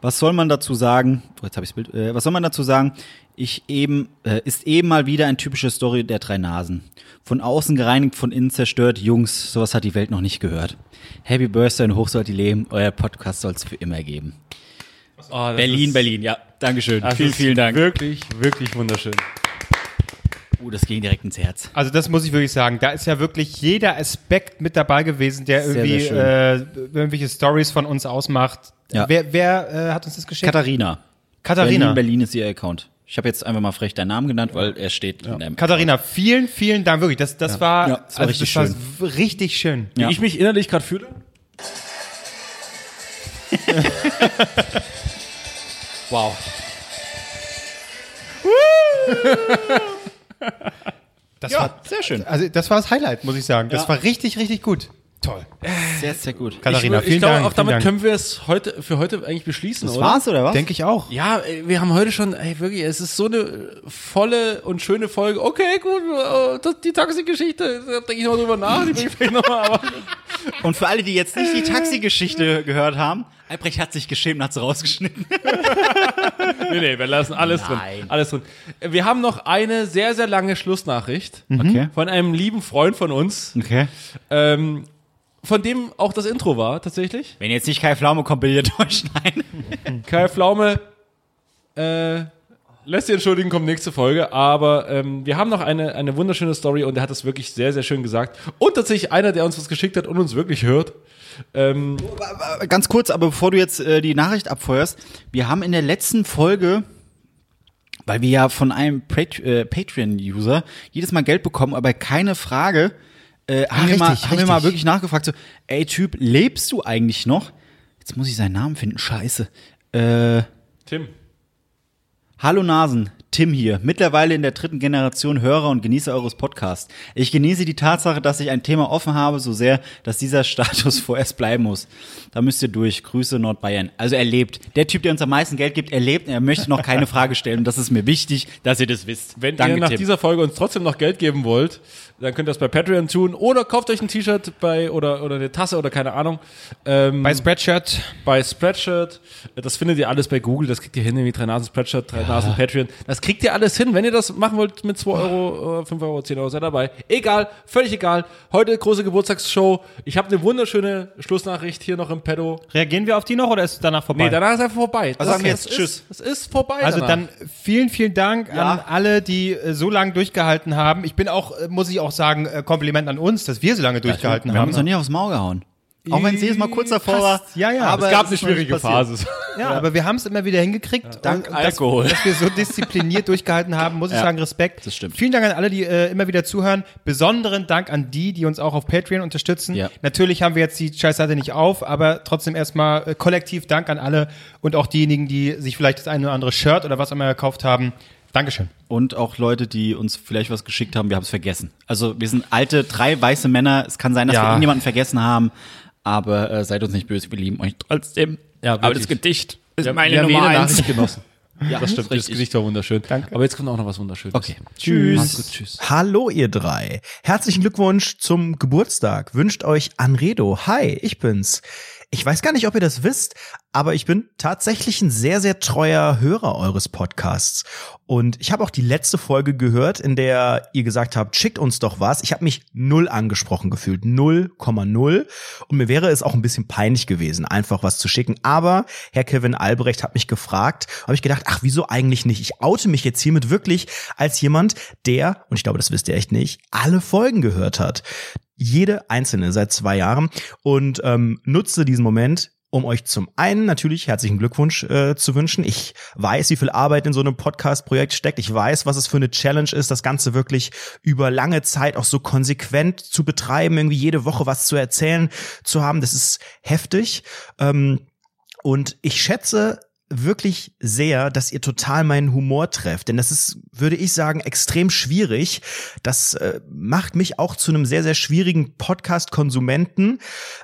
Was soll man dazu sagen? Oh, jetzt habe ich Bild. Äh, was soll man dazu sagen? Ich eben äh, ist eben mal wieder ein typische Story der drei Nasen. Von außen gereinigt, von innen zerstört. Jungs, sowas hat die Welt noch nicht gehört. Happy Birthday und hoch soll die leben. Euer Podcast soll es für immer geben.
Ah, das
Berlin,
ist-
Berlin. Ja, Dankeschön.
Das
Vielen,
ist
vielen Dank.
Wirklich, wirklich wunderschön.
Oh, das ging direkt ins Herz.
Also das muss ich wirklich sagen. Da ist ja wirklich jeder Aspekt mit dabei gewesen, der
Sehr,
irgendwie
sehr
äh, irgendwelche Stories von uns ausmacht.
Ja.
Wer, wer äh, hat uns das geschickt?
Katharina.
Katharina.
Berlin, Berlin ist ihr Account. Ich habe jetzt einfach mal frech deinen Namen genannt, weil er steht in deinem.
Katharina, vielen, vielen Dank. Wirklich, das, das
Ja.
war, also
Ja, das war richtig
das
schön.
War w- richtig schön.
Wie ich mich innerlich gerade fühle? wow.
Das
Ja,
war
sehr schön.
Also das war das Highlight, muss ich sagen. Das
Ja.
war richtig, richtig gut. Toll.
Sehr, sehr gut.
Katharina,
ich,
vielen
ich glaube,
Dank,
Auch damit
vielen Dank.
können wir es heute, für heute eigentlich beschließen,
Das
oder?
war's, oder was? Denke ich auch.
Ja, ey, wir haben heute schon, ey, wirklich, es ist so eine äh, volle und schöne Folge. Okay, gut, äh, das, die Taxi-Geschichte, da denke ich noch drüber nach, die bring ich vielleicht nochmal, aber
Und für alle, die jetzt nicht die Taxi-Geschichte gehört haben, Albrecht hat sich geschämt und hat sie rausgeschnitten.
nee, nee, wir lassen alles
Nein.
drin. Alles drin. Wir haben noch eine sehr, sehr lange Schlussnachricht
Mhm. Okay.
von einem lieben Freund von uns.
Okay.
Ähm, von dem auch das Intro war, tatsächlich.
Wenn jetzt nicht Kai Pflaume kommt, bitte durchschneiden.
Kai Pflaume, äh, lässt dich entschuldigen, kommt nächste Folge. Aber ähm, wir haben noch eine, eine wunderschöne Story und er hat es wirklich sehr, sehr schön gesagt. Und tatsächlich einer, der uns was geschickt hat und uns wirklich hört. Ähm,
Ganz kurz, aber bevor du jetzt äh, die Nachricht abfeuerst, wir haben in der letzten Folge, weil wir ja von einem Pat- äh, Patreon-User jedes Mal Geld bekommen, aber keine Frage, äh,
ah,
haben, wir mal,
Ah, richtig,
haben wir
richtig.
mal wirklich nachgefragt, so, ey Typ, lebst du eigentlich noch? Jetzt muss ich seinen Namen finden, scheiße. Äh,
Tim.
Hallo Nasen, Tim hier, mittlerweile in der dritten Generation Hörer und Genießer eures Podcasts. Ich genieße die Tatsache, dass ich ein Thema offen habe, so sehr, dass dieser Status vorerst bleiben muss. Da müsst ihr durch. Grüße Nordbayern. Also er lebt. Der Typ, der uns am meisten Geld gibt, er lebt und er möchte noch keine Frage stellen. Und das ist mir wichtig, dass ihr das wisst.
Wenn
Danke,
ihr nach
Tim.
dieser Folge uns trotzdem noch Geld geben wollt, dann könnt ihr das bei Patreon tun oder kauft euch ein T-Shirt bei oder, oder eine Tasse oder keine Ahnung. Ähm, bei
Spreadshirt.
Bei Spreadshirt. Das findet ihr alles bei Google. Das kriegt ihr hin, irgendwie drei Nasen Spreadshirt, drei Nasen Patreon. Das kriegt ihr alles hin. Wenn ihr das machen wollt mit 2 Euro, äh, 5 Euro, 10 Euro, seid dabei. Egal, völlig egal. Heute große Geburtstagsshow. Ich habe eine wunderschöne Schlussnachricht hier noch im Pedo.
Reagieren wir auf die noch oder ist es danach vorbei?
Nee, danach ist einfach vorbei.
Also sagen wir
das
jetzt
ist,
Tschüss.
Es ist vorbei.
Also
danach.
dann vielen, vielen Dank an alle, die äh, so lange durchgehalten haben. Ich bin auch, äh, muss ich auch sagen, äh, Kompliment an uns, dass wir so lange durchgehalten
wir haben
haben.
uns noch nie aufs Maul gehauen. Auch wenn es jedes Mal kurz davor war.
Fast. Ja, ja.
Aber
Es gab
ist
eine
noch nicht
schwierige
passiert.
Phase. Ja, aber wir haben es immer wieder hingekriegt.
Dank
Und
Alkohol.
Dass, dass wir so diszipliniert durchgehalten haben, muss ich
Ja,
sagen, Respekt. Das stimmt. Vielen Dank an alle, die äh, immer wieder zuhören. Besonderen Dank an die, die uns auch auf Patreon unterstützen.
Ja.
Natürlich haben wir jetzt die Scheißseite nicht auf, aber trotzdem erstmal äh, kollektiv Dank an alle und auch diejenigen, die sich vielleicht das eine oder andere Shirt oder was auch immer gekauft haben. Dankeschön.
Und auch Leute, die uns vielleicht was geschickt haben, wir haben es vergessen. Also wir sind alte, drei weiße Männer. Es kann sein, dass
Ja.
wir irgendjemanden vergessen haben, aber äh, seid uns nicht böse, wir lieben euch trotzdem.
Ja,
aber
wirklich.
das Gedicht ist
Wir-
meine
wir haben
Nummer
jede
eins.
Nachricht genossen.
Ja,
das stimmt. Das
richtig.
Gesicht war wunderschön. Aber jetzt kommt auch noch was Wunderschönes. Okay.
Tschüss.
tschüss.
Hallo ihr drei. Herzlichen Glückwunsch zum Geburtstag. Wünscht euch Anredo. Hi, ich bin's. Ich weiß gar nicht, ob ihr das wisst, aber ich bin tatsächlich ein sehr, sehr treuer Hörer eures Podcasts. Und ich habe auch die letzte Folge gehört, in der ihr gesagt habt, schickt uns doch was. Ich habe mich null angesprochen gefühlt. 0,0. Und mir wäre es auch ein bisschen peinlich gewesen, einfach was zu schicken. Aber Herr Kevin Albrecht hat mich gefragt, habe ich gedacht, ach, wieso eigentlich nicht? Ich oute mich jetzt hiermit wirklich als jemand, der, und ich glaube, das wisst ihr echt nicht, alle Folgen gehört hat. Jede einzelne seit zwei Jahren und ähm, nutze diesen Moment, um euch zum einen natürlich herzlichen Glückwunsch äh, zu wünschen. Ich weiß, wie viel Arbeit in so einem Podcast-Projekt steckt. Ich weiß, was es für eine Challenge ist, das Ganze wirklich über lange Zeit auch so konsequent zu betreiben, irgendwie jede Woche was zu erzählen zu haben. Das ist heftig. Ähm, und ich schätze wirklich sehr, dass ihr total meinen Humor trefft. Denn das ist, würde ich sagen, extrem schwierig. Das äh, macht mich auch zu einem sehr, sehr schwierigen Podcast-Konsumenten.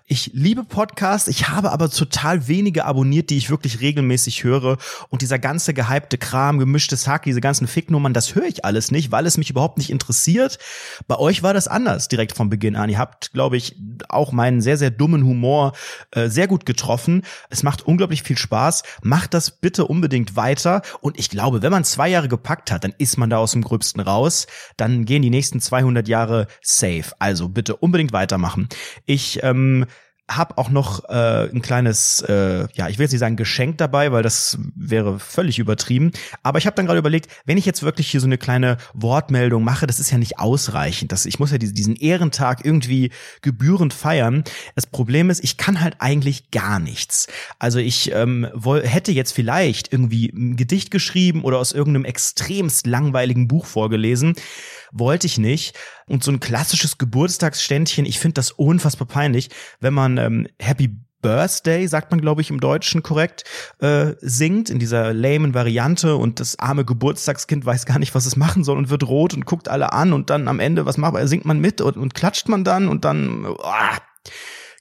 Ich liebe Podcasts, ich habe aber total wenige abonniert, die ich wirklich regelmäßig höre. Und dieser ganze gehypte Kram, gemischtes Hack, diese ganzen Ficknummern, das höre ich alles nicht, weil es mich überhaupt nicht interessiert. Bei euch war das anders direkt von Beginn an. Ihr habt, glaube ich, auch meinen sehr, sehr dummen Humor äh, sehr gut getroffen. Es macht unglaublich viel Spaß. Macht das bitte unbedingt weiter. Und ich glaube, wenn man zwei Jahre gepackt hat, dann ist man da aus dem Gröbsten raus. Dann gehen die nächsten 200 Jahre safe. Also bitte unbedingt weitermachen. Ich ähm, habe auch noch äh, ein kleines, äh, ja, ich will jetzt nicht sagen Geschenk dabei, weil das wäre völlig übertrieben. Aber ich habe dann gerade überlegt, wenn ich jetzt wirklich hier so eine kleine Wortmeldung mache, das ist ja nicht ausreichend. Das, ich muss ja diese- diesen Ehrentag irgendwie gebührend feiern. Das Problem ist, ich kann halt eigentlich gar nichts. Also ich ähm, woll, hätte jetzt vielleicht irgendwie ein Gedicht geschrieben oder aus irgendeinem extremst langweiligen Buch vorgelesen. Wollte ich nicht. Und so ein klassisches Geburtstagsständchen, ich finde das unfassbar peinlich, wenn man ähm, Happy Birthday, sagt man, glaube ich, im Deutschen korrekt, äh, singt in dieser lamen Variante und das arme Geburtstagskind weiß gar nicht, was es machen soll und wird rot und guckt alle an und dann am Ende, was macht man, singt man mit und, und klatscht man dann und dann, ah,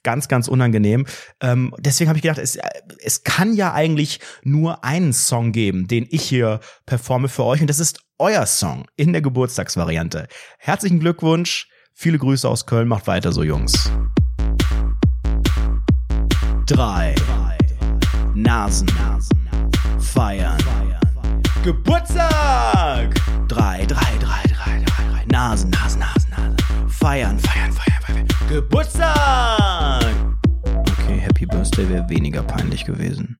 ganz, ganz unangenehm. Ähm, deswegen habe ich gedacht, es, äh, es kann ja eigentlich nur einen Song geben, den ich hier performe für euch und das ist euer Song in der Geburtstagsvariante. Herzlichen Glückwunsch, viele Grüße aus Köln, macht weiter so, Jungs. Drei Nasen feiern Geburtstag! Drei, drei, drei, drei, drei, drei Nasen, Nasen, Nasen, Nasen feiern, feiern, feiern, feiern Geburtstag! Okay, Happy Birthday wäre weniger peinlich gewesen.